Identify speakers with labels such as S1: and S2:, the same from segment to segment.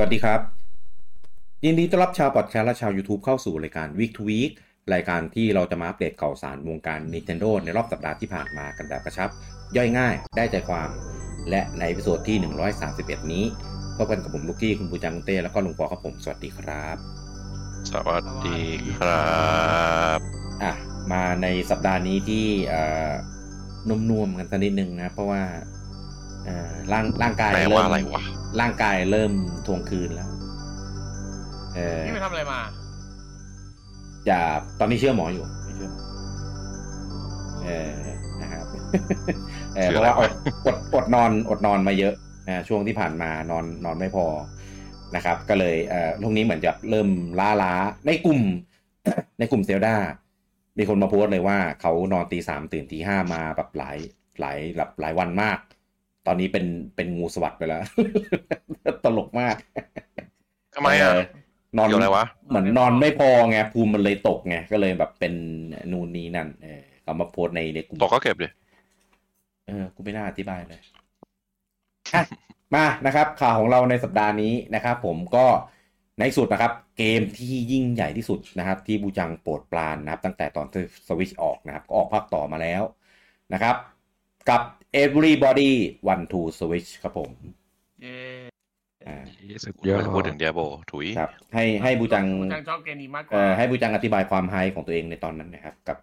S1: วัสดีครับ ยินดีต้อนรับชาวพอดแคสต์และชาว YouTube เข้าสู่รายการ Week to Week รายการที่เราจะมาอัปเดตข่าวสารวงการ Nintendo ในรอบสัปดาห์ที่ผ่านมากันแบบกระชับ ย่อยง่ายได้ใจความ และในพิโซดที่ 131 นี้พบกันกับผมลูกกี้คุณปูจังคุณเต้แล้วก็ลุงปอครับผมสวัสดีครับ
S2: สวัสดีครับ
S1: อ่ะมาในสัปดาห์นี้ที่เอ่อนวมๆกันสักนิดนึงนะ เพราะว่าเอ่อร่างร่างกาย
S2: แปล
S1: เริ่
S2: ว่าม อะไรวะ
S1: ร่างกายเริ่มทวงคืนแล้วเออ
S3: นี่ไปทำอะไรมา
S1: จะตอนนี้เชื่อหมออยู่ไม่เชื่อหมอเออ นะครับ เออ
S2: เชื่
S1: เพ
S2: อแล้ว
S1: ราะ่าว อดอดอดนอนอดนอนมาเยอะนะช่วงที่ผ่านมานอนนอนไม่พอนะครับ ก็เลยเอ่อช่วงนี้เหมือนจะเริ่มล้าล้าๆในกลุ่ม ในกลุ่มเซลดา มีคนมาโพสต์เลยว่าเขานอนตีสามตื่นตีห้ามาแบบหลายหลายแบบหลายวันมาก ตอนนี้เป็นเป็นงูสวัสดไปแล้ว ตลกมาก
S2: ทำไมอ่ะ
S1: เนอน
S2: เกี่ยวอะไรวะ
S1: เหมือนนอนไม่พอไงภูมิมันเลยตกไงก็เลยแบบเป็นนูนนี้นั่นเออเอามาโพสต์ในในกลุ่ม
S2: ตกก็เก็บเลย
S1: เออกูไม่น่าอธิบายเลยอ่ะมานะครับ ข่าวของเราในสัปดาห์นี้นะครับ ผมก็ในสุดนะครับ เกมที่ยิ่งใหญ่ที่สุดนะครับ ที่บูจังโปรดปรานนะครับ ตั้งแต่ตอนสวิชออกนะครับ ก็ออกภาคต่อมาแล้วนะครับ กับ everybody one to switch ครับผม
S3: เย่
S1: อ่า
S4: เยอะ
S2: ไม่ได้พูดถึงเดียโบถุย
S1: ครับให้ให้บูจัง
S3: บูจังชอบเกมนี้มากก
S1: เอ่
S3: ว่า
S1: อให้บูจังอธิบายความไฮของตัวเองในตอนนั้นนะครับ กับ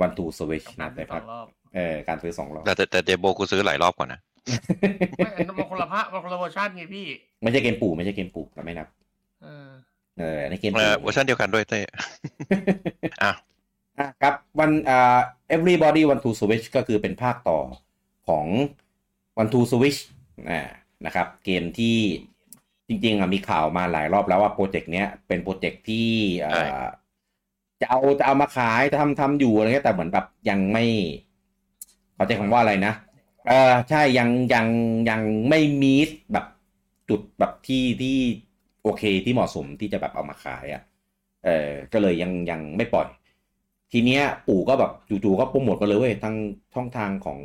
S1: วันทูสวิช
S3: กั
S1: นะ
S3: บการ
S1: ใน
S3: ซื้อ
S1: พั
S3: สอก งรอบ
S1: เอ่อการซื้อสองรอบ
S2: แต่แต่แต่เดียโบกูซื้อหลายรอบก่อนนะ
S3: ไม่อันนั้นมันคนละพระมันคนละเวอร์ชันไงพี่
S1: ไม่ใช่เกมปู่ไม่ใช่เกมปู่เราไม่นับ
S3: เออ
S1: เออในเกม
S2: เอ
S1: ปู่
S2: อเวอร์ชันเดียวกันด้วยเต้ อ่ะ
S1: อ่ะครับวันอ่า everybody one two switch ก็คือเป็นภาคต่อของ one two switch อ่านะครับ เกมที่จริงๆอ่ะมีข่าวมาหลายรอบแล้วว่าโปรเจกต์เนี้ยเป็นโปรเจกต์ที่เอ่
S2: ใช่
S1: อจะเอาจะเอามาขายจะทำทำอยู่อะไรเงี้ยแต่เหมือนแบบยังไม่เขาใจคำว่าอะไรนะ เออใช่ยังยังยังไม่มีดแบบจุดแบบที่ที่โอเคที่เหมาะสมที่จะแบบเอามาขายอะ่ะเออก็เลยยังยังไม่ปล่อย ทีเนี้ยปู่ก็แบบจู่ๆก็โปรโมทกันเลยเว้ยทางช่องทางของ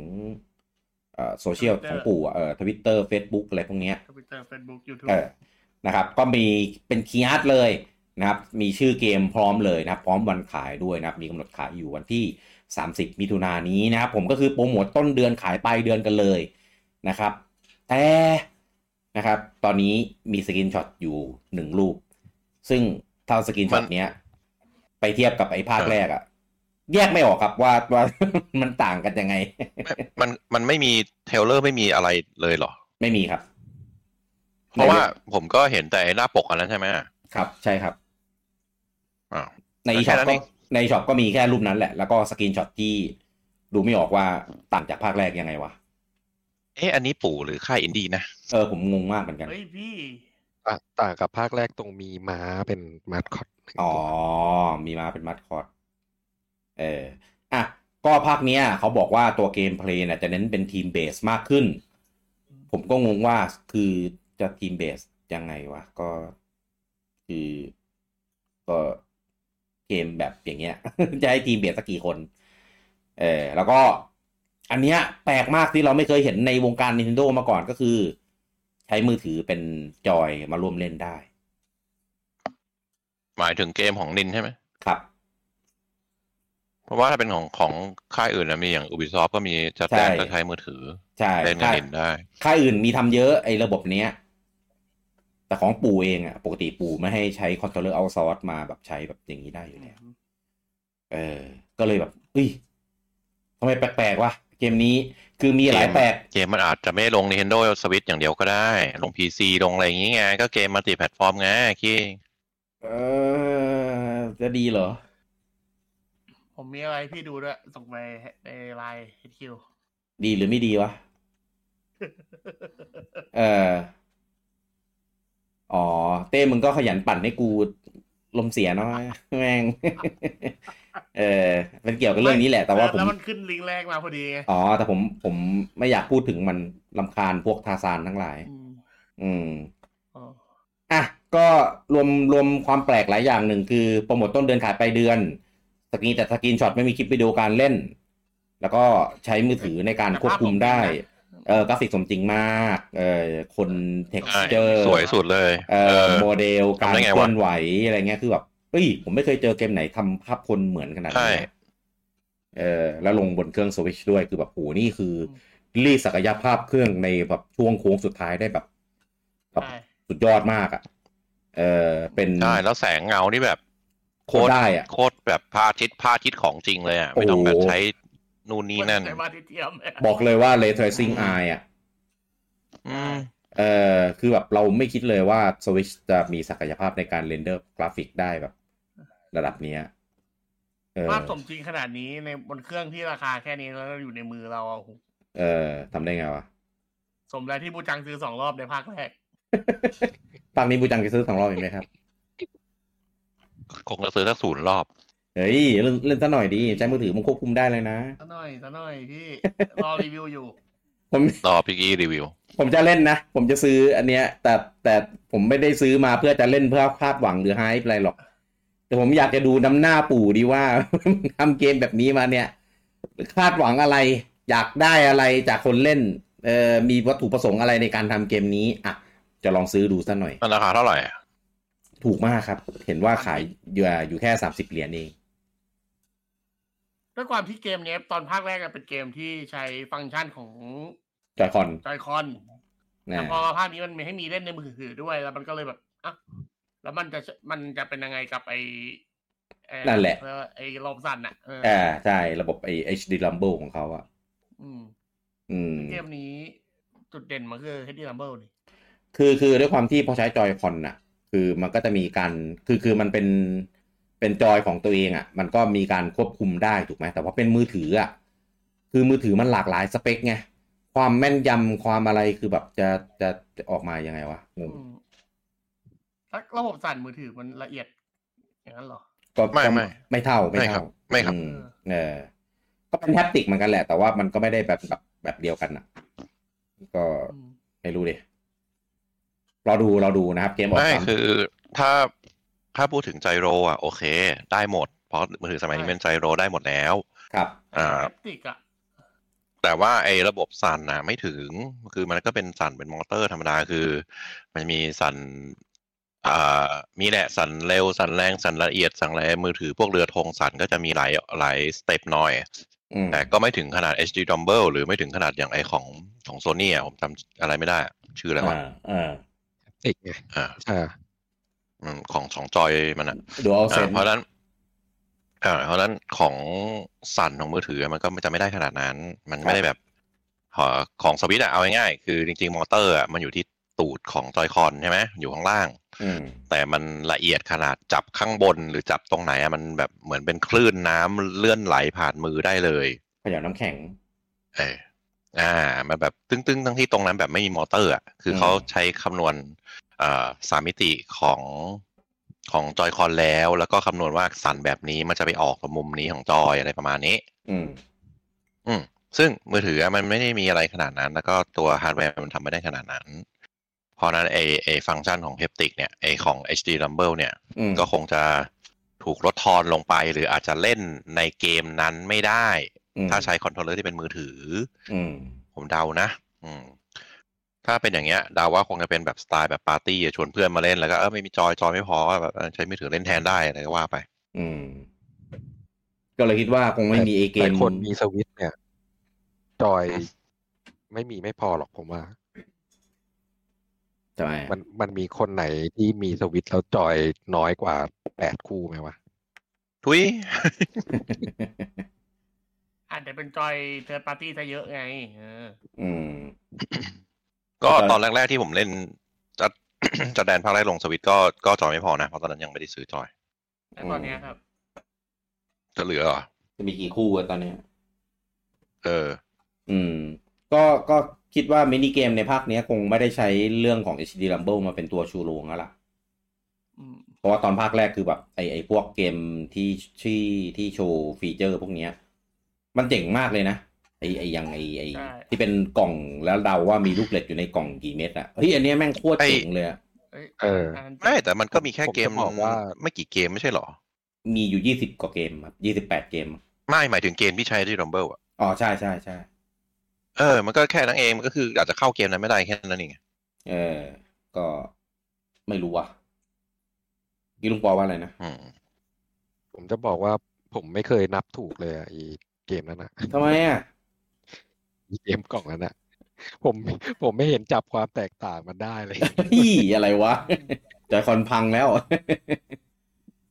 S1: เอ่อโซเชียลของปู่อะเอ่อทวิตเตอร์เฟซบุ๊กอะไรพวกเนี้ย
S3: คอมพิวเตอร์เฟซบุ๊กยูทูบ
S1: เออนะครับ ก็มีเป็นคีย์อาร์ตเลยนะครับ มีชื่อเกมพร้อมเลยนะครับ พร้อมวันขายด้วยนะครับ มีกำหนดขายอยู่วันที่ 30 มิถุนายนนี้นะครับ ผมก็คือโปรโมทต้นเดือนขายปลายเดือนกันเลยนะครับ แต่นะครับ ตอนนี้มีสกินช็อตอยู่หนึ่งรูป ซึ่งเท่าสกินช็อต
S2: มัน
S1: เนี้ย ไปเทียบกับไอ้ภาค
S2: เออ
S1: แรกอะแยกไม่ออกครับว่าว่า มันต่างกันยังไง
S2: ไม่มันมันไม่มีเทรลเลอร์ไม่มีอะไรเลยเหรอ
S1: ไม่มีครับ
S2: เพราะว่าผมก็เห็นแต่ไอ้หน้าปกอันนั้นใช่ไหม
S1: ครับ ใช่ครับ
S2: อ้าว
S1: ใน
S2: แค่
S1: ช็อป
S2: นั้น
S1: ก็
S2: เอง
S1: ในช็อปก็มีแค่รูปนั้นแหละ แล้วก็สกรีนช็อตที่ดูไม่ออกว่าต่างจากภาคแรกยังไงวะ
S2: เอ๊ะอันนี้ปู่หรือค่ายอินดี้นะ
S1: เออผมงงมากเหมือนกัน
S3: เฮ้ยพี่
S4: ต่างต่างกับภาคแรกตรงมีม้าเป็นมาสคอตหนึ่ง
S1: อ๋อ
S4: ตัว
S1: มีมาเป็นมัดคอร์ดเออ อ่ะ ก็ภาคเนี้ยเขาบอกว่าตัวเกมเพลย์น่ะจะเน้นเป็นทีมเบสมากขึ้น ผมก็งงว่าคือจะทีมเบสยังไงวะ ก็คือก็เกมแบบอย่างเงี้ย จะให้ทีมเบสสักกี่คน เออแล้วก็อันเนี้ยแปลกมากที่เราไม่เคยเห็นในวงการ Nintendo มาก่อนก็คือ ใช้มือถือเป็นจอยมาร่วมเล่นได้
S2: หมายถึงเกมของนินใช่ไหม
S1: ครับ
S2: เพราะว่าถ้าเป็นของของค่ายอื่นนะมีอย่าง Ubisoft ก็มีจะแตน
S1: ใช่
S2: ก็ใช้มือถือ
S1: ใช่
S2: เล่นกับ
S1: ใช่
S2: นินได้
S1: ค่ายอื่นมีทำเยอะไอ้ระบบเนี้ย แต่ของปู่เองอะปกติปู่ไม่ให้ใช้คอนโทรลเลอร์เอาซอสมาแบบใช้แบบอย่างนี้ได้อยู่แล้วเออ ก็เลยแบบเฮ้ยทำไมแปลกๆวะเกมนี้คือมีหลาย
S2: เกม
S1: แปลก
S2: เกมมันอาจจะไม่ลง Nintendo Switch อย่างเดียวก็ได้ ลง PC ลงอะไรอย่างงี้ไง ก็เกมมัลติแพลตฟอร์มไงคี้
S1: เออ จะดีเหรอ
S3: ผมมีอะไรพี่ดูด้วย ส่งไปในไลน์เฮดคิว
S1: ดีหรือไม่ดีวะ เอออ๋อ เต้มึงก็ขยันปั่นให้กูลมเสียเนาะแม่ง เออมัน เกี่ยวกับเรื่องนี้แหละ แต่ว่าผม
S3: แล้วมันขึ้นลิงก์แรกมาพอดีไง
S1: อ๋อ แต่ผมผมไม่อยากพูดถึงมันลำคาญพวกทาซานทั้งหลาย
S3: อืม
S1: อืม
S3: อ๋อ
S1: อ่ะ ก็รวมรวมความแปลกหลายอย่างหนึ่งคือโปรโมทต้นเดือนขายไปลายเดือนสกรีนแต่สกรีนช็อตไม่มีคลิปวิดีโอการเล่น แล้วก็ใช้มือถือในการควบคุมได้
S3: แต่ภาพผมนะ
S1: เออกราฟิกสมจริงมาก เออคนเท็ก
S2: ใช่
S1: เจอร์
S2: สวยสุดเลย
S1: เออโมเดลการ
S2: ทำได้ไงวะ
S1: เคลื่อนไหวอะไรเงี้ยคือแบบเอ้ย ผมไม่เคยเจอเกมไหนทำภาพคนเหมือนขนาด
S2: ใช่
S1: นี้นะเออแล้วลงบนเครื่องสวิชด้วยคือแบบโหนี่คือรีดศักยภาพเครื่องในแบบช่วงโค้งสุดท้ายได้แบบแบบ
S3: ใช่
S1: สุดยอดมากอ่ะ เออเป็น
S2: ใช่แล้วแสงเงานี่แบบ
S1: โคตรได้อ่ะ
S2: โคตรแบบพระอาทิตย์พระอาทิตย์ของจริงเลยอ่ะ ไม่ต้องแบบใช้นู่นนี่นั่น
S3: ใช้มาที่เทียมเนี่ย
S1: บอกเลยว่า Ray Tracing
S2: อืม
S1: Eye อ่ะ
S2: อืม
S1: เออคือแบบเราไม่คิดเลยว่าสวิชจะมีศักยภาพในการเรนเดอร์กราฟิกได้แบบ ระดับเนี้ยเออ
S3: ภาพสมจริงขนาดนี้ในบนเครื่องที่ราคาแค่นี้แล้วอยู่ในมือเราอะโอ้โห
S1: เออทำได้ไงวะ
S3: สมแล้วที่บูจังซื้อสองรอบในภาคแรก
S1: ปากนี้บูจังจะซื้อสองรอบอีกไหมครับ
S2: คงจะซื้อสักศูนย์รอบ
S1: เฮ้ยเล่นเล่นซะหน่อยดีใช้มือถือมันควบคุมได้เลยนะ
S3: ซะหน่อยซะหน่อยพี่ รอรีวิวอยู่
S1: ผม
S2: รอพี่กี้รีวิว
S1: ผมจะเล่นนะ ผมจะซื้ออันเนี้ย แต่แต่ผมไม่ได้ซื้อมาเพื่อจะเล่นเพื่อคาดหวังหรือไฮป์อะไรหรอก แต่ผมอยากจะดูน้ำหน้าปู่ดีว่า ทำเกมแบบนี้มาเนี่ย คาดหวังอะไร อยากได้อะไรจากคนเล่น เอ่อมีวัตถุประสงค์อะไรในการทำเกมนี้อ่ะจะลองซื้อดูซะหน่อย
S2: มันราคาเท่าไหร่อะ
S1: ถูกมากครับ เห็นว่าขายอยู่อยู่แค่สามสิบเหรียญเอง
S3: ด้วยความที่เกมเนี้ยตอนภาคแรกอะเป็นเกมที่ใช้ฟังก์ชันของ
S1: จอยคอน
S3: จอยคอนแต่
S1: นะ
S3: พอภาคนี้มันมีให้มีเล่นในมือถือด้วย แล้วมันก็เลยแบบอ่ะแล้วมันจะมันจะเป็นยังไงกับไอไอ้
S1: นั่นแหละ
S3: เออไอลอมสันอะเออ
S1: อ่าใช่ระบบไอ HD Rumble ของเขาอะ
S3: อืม
S1: อืม
S3: เกมนี้จุดเด่นมันคือ HD Rumble นี่
S1: คือคือด้วยความที่พอใช้จอยคอนน่ะ คือมันก็จะมีการคือคือมันเป็นเป็นจอยของตัวเองอ่ะ มันก็มีการควบคุมได้ถูกไหมแต่ว่าเป็นมือถืออ่ะคือมือถือมันหลากหลายสเปคไงความแม่นยำความอะไรคือแบบจะจะจะออกมายังไงวะงง
S3: อืมแล้วระบบสั่นมือถือมันละเอียด อย่างนั้นเหรอ
S1: ก็
S2: ไม่
S1: ก็
S2: ไม่
S1: ไม่เท่าไม่
S2: ไม่ครั
S1: เท่า
S2: บ ไม่ครับ
S1: อืมเออ ก็เป็นแท็บติกเหมือนกันแหละ แต่ว่ามันก็ไม่ได้แบบแบบแบบเดียวกันอ่ะ ก็
S3: อืม
S1: ไม่รู้ดิรอดูรอดูนะครับ เกมออก
S2: ไม่
S1: สาม
S2: คือถ้าถ้าพูดถึงไจโรอ่ะโอเค ได้หมด เพราะมือถือสมัยนี้
S3: ใช่
S2: เป็นไจโรได้หมดแล้ว
S1: ครับ
S2: อ่า
S3: แอปติกอะ
S2: แต่ว่าไอ้ระบบสั่นนะไม่ถึงคือมันก็เป็นสั่นเป็นมอเตอร์ธรรมดาคือ มันมีสั่นอ่ามีแหละสั่นเร็วสั่นแรงสั่นละเอียดสั่นอะไรมือถือพวกเรือธงสั่นก็จะมีหลายหลายสเต็ปหน่อย
S1: อืม
S2: แต่ก็ไม่ถึงขนาด HD Dumble หรือไม่ถึงขนาดอย่างไอของของโซนี่อ่ะผมจำอะไรไม่ได้อะชื่ออะไรวะ
S1: อ่าอ่า
S4: ติดไง
S2: อ่า
S4: อ่า
S2: อืมของของจอยมันอ่ะ
S1: ดูเอาเสร็
S2: อ่า
S1: จ
S2: เพราะฉะนั้นอ่าเพราะฉะนั้นของสั่นของมือถือมันก็จะไม่ได้ขนาดนั้น มันไม่ได้แบบหอของสวิตช์อะเอาง่ายๆคือจริงๆ มอเตอร์อะมันอยู่ที่ตูดของจอยคอนใช่ไหมอยู่ข้างล่าง
S1: อืม
S2: แต่มันละเอียดขนาดจับข้างบนหรือจับตรงไหนอะมันแบบเหมือนเป็นคลื่นน้ำเลื่อนไหลผ่านมือได้เลย
S1: เขย่าน้ำแข็ง
S2: เอออ่า มันแบบตึ้งๆทั้งที่ตรงนั้นแบบไม่มีมอเตอร์อ่ะ คือเขา
S1: อืม
S2: ใช้คำนวณเอ่อสามมิติของของจอยคอนแล้ว แล้วก็คำนวณว่าสั่นแบบนี้มันจะไปออกกับมุมนี้ของจอยอะไรประมาณนี้
S1: อืม
S2: อืม ซึ่งมือถืออะมันไม่ได้มีอะไรขนาดนั้น แล้วก็ตัวฮาร์ดแวร์มันทำไม่ได้ขนาดนั้น เพราะฉะนั้นไอไอฟังก์ชันของเฮปติกเนี่ยไอของ HD Rumble เนี่ย
S1: อืม
S2: ก็คงจะถูกลดทอนลงไป หรืออาจจะเล่นในเกมนั้นไม่ได้
S1: อืม
S2: ถ้าใช้คอนโทรลเลอร์ที่เป็นมือถือ
S1: อืม
S2: ผมเดานะ อืม ถ้าเป็นอย่างเงี้ยเดาว่าคงจะเป็นแบบสไตล์แบบปาร์ตี้อะชวนเพื่อนมาเล่นแล้วก็เออไม่มีจอยจอยไม่พอแบบเออใช้มือถือเล่นแทนได้อะไรก็ว่าไป
S1: อืม ก็เลยคิดว่าคงไม่มีเอเก
S4: หลาย
S1: ม
S4: คนมีสวิตช์เนี่ย จอยไม่มีไม่พอหรอกผมว่า
S1: ใช่ไหม
S4: มันมันมีคนไหนที่มีสวิตช์แล้วจอยน้อยกว่าแปดคู่ไหมวะ
S2: ทุย
S3: อาจจะเป็นจอยเทอร์ปาร์ตี้ซะเยอะไงเออ
S1: อืม
S2: ก็
S1: เข้าใจ
S2: ตอนแรก ๆ ที่ผมเล่นจัด จัดแดนภาคแรกลงสวิตช์ก็ก็จอยไม่พอนะ เพราะตอนนั้นยังไม่ได้ซื้อจอย
S3: แต่ตอนเนี้ยครับ
S2: จะเหลือเหรอ
S1: จะมีกี่คู่กันตอนเนี้ย
S2: เออ
S1: อืม ก็ก็คิดว่ามินิเกมในภาคเนี้ยคงไม่ได้ใช้เรื่องของ HD Rumble มาเป็นตัวชูโรงแล้วล่ะ
S3: อืม
S1: เพราะว่าตอนภาคแรกคือแบบไอไอพวกเกมที่ที่ที่โชว์ฟีเจอร์พวกเนี้ย มันเจ๋งมากเลยนะ ไอไออย่างไอไอ
S3: ใช่
S1: ที่เป็นกล่องแล้วเดาว่ามีลูกเหล็กอยู่ในกล่องกี่เม็ดอะเฮ้ยอันเนี้ยแม่งโคตรเจ๋งเลยอะ
S3: เอ้ย
S4: เออ
S3: นนั้น
S2: ไม่แต่มันก็มีแค่เกม
S4: ผมจะบอกว่า
S2: ไม่กี่เกมไม่ใช่เหรอ
S1: มีอยู่ยี่สิบกว่าเกมครับยี่สิบแปดเกม
S2: ไม่หมายถึงเกมที่ใช้ที่ดัมเบิลอ่ะ
S1: อ๋อใช่ใช่ใช่
S2: เ เออ มันก็แค่นั้นเองมันก็คืออาจจะเข้าเกมนั้นไม่ได้แค่นั้นเอง
S1: เออ ก็ไม่รู้ว่ะนี่ลุงปอว่าอะไรนะ
S2: อืม
S4: ผมจะบอกว่าผมไม่เคยนับถูกเลยอะไอีเกมนั้นอะ
S1: ทำไมอ่ะ
S4: ไอ้เกมกล่องนั้นอะผมผมไม่เห็นจับความแตกต่างมันได้เลย
S1: พี่อะไรวะ จอยคอนพังแล้ว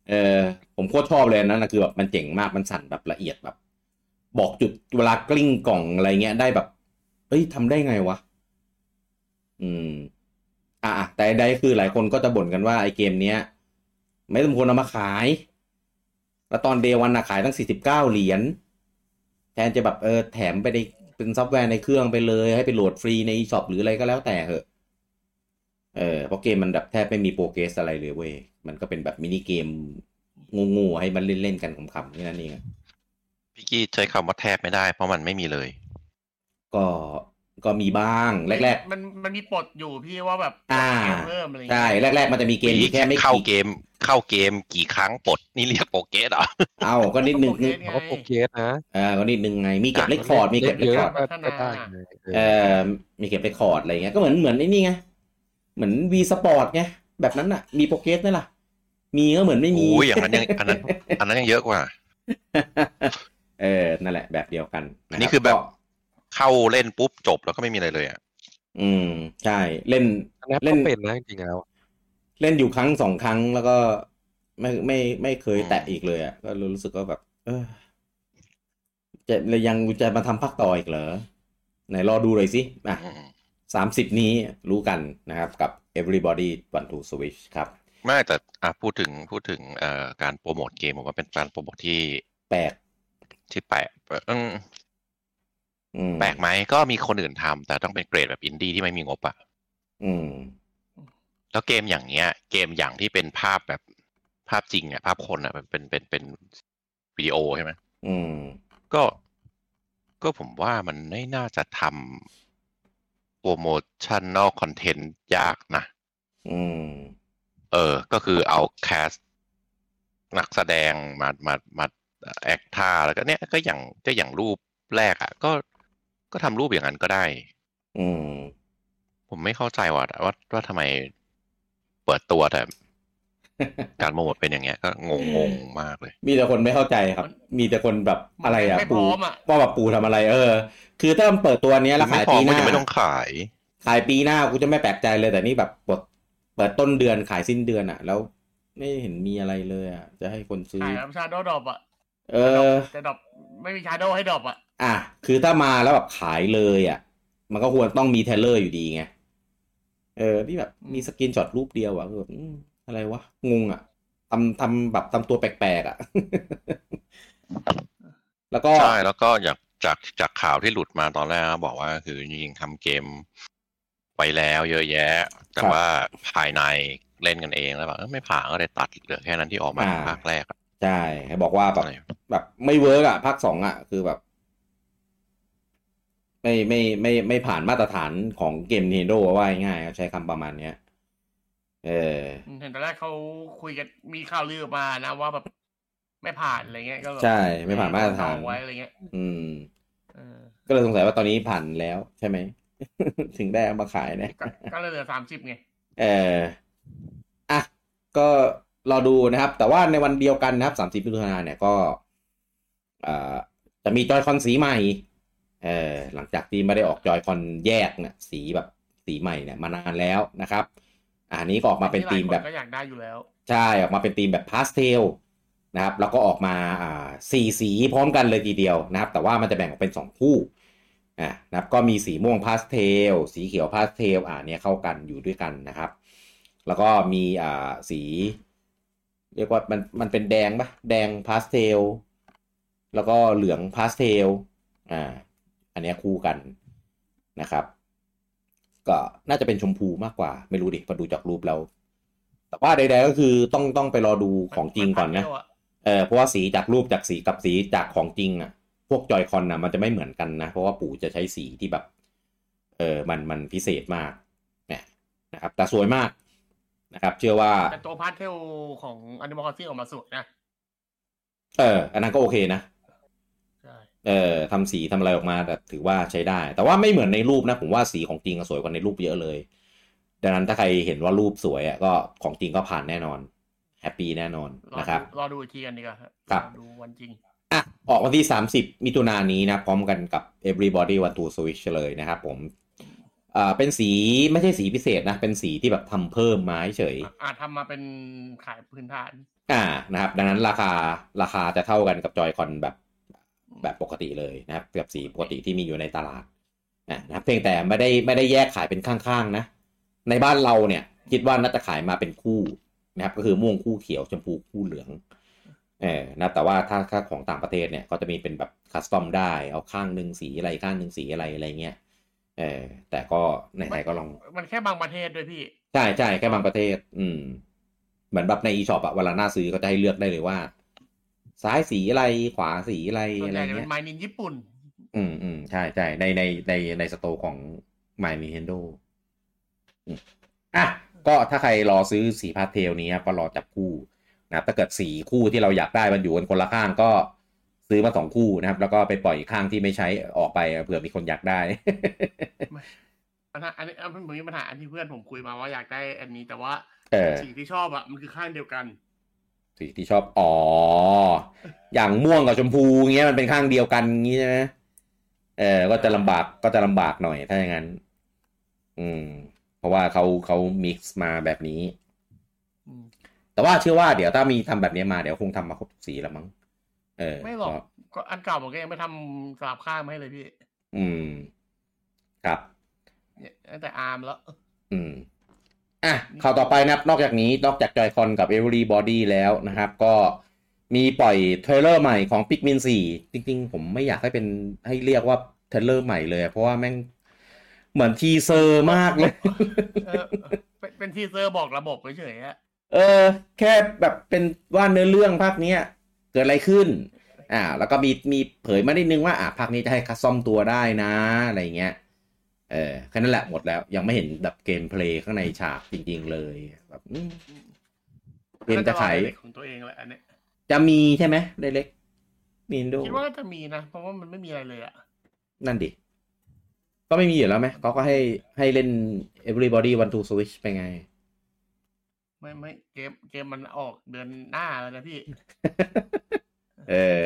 S1: เออผมโคตรชอบเลยนะนะคือแบบมันเจ๋งมากมันสั่นแบบละเอียดแบบ บอกจุดเวลากลิ้งกล่องอะไรเงี้ยได้แบบเอ้ยทำได้ไงวะ อืม อ่ะอ่ะแต่ใดคือหลายคนก็จะบ่นกันว่าไอเกมเนี้ย ไม่สมควรเอามาขาย แล้วตอนเดวันนะขายตั้งสี่สิบเก้าเหรียญแทนจะแบบเออแถมไปในเป็นซอฟต์แวร์ในเครื่องไปเลย ให้ไปโหลดฟรีในช็อปหรืออะไรก็แล้วแต่เหอะ เออเพราะเกมมันแบบแทบไม่มีโปรเกรสอะไรเลยเว้ย มันก็เป็นแบบมินิเกมงูๆให้มันเล่น ๆ กันขำๆนี่นั่นเองอะ
S2: พี่กี้ใช้คำว่าแทบไม่ได้ เพราะมันไม่มีเลย
S1: ก็ก็มีบ้างแรก
S3: มันมันมีปลดอยู่พี่ว่าแบบ
S1: อ่า
S3: เกมเพิ่มอะไร
S1: ๆ
S3: เงี้ย
S1: ใช่แรก ๆ มันจะมีเกมที่แค่ไม่
S2: เข้าเกม เข้าเกมกี่ครั้งปลดนี่เรียกโปรเกตเหรอ
S1: เอ้าก็นิดนึง
S4: เพราะโปรเกสนะ
S1: เออก็นิดนึงไงมีเก็บ
S2: อ่ะ
S1: เรคคอร์ดมีเก็บเร
S4: เย
S1: คคอ
S4: อะ
S1: ร์ด
S4: ก็ก็ได้ไงเออ
S1: เออมีเก็บเรคคอร์ดอะไรเงี้ยก็เหมือนเหมือนไอ้นี่ไงเหมือนวีสปอร์ตไงแบบนั้นอ่ะ มีโปรเกรสไหมล่ะ มีก็เหมือนไม่มี
S2: โอ้ยอย่างนั้นยังอันนั้น อันนั้นยังเยอะกว่า
S1: เออนั่นแหละแบบเดียวกันะรั
S2: อันนี้คือแบบ เข้าเล่นปุ๊บจบแล้วก็ไม่มีอะไรเลยอ่ะ
S1: อืม ใช่ เล่น
S4: แนป
S1: เล่
S4: ก็
S1: น
S4: เป็นนะจริงๆแล้ว
S1: เล่นอยู่ครั้งสองครั้งแล้วก็ไม่ไม่ไม่เคยแตะ
S2: อืม
S1: อีกเลยอ่ะก็รู้สึกว่าแบบ เออจะแล้วยังจะมาทำภาคต่ออีกเหรอ ไหนรอดูเลยสิอ่ะ
S2: อืม
S1: สามสิบนี้รู้กันนะครับกับ everybody want to switch ครับ
S2: ไม่แต่อ่ะพูดถึงพูดถึงเอ่อการโปรโมทเกมผมว่าเป็นการโปรโมทที่
S1: แปลก
S2: ที่แปลกอืม
S1: อืม
S2: แปลกไหมก็มีคนอื่นทำแต่ต้องเป็นเกรดแบบอินดี้ที่ไม่มีงบอ่ะ
S1: อืม
S2: แล้วเกมอย่างเงี้ย เกมอย่างที่เป็นภาพแบบภาพจริงอ่ะภาพคนอ่ะเป็นเป็นเป็นเป็นวิดีโอใช่ไหม
S1: อืม
S2: ก็ก็ผมว่ามันไม่น่าจะทำโปรโมชั่นนอกคอนเทนต์ยากนะ
S1: อืม
S2: เออ ก็คือเอาแคสนักแสดงมามามาแอคท่าแล้วก็เนี่ยก็อย่างก็อย่างรูปแรกอะก็ก็ทำรูปอย่างนั้นก็ได้
S1: อืม
S2: ผมไม่เข้าใจว่าว่าว่าทำไมเปิดตัว แต่การโปรโมทเป็นอย่างเงี้ย ก็งงงงมากเลย
S1: มีแต่คนไม่เข้าใจครับ มีแต่คนแบบอะไรอ่ะ
S3: ไม่พ
S1: ปู
S3: ร้อมอ่ะ
S1: ว่าแบบปูทำอะไร เออ คือถ้ามันเปิดตัวเนี้ยแล้ว
S2: ไม่
S1: ขาย
S2: พอ
S1: ปีห
S2: ก็
S1: น้า
S2: ยังไม่ต้องขาย
S1: ขายปีหน้ากูจะไม่แปลกใจเลยแต่นี่แบบเปิดเปิดต้นเดือนขายสิ้นเดือนอะแล้วไม่เห็นมีอะไรเลยอะจะให้คนซื้อ
S3: ขายแล้วชาโดว์ดรอปอ่ะ
S1: เออ
S3: จะดรอปไม่มีชาโดว์ให้ดรอปอ่ะ
S1: อ่ะคือถ้ามาแล้วแบบขายเลยอะมันก็ควรต้องมีเทรลเลอร์อยู่ดีไงเออที่แบบมีสกรีนช็อตรูปเดียวอะคือแบบอืมอะไรวะงงอะทำทำแบบทำตัวแปลกๆอะ แล้วก็
S2: ใช่แล้วก็จากจากจากข่าวที่หลุดมาตอนแรกนะบอกว่าคือจริงๆทำเกมไปแล้วเยอะแยะ แต่
S1: ครับ
S2: ว่าภายในเล่นกันเองแล้วแบบเอ้ยไม่ผ่านก็เลยตัดเหลือแค่นั้นที่ออกมา
S1: อ่า
S2: ภาคแรกอะ
S1: ใช่ให้บอกว่าแบบ
S2: อะไร
S1: แบบไม่เวิร์กอะภาคสองอะคือแบบ ไม่ไม่ไม่ไม่ผ่านมาตรฐานของเกม Nintendo ว่าง่ายๆครับใช้คำประมาณเนี้ย เออ
S3: เห็นตอนแรกเขาคุยกันมีข่าวลือออกมานะว่าแบบไม่ผ่านอะไรเงี้ยก็แบบ
S1: ใช่ไม่ผ่านมาตรฐาน
S3: เอไว้อะไรเงี้ย
S1: อืม
S3: เออ
S1: ก็เลยสงสัยว่าตอนนี้ผ่านแล้วใช่ไหม ถึงได้เอามาขายนะ
S3: ก็ก็เลยเหลือสามสิบไง
S1: เอออ่ะ ก็รอดูนะครับ แต่ว่าในวันเดียวกันนะครับสามสิบ30มิถุนายนเนี่ยก็เอ่อจะมีจอยคอนสีใหม่ เออหลังจากที่ไม่ได้ออกจอยคอนแยกเนี่ยสีแบบสีใหม่เนี่ยมานานแล้วนะครับ อันนี้ก็ออกมาเป็นธีมแบบ
S3: ที่หลายคนก็อยากได้อยู่แล้ว
S1: ใช่ออกมาเป็นธีมแบบพาสเทลนะครับ แล้วก็ออกมาอ่าสี่สีพร้อมกันเลยทีเดียวนะครับ แต่ว่ามันจะแบ่งออกเป็นสองคู่อ่ะนะครับก็มีสีม่วงพาสเทลสีเขียวพาสเทลอ่าเนี่ยเข้ากันอยู่ด้วยกันนะครับ แล้วก็มีอ่าสี เรียกว่ามันมันเป็นแดงปะแดงพาสเทลแล้วก็เหลืองพาสเทลอ่าอันเนี้ยคู่กันนะครับ ก็น่าจะเป็นชมพูมากกว่า ไม่รู้ดิพอดูจากรูปแล้ว แต่ว่าใด ๆ ก็คือต้องต้องไปรอดูของจริงก่อนนะ เออเพราะว่าสีจากรูปจากสีกับสีจากของจริงอ่ะ พวกจอยคอนนะมันจะไม่เหมือนกันนะ เพราะว่าปู่จะใช้สีที่แบบ เออมันมันพิเศษมากเนี่ยนะครับ แต่สวยมากนะครับ เชื่อว่า
S3: แต่ตัวพาร์ทเทลของ Animal Crossing ออกมาสวยนะ
S1: เออ อันนั้นก็โอเคนะ
S3: ใช่
S1: เ เอ่อทำสีทำอะไรออกมาแบบถือว่าใช้ได้ แต่ว่าไม่เหมือนในรูปนะ ผมว่าสีของจริงอะสวยกว่าในรูปเยอะเลย ดังนั้นถ้าใครเห็นว่ารูปสวยอะก็ของจริงก็ผ่านแน่นอนแฮปปี้แน่นอน
S3: รอ
S1: นะค
S3: ดู
S1: รับ
S3: รอดูอีกทีกันดีกว่าครับ
S1: ครับ
S3: อดูวันจริง
S1: อ่ะออกวันที่ 30 มิถุนายนนี้นะ พร้อมกันกับ Everybody Want to Switch เลยนะครับผมอ่าเป็นสีไม่ใช่สีพิเศษนะ เป็นสีที่แบบทำเพิ่มมาเฉย
S3: อ่ะอาจทำมาเป็นขายพื้นฐาน
S1: อ่านะครับ ดังนั้นราคาราคาจะเท่ากันกับจอยคอนแบบแบบปกติเลยนะครับเกือบสีปกติที่มีอยู่ในตลาดนะนะครับเพียงแต่ไม่ได้ไม่ได้แยกขายเป็นข้างๆนะ ในบ้านเราเนี่ย คิดว่าน่าจะขายมาเป็นคู่นะครับ ก็คือม่วงคู่เขียวชมพูคู่เหลืองเออนะแต่ว่าถ้าถ้าของต่างประเทศเนี่ยก็จะมีเป็นแบบคัสตอมได้เอาข้างหนึ่งสีอะไรข้างหนึ่งสีอะไรอะไรเงี้ยเออแต่ก็ไหนๆก็ลอง
S3: มันแค่บางประเทศด้วยพี่
S1: ใช่ใช่แค่บางประเทศ อืม เหมือนแบบใน e ช็อปอะเวลาหน้าซื้อก็จะให้เลือกได้เลยว่า ซ้ายสีอะไรขวาสีอะไร
S3: ส่วน
S1: อะไร
S3: ใหญ่จะเป็
S1: เงี้ย
S3: นไมนินญี่ปุ่น
S1: อืมอืมใช่ใช่ในในในในสโตร์ของ My Nintendo อืมอ่ะ ก็ถ้าใครรอซื้อสีพาสเทลนี้ครับก็รอจับคู่นะครับถ้าเกิดสีคู่ที่เราอยากได้มันอยู่กันคนละข้างก็ซื้อมาสองคู่นะครับ แล้วก็ไปปล่อยข้างที่ไม่ใช้ออกไปเผื่อมีคนอยากได้
S3: ปัญหาอันนี้อันนี้ผมมีปัญหาอันที่เพื่อนผมคุยมาว่าอยากได้อันนี้แต่ว่า
S1: เออ
S3: สิ่งที่ชอบอ่ะมันคือข้างเดียวกัน
S1: สีที่ชอบ อ๋อ อย่างม่วงกับชมพูเงี้ยมันเป็นข้างเดียวกันงี้ใช่ไหมเออ ก็จะลำบากก็จะลำบากหน่อยถ้าอย่างนั้น อืม เพราะว่าเขาเขามิกซ์มาแบบนี้
S3: อืม
S1: แต่ว่าเชื่อว่าเดี๋ยวถ้ามีทำแบบนี้มาเดี๋ยวคงทำมาครบทุกสีแล้วมั้ง เออ
S3: ไม่หรอก
S1: ก็
S3: ก็อันเก่ามันก็ยังไม่ทำสลับข้างมาให้เลยพี่
S1: อืม ครับ
S3: เนี่ยตั้งแต่อาร์มแล้ว
S1: อืม อ่ะข่าวต่อไปนะครับ นอกจากนี้ นอกจากจอยคอนกับ Everybody แล้วนะครับ ก็มีปล่อยเทรลเลอร์ใหม่ของ Pikmin 4 จริง ๆ ผมไม่อยากให้เป็นให้เรียกว่าเทรลเลอร์ใหม่เลยอะเพราะว่าแม่งเหมือนทีเซอร์มากเลย
S3: เออเป็นเป็นทีเซอร์บอกระบบเฉยๆอะ
S1: เออ แค่แบบเป็นว่าเนื้อเรื่องภาคเนี้ย เกิดอะไรขึ้น อ่า แล้วก็มีมีเผยมาได้นึงว่า อ่าภาคนี้จะให้คัสซอมตัวได้นะ อะไรเงี้ย เออแค่นั้นแหละหมดแล้ว ยังไม่เห็นแบบเกมเพลย์ข้างในฉากจริง ๆ เลยแบบอืม เกมจะขาย
S3: น่รอในเด็กของตัวเองแหละอันเนี้ย
S1: จะมีใช่ไหมเล็กๆมีนโด
S3: คิดว่าน่าจะมีนะ เพราะว่ามันไม่มีอะไรเลยอ่ะ
S1: นั่นดิ ก็ไม่มีอยู่แล้วไหมเขาก็ให้ให้เล่น everybody want to switch ไปไง
S3: ไม่ไม่เกมเกมมันออกเดือนหน้าแล้วนะพี่
S1: เออ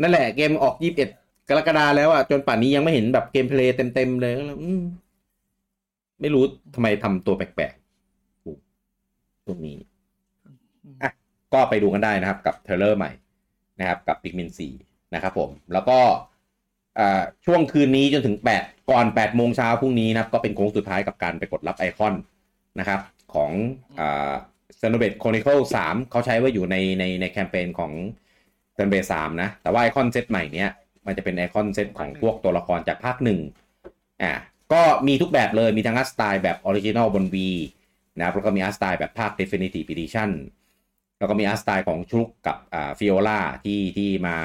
S1: นั่นแหละเกมออกยี่สิบเอ็ดกรกฎาแล้วอ่ะ จนป่านนี้ยังไม่เห็นแบบเกมเพลย์เต็มๆเลยก็แล้วอืมไม่รู้ทำไมทำตัวแปลกๆอู้ตรงนี้ อ่ะ ก็ไปดูกันได้นะครับ กับเทรลเลอร์ใหม่นะครับ กับ p ิกมิน4นะครับผม แล้วก็อ่าช่วงคืนนี้จนถึง 8 ก่อน8โมงเช้าพรุ่งนี้นะครับ ก็เป็นโค้งสุดท้ายกับการไปกดรับไอคอนนะครับ ของอ่า s e n o b a t e Chronicle 3 เขาใช้ไว่าอยู่ในในในแคมเปญของ s e n o b a t e 3 นะ แต่ว่าไอคอนเซตใหม่เนี้ย มันจะเป็นไอคอนเซตของพวกตัวละครจากภาคหนึ่งอ่ะก็มีทุกแบบเลยมีทั้งอาร์ตสไตล์แบบออริจินอลบน V นะครับแล้วก็มีอาร์ตสไตล์แบบภาค Definitive Edition แล้วก็มีอาร์ตสไตล์ของชลุกกับอ่าฟิโอลาที่ที่มา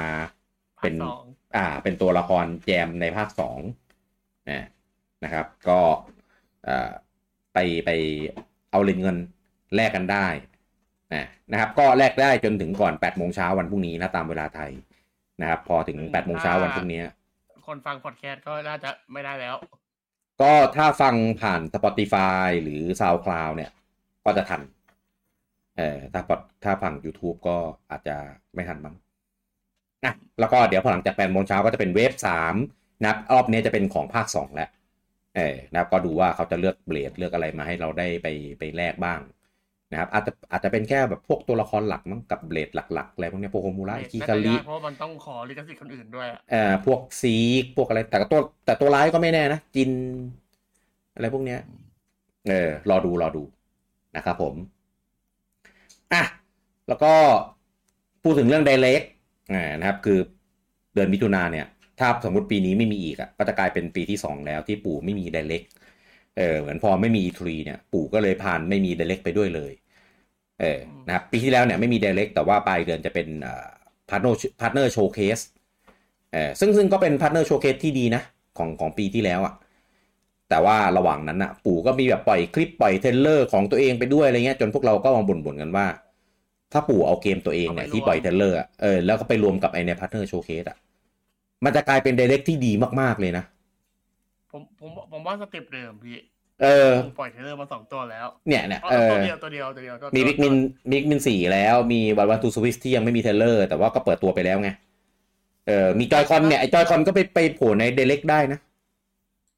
S3: ภาค
S1: เป็น
S3: สอง
S1: อ่า เป็นตัวละครแจมในภาคสองนะนะครับ ก็อ่าไปไปเอาเหรียญเงินแลกกันได้นะนะครับ ก็แลกได้จนถึงก่อน8โมงเช้าวันพรุ่งนี้นะตามเวลาไทยนะครับ พอถึง8โมงเช้าวันพรุ่งนี้
S3: คนฟังพอดแคสต์ก็น่าจะไม่ได้แล้ว
S1: ก็ถ้าฟังผ่าน Spotify หรือ SoundCloud เนี่ย ก็จะทัน เอ่อถ้าปอดถ้าฟัง YouTube ก็อาจจะไม่ทันมั้งนะแล้วก็เดี๋ยวพอหลังจากแปดโมงเช้าก็จะเป็นเวฟสามนะครับรอบนี้จะเป็นของภาคสองแล้ว เออนะครับก็ดูว่าเขาจะเลือกเบลดเลือกอะไรมาให้เราได้ไปไปแลกบ้าง นะครับ อาจจะอาจจะเป็นแค่แบบพวกตัวละครหลักมั้งกับเบลดหลักๆอะไรพวกเนี้ยโปโฮมูระอิคิ
S3: น่า
S1: คา
S3: จะ
S1: ริ
S3: ยากเพราะว่ามันต้องขอลิขสิทธิ์คนอื่นด้วยอะ
S1: เอ่อพวกซีกพวกอะไรแต่ก็ตัวแต่ตัวร้ายก็ไม่แน่นะ จิน อะไรพวกเนี้ยเออรอดูรอดูนะครับผม อ่ะ แล้วก็พูดถึงเรื่องไดเ c กอ่านะครับ คือเดือนมิถุนาเนี่ย ถ้าสมมติปีนี้ไม่มีอีกอ่ะก็จะกลายเป็นปีที่สองแล้วที่ปู่ไม่มีไดเ c กเออเหมือนพอไม่มีอีทรีเนี่ย ปู่ก็เลยพานไม่มีไดเ c กไปด้วยเลย เออนะครับปีที่แล้วเนี่ยไม่มีไดเ c กแต่ว่าปลายเดือนจะเป็นพาร์ทเนอร์พาร์ทเนอร์โชว์เคสเออซึ่งซึ่งก็เป็นพาร์ทเนอร์โชว์เคสที่ดีนะของของปีที่แล้วอ่ะ แต่ว่าระหว่างนั้นน่ะ ปู่ก็มีแบบปล่อยคลิปปล่อยเทรลเลอร์ของตัวเองไปด้วยอะไรเงี้ยจนพวกเราก็มาบ่นๆกันว่า ถ้าปู่เอาเกมตัวเองเนี่ยที่ปล่อยเทรลเลอร์อะเออแล้วก็ไปรวมกับไอในพาร์ทเนอร์โชว์เคสอ่ะ มันจะกลายเป็น direct ที่ดีมากๆเลยนะ
S3: ผมผมผมว่าสเต็ปเดิมพี่
S1: เออ
S3: ผมปล่อยเทรลเลอร์มาสองตัวแล้ว
S1: เนี่ยเนี่ย
S3: เอา
S1: เอ
S3: ตัว
S1: อ
S3: เดียวตัวเดียวตัวเดียวตัวเดียว
S1: มีบิ๊กมินบิ๊กมินสี่แล้วมีวันวันทูสวิสที่ยังไม่มีเทรลเลอร์ แต่ว่าก็เปิดตัวไปแล้วไง เออ มีจอยคอนเนี่ยไอจอยคอนก็ไปไปโผล่ในเดเล็กได้นะ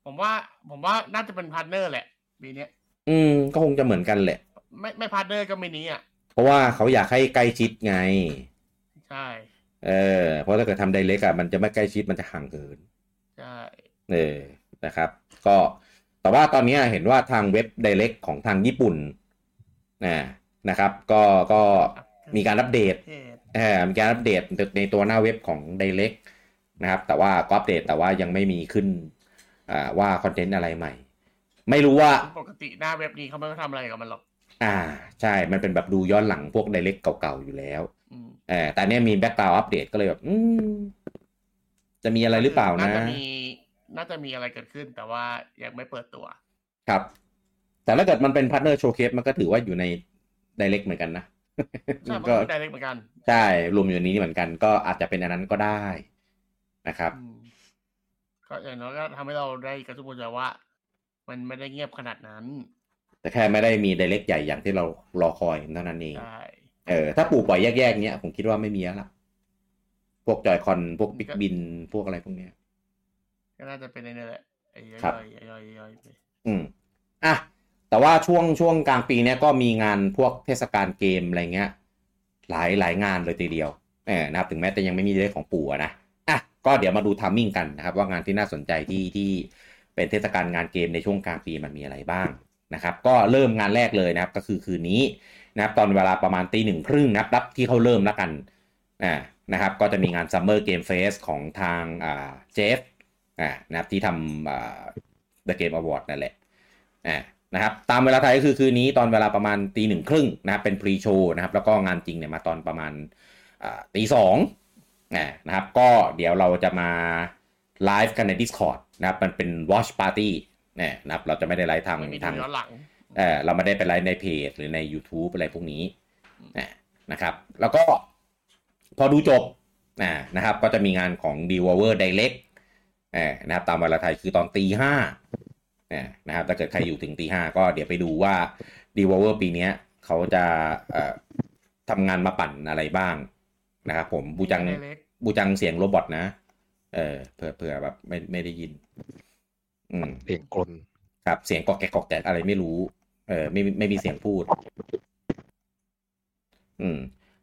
S3: ผมว่าผมว่าน่าจะเป็นพาร์ทเนอร์แหละปีเนี้ย
S1: อืม ก็คงจะเหมือนกันแหละ
S3: ไม่ไม่พาร์ทเนอร์ก็ไม่นี้อ่ะ
S1: เพราะว่าเขาอยากให้ใกล้ชิดไง
S3: ใช่
S1: เออ เพราะถ้าเกิดทำไดเล็กอะมันจะไม่ใกล้ชิดมันจะห่างเกิน
S3: ใช่
S1: เออ นะครับ ก็แต่ว่าตอนนี้เห็นว่าทางเว็บ Direct ของทางญี่ปุ่นนะนะครับ ก็ก็มีการอัปเดต
S3: เหตุ
S1: เออมีการอัปเดตในตัวหน้าเว็บของ Direct นะครับ แต่ว่าก็อัปเดตแต่ว่ายังไม่มีขึ้นอ่าว่าคอนเทนต์อะไรใหม่ ไม่รู้ว่า
S3: ปกติหน้าเว็บนี้เขาไม่ได้ทำอะไรกับมันหรอก
S1: อ่า ใช่ มันเป็นแบบดูย้อนหลังพวก Direct เก่าๆอยู่แล้ว
S3: อืม
S1: เออแต่อันเนี้ยมีแบ็กกราวอัปเดตก็เลยแบบ อืม จะมีอะไรหรือเปล่านะ
S3: น่าจะมีน่าจะมีอะไรเกิดขึ้น แต่ว่ายังไม่เปิดตัว
S1: ครับ แต่ถ้าเกิดมันเป็นพาร์ทเนอร์โชว์เคสมันก็ถือว่าอยู่ใน d i เ e c t เหมือนกันนะ
S3: ใช่มัน
S1: ก็
S3: ก็ได้เล็กเหมือนกัน
S1: ใช่รวมอยู่ในนี้เหมือนกัน ก็อาจจะเป็นอันนั้นก็ได้นะครับ
S3: อืมก็อย่างน้อยก็ทำให้เราได้กระตุ้นใจว่า มันไม่ได้เงียบขนาดนั้น
S1: แต่แค่ไม่ได้มี d i เ e c t ใหญ่อย่างที่เรารอคอยเท่านั้นเอง
S3: ใช่
S1: เออ ถ้าปู่ปล่อยแยกๆเนี้ยผมคิดว่าไม่มีแล้วล่ะ พวกจอยคอน พวกบิ๊กบิน พวกอะไรพวกเนี้ย
S3: ก็น่าจะเป็นในนี้แหละไอ้ย่
S1: ครับ
S3: อยๆย่อยๆย่อยๆไป
S1: อืม อ่ะ แต่ว่าช่วงช่วงกลางปีเนี้ยก็มีงานพวกเทศกาลเกมอะไรเงี้ย หลายหลายงานเลยทีเดียวเออนะครับ ถึงแม้จะยังไม่มีเรื่องของปู่อะนะ อ่ะ ก็เดี๋ยวมาดูทัมมิ่งกันนะครับ ว่างานที่น่าสนใจที่ที่เป็นเทศกาลงานเกมในช่วงกลางปีมันมีอะไรบ้างนะครับ ก็เริ่มงานแรกเลยนะครับ ก็คือคืนนี้นะครับตอนเวลาประมาณตีหนึ่งครึ่งนะครับรับที่เขาเริ่มแล้วกัน อ่า นะครับ ก็จะมีงาน Summer Game Fest ของทางอ่าเจฟ อ่านะครับที่ทำอ่า The Game Award นั่นแหละอ่านะครับตามเวลาไทยก็คือคืนนี้ตอนเวลาประมาณตีหนึ่งครึ่งนะครับเป็นพรีโชว์นะครับแล้วก็งานจริงเนี่ยมาตอนประมาณอ่าตีสองอ่านะครับก็เดี๋ยวเราจะมาไลฟ์กันใน Discord นะครับมันเป็น Watch Party เนี่ยนะครับเราจะไม่ได้ไลฟ์ทาง
S3: ไม่มี
S1: ทา
S3: ทาง งย้อนหลัง
S1: เออเราไม่ได้ไปไลฟ์ในเพจหรือใน YouTube อะไรพวกนี้นะนะครับ แล้วก็พอดูจบนะนะครับ ก็จะมีงานของ d e v o v e r Direct เออนะครับตามเวลาไทยคือตอนตีห้านะนะครับถ้าเกิดใครอยู่ถึงตีห้าก็เดี๋ยวไปดูว่า d e v o v e r ปีเนี้ยเขาจะเอ่อทำงานมาปั่นอะไรบ้างนะครับผมบูจัง
S3: ได้เล็ก
S1: บูจังเสียงโรบอทนะ เออเผื่อเผื่อแบบไม่ไม่ได้ยิน อืม
S4: เสียงกลน
S1: ครับเสียงกอกแกกกอกแกกอะไรไม่รู้ เออไม่ไม่มีเสียงพูด อืม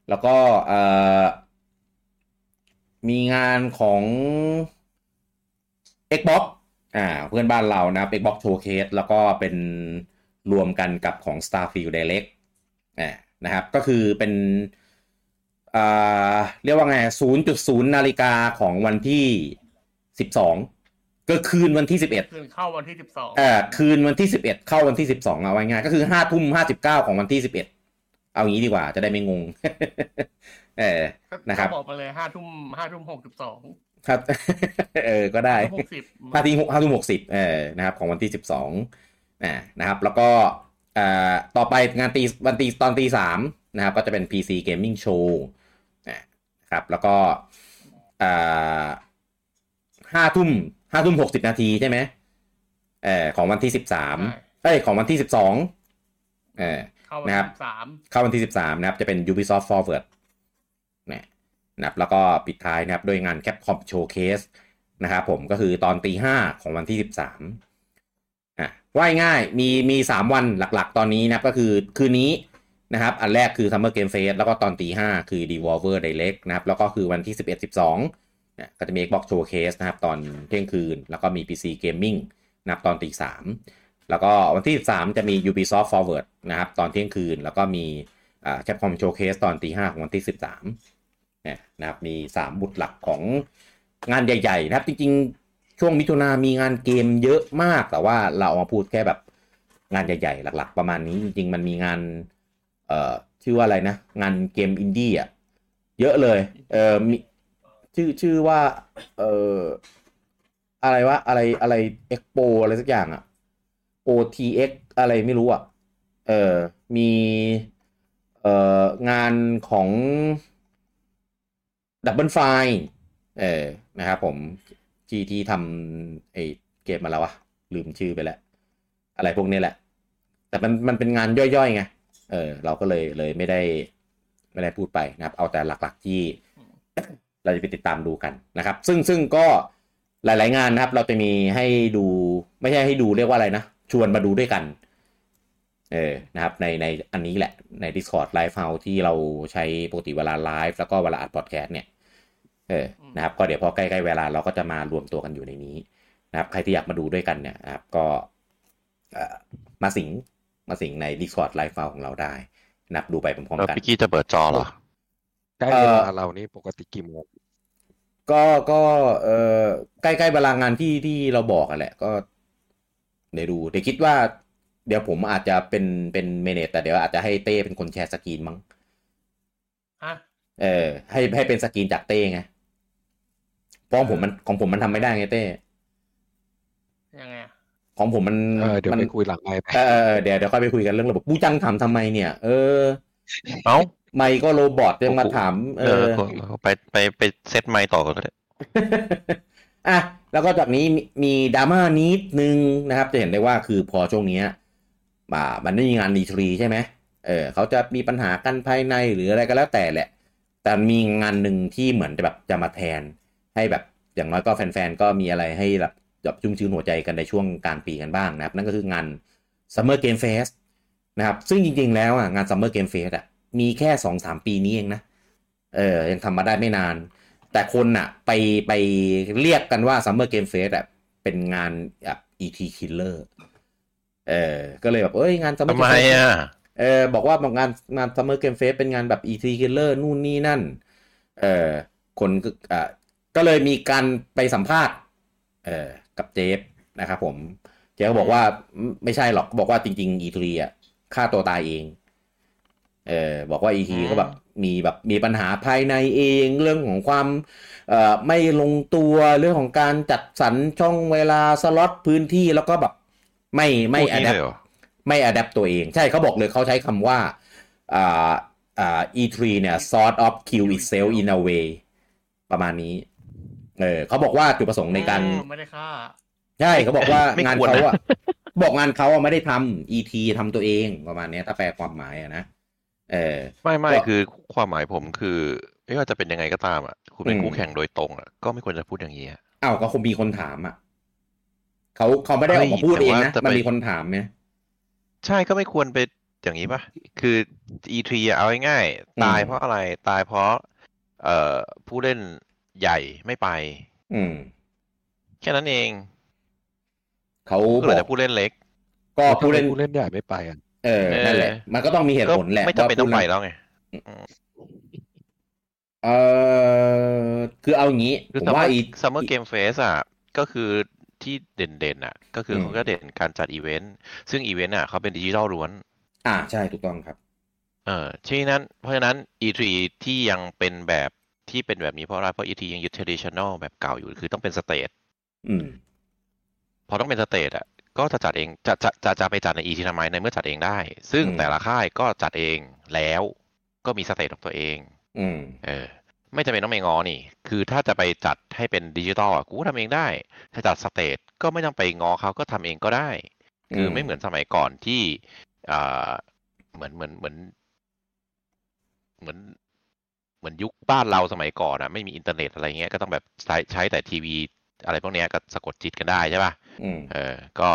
S1: แล้วก็เอ่อมีงานของ Xbox อ่า เพื่อนบ้านเรานะครับ Xbox Showcase แล้วก็เป็นรวมกันกับของ Starfield Direct อ่านะครับ ก็คือเป็นอ่าเรียกว่าไง 0.0 นาฬิกาของวันที่ 12 ก็คืนวันที่ 11
S3: คืนเข้าวันที่สิบสอง
S1: เอ่อคืนวันที่สิบเอ็ดเข้าวันที่สิบสองเอาไว้ง่ายก็คือห้าทุ่มห้าสิบเก้าของวันที่สิบเอ็ดเอางี้ดีกว่าจะได้ไม่งง เออ นะครับ
S3: บอกไปเลยห้าทุ่มห้าทุ่มหกสิบสอง
S1: ครับ เออก็ได้
S3: หกสิบ
S1: พาทีหกห้าทุ่มหกสิบเออนะครับ ของวันที่สิบสองนะครับ แล้วก็เอ่อต่อไปงานตีวันตีตอนตีสามนะครับ ก็จะเป็น PC Gaming Show นะครับ แล้วก็เอ่อห้าทุ่มห้าทุ่มหกสิบนาทีใช่ไหมเออของวันที่สิบสาม เอ้ยของวันที่ 12เออ
S3: เข้าวัน
S1: นะครับ
S3: ที่สิบสาม
S1: เข้าวันที่ 13 นะครับ จะเป็น Ubisoft Forward เนี่ยนะครับแล้วก็ปิดท้ายนะครับ ด้วยงาน Capcom Showcase นะครับผมก็คือตอนตีห้าของวันที่ 13อ่ะว่ายง่ายมีมี 3 วันหลักๆ ตอนนี้นะครับก็คือคืนนี้นะครับ อันแรกคือ Summer Game Fest แล้วก็ตอนตีห้าคือ Devolver Direct นะครับ แล้วก็คือวันที่ 11 12เนี่ยก็จะมี Xbox Showcase นะครับ ตอนเที่ยงคืน แล้วก็มี PC Gaming นะครับตอนตีสาม แล้วก็วันที่ 13 จะมี Ubisoft Forward นะครับ ตอนเที่ยงคืน แล้วก็มีอ่า Capcom Showcase ตอนตีห้าของวันที่ 13เนี่ยนะครับ มี 3 บุตรหลักของงานใหญ่ ๆ นะครับ จริง ๆ ช่วงมิถุนามีงานเกมเยอะมาก แต่ว่าเราเอามาพูดแค่แบบงานใหญ่ ๆ หลัก ๆ ประมาณนี้ จริง ๆ มันมีงาน เอ่อ ชื่อว่าอะไรนะ งานเกมอินดี้อ่ะ เยอะเลย เออมีชื่อ ชื่อว่า เอออะไรวะ อะไร อะไร เอ็กโปอะไรสักอย่างอ่ะ OTX อะไรไม่รู้อ่ะ เออ มี เอ่อ งานของดับเบิลไฟเ เออนะครับผมที่ที่ทำไอเกมมาแล้ววะลืมชื่อไปแล้ว อะไรพวกนี้แหละ แต่มันมันเป็นงานย่อยๆไงเออเราก็เลยเลยไม่ได้ ไม่ได้พูดไปนะครับ เอาแต่หลักๆที่ เราจะไปติดตามดูกันนะครับ ซึ่งซึ่งก็หลายๆงานนะครับ เราจะมีให้ดูไม่ใช่ให้ดูเรียกว่าอะไรนะชวนมาดูด้วยกัน เออ นะครับ ใน ใน อันนี้แหละ ใน Discord Live House ที่เราใช้ปกติเวลาไลฟ์แล้วก็เวลาอัดพอดแคสต์เนี่ย เออ นะครับ ก็เดี๋ยวพอใกล้ๆเวลาเราก็จะมารวมตัวกันอยู่ในนี้ นะครับ ใครที่อยากมาดูด้วยกันเนี่ยนะครับ ก็เอ่อมาสิง มาสิงใน Discord Live House ของเราได้นะครับดูไปพร้อม
S2: แล้ว
S1: ๆกัน
S2: พี่กี้จะเปิดจอเหรอ
S4: ใกล้
S1: เอ่
S4: เว
S1: อ
S4: ลาเรานี่ปกติกี่โมง
S1: ก็ก็เออใกล้ๆเวลางานที่ที่เราบอกอะแหละก็เดี๋ยวดูเดี๋ยวคิดว่า เดี๋ยวผมอาจจะเป็นเป็นเมเนจแต่เดี๋ยวอาจจะให้เต้เป็นคนแชร์สกรีนมั้ง
S3: ฮะ
S1: เออให้ให้เป็นสกรีนจากเต้ไงเพราะของผมมันของผมมันทำไม่ได้ไงเต้
S3: ยังไงอะ
S1: ของผมมัน
S4: เออเดี๋ยว
S1: มัน
S4: ไปคุยหลังไมค์ไป
S1: เออเออเออเดี๋ยวเดี๋ยวค่อยไปคุยกันเรื่องระบบกูจังถามทำไมเนี่ย เออ
S2: เอ้า
S1: ไมค์ก็โรบอทยังมา
S2: โอ้โห
S1: ถามเอ
S2: เออ
S1: อ
S2: ไปไปไปเซตไมค์ต่อก็ได้
S1: อ่ะแล้วก็จากนี้มีมีดราม่านิดนึงนะครับ จะเห็นได้ว่าคือพอช่วงเนี้ยอ่ามันไม่มีงานดีทรีใช่ไหมเออเขาจะมีปัญหากันภายในหรืออะไรก็แล้วแต่แหละ แต่มีงานหนึ่งที่เหมือนจะแบบจะมาแทน ให้แบบอย่างน้อยก็แฟนๆ ก็มีอะไรให้แบบแบบชุ่มชื้นหัวใจกันในช่วงกลางปีกันบ้างนะครับ นั่นก็คืองาน Summer Game Fest นะครับ ซึ่งจริงๆแล้วอ่ะงาน Summer Game Fest อ่ะมีแค่สองสามปีนี้เองนะเออยังทำมาได้ไม่นาน แต่คนอ่ะไปไปเรียกกันว่า Summer Game Fest อ่ะเป็นงานแบบ ET Killer เออก็เลยแบบเอ้ยงาน Summer
S2: ทำ
S1: Game
S2: ไม
S1: Fest
S2: อ่ะ
S1: เออบอกว่าบอกงานงานซัมเมอร์เกมเฟสเป็นงานแบบ E.T. Killer นู่นนี่นั่น เออคนก็อ่าก็เลยมีการไปสัมภาษณ์ เออกับเจฟนะครับผม เจฟก็บอกว่าไม่ไม่ใช่หรอกบอกว่าจริง ๆ E3 อ่ะฆ่าตัวตายเอง เออบอกว่า E.T.
S2: อืม
S1: ก็แบบมีแบบมีปัญหาภายในเองเรื่องของความ เอ่อไม่ลงตัวเรื่องของการจัดสรรช่องเวลาสล็อตพื้นที่แล้วก็แบบไม่ไม่
S2: พูด
S1: อั
S2: นี้
S1: ด
S2: เลยเหรอ
S1: ไม่อัดแอปตัวเอง ใช่เขาบอกเลยเขาใช้คำว่าอ่าอ่า E3 เนี่ย sort of kill itself in a way ประมาณนี้ เออเขาบอกว่าจุดประสงค์ในการ
S3: อืมไม่ได้ฆ่า
S1: ใช่เขาบอกว่า
S2: ไม่
S1: งาน
S2: ควร
S1: เขา
S2: นะ
S1: อะบอกงานเขาอะไม่ได้ทำ ET ทำตัวเองประมาณเนี้ยถ้าแปลความหมายอะนะเออ
S2: ไม่ไม่
S1: ก็
S2: คือความหมายผมคือ ไม่ว่าจะเป็นยังไงก็ตามอ่ะ คุณเป็น
S1: อืม
S2: คู่แข่งโดยตรงอ่ะก็ไม่ควรจะพูดอย่างนี้อะ
S1: เอ้าก็คงมีคนถามอะเขาเขาไม่ได้ออกมาพูดเองนะ
S2: แต่ว่าจะไป
S1: มันมีคนถามเนี่ย
S2: ใช่ก็ไม่ควรไปอย่างนี้ป่ะ คือ E3 อะเอาง่ายๆตาย
S1: อืม
S2: เพราะอะไรตายเพราะ เอ่อผู้เล่นใหญ่ไม่ไป
S1: อืม
S2: แค่นั้นเอง
S1: เขา
S2: ก็
S1: บ
S2: เหลื
S1: อ
S2: อก แต่ผู้เล่นเล็ก
S1: ก็
S4: แล้วทำ
S1: ผู้
S4: ไม
S1: เล่น
S4: ผู้เล่นใหญ่ไม่ไปกัน
S1: เออนั่นแหละ
S2: เออ
S1: มันก็ต้องมีเหตุ
S2: ก็
S1: ผลแหละ
S2: ไม่จำเป็นต้อง
S1: ว่าผู้
S2: ไป
S1: ล่น
S2: แล้วไง
S1: เออคือเอาอย่างนี้
S2: คือ
S1: ผม
S2: ซัมเมอ
S1: ว่า
S2: ร์
S1: อี
S2: ซัมเมอร์เกมเฟสอ่ะก็คือที่เด่นๆอ่ะ ก็คืออ
S1: ม
S2: เขาก็เด่นการจัดอีเวนต์ซึ่งอีเวนต์อ่ะเขาเป็นดิจิทัลล้วน
S1: อ่าใช่ถูกต้องครับ
S2: เออฉะนั้นเพราะฉะนั้น E3 ที่ยังเป็นแบบที่เป็นแบบนี้เพราะอะไรเพราะ E3 ยังยึด traditional แบบเก่าอยู่คือต้องเป็นสเตท
S1: อืม
S2: พอต้องเป็นสเตทอ่ะก็จะจัดเองจะจะจะจะไปจัดใน E3 ทำไมในเมื่อจัดเองได้ ซึ่ง
S1: อืม
S2: แต่ละค่ายก็จัดเองแล้วก็มีสเตทของตัวเอง
S1: อืม
S2: เออไม่จำเป็นต้องไปงอนี่ คือถ้าจะไปจัดให้เป็นดิจิตอลอะกูก็ทำเองได้ ถ้าจัดสเตจก็ไม่ต้องไปงอเขาก็ทำเองก็ได้ คือ
S1: ม
S2: ไม่เหมือนสมัยก่อนที่อ่าเหมือนเหมือนเหมือน เหมือน เหมือนยุคบ้านเราสมัยก่อนอะไม่มีอินเทอร์เน็ตอะไรเงี้ยก็ต้องแบบใช้ใช้แต่ทีวี อะไรพวกเนี้ยก็สะกดจิตกันได้ใช่ป่ะ
S1: อืม
S2: เออ ก็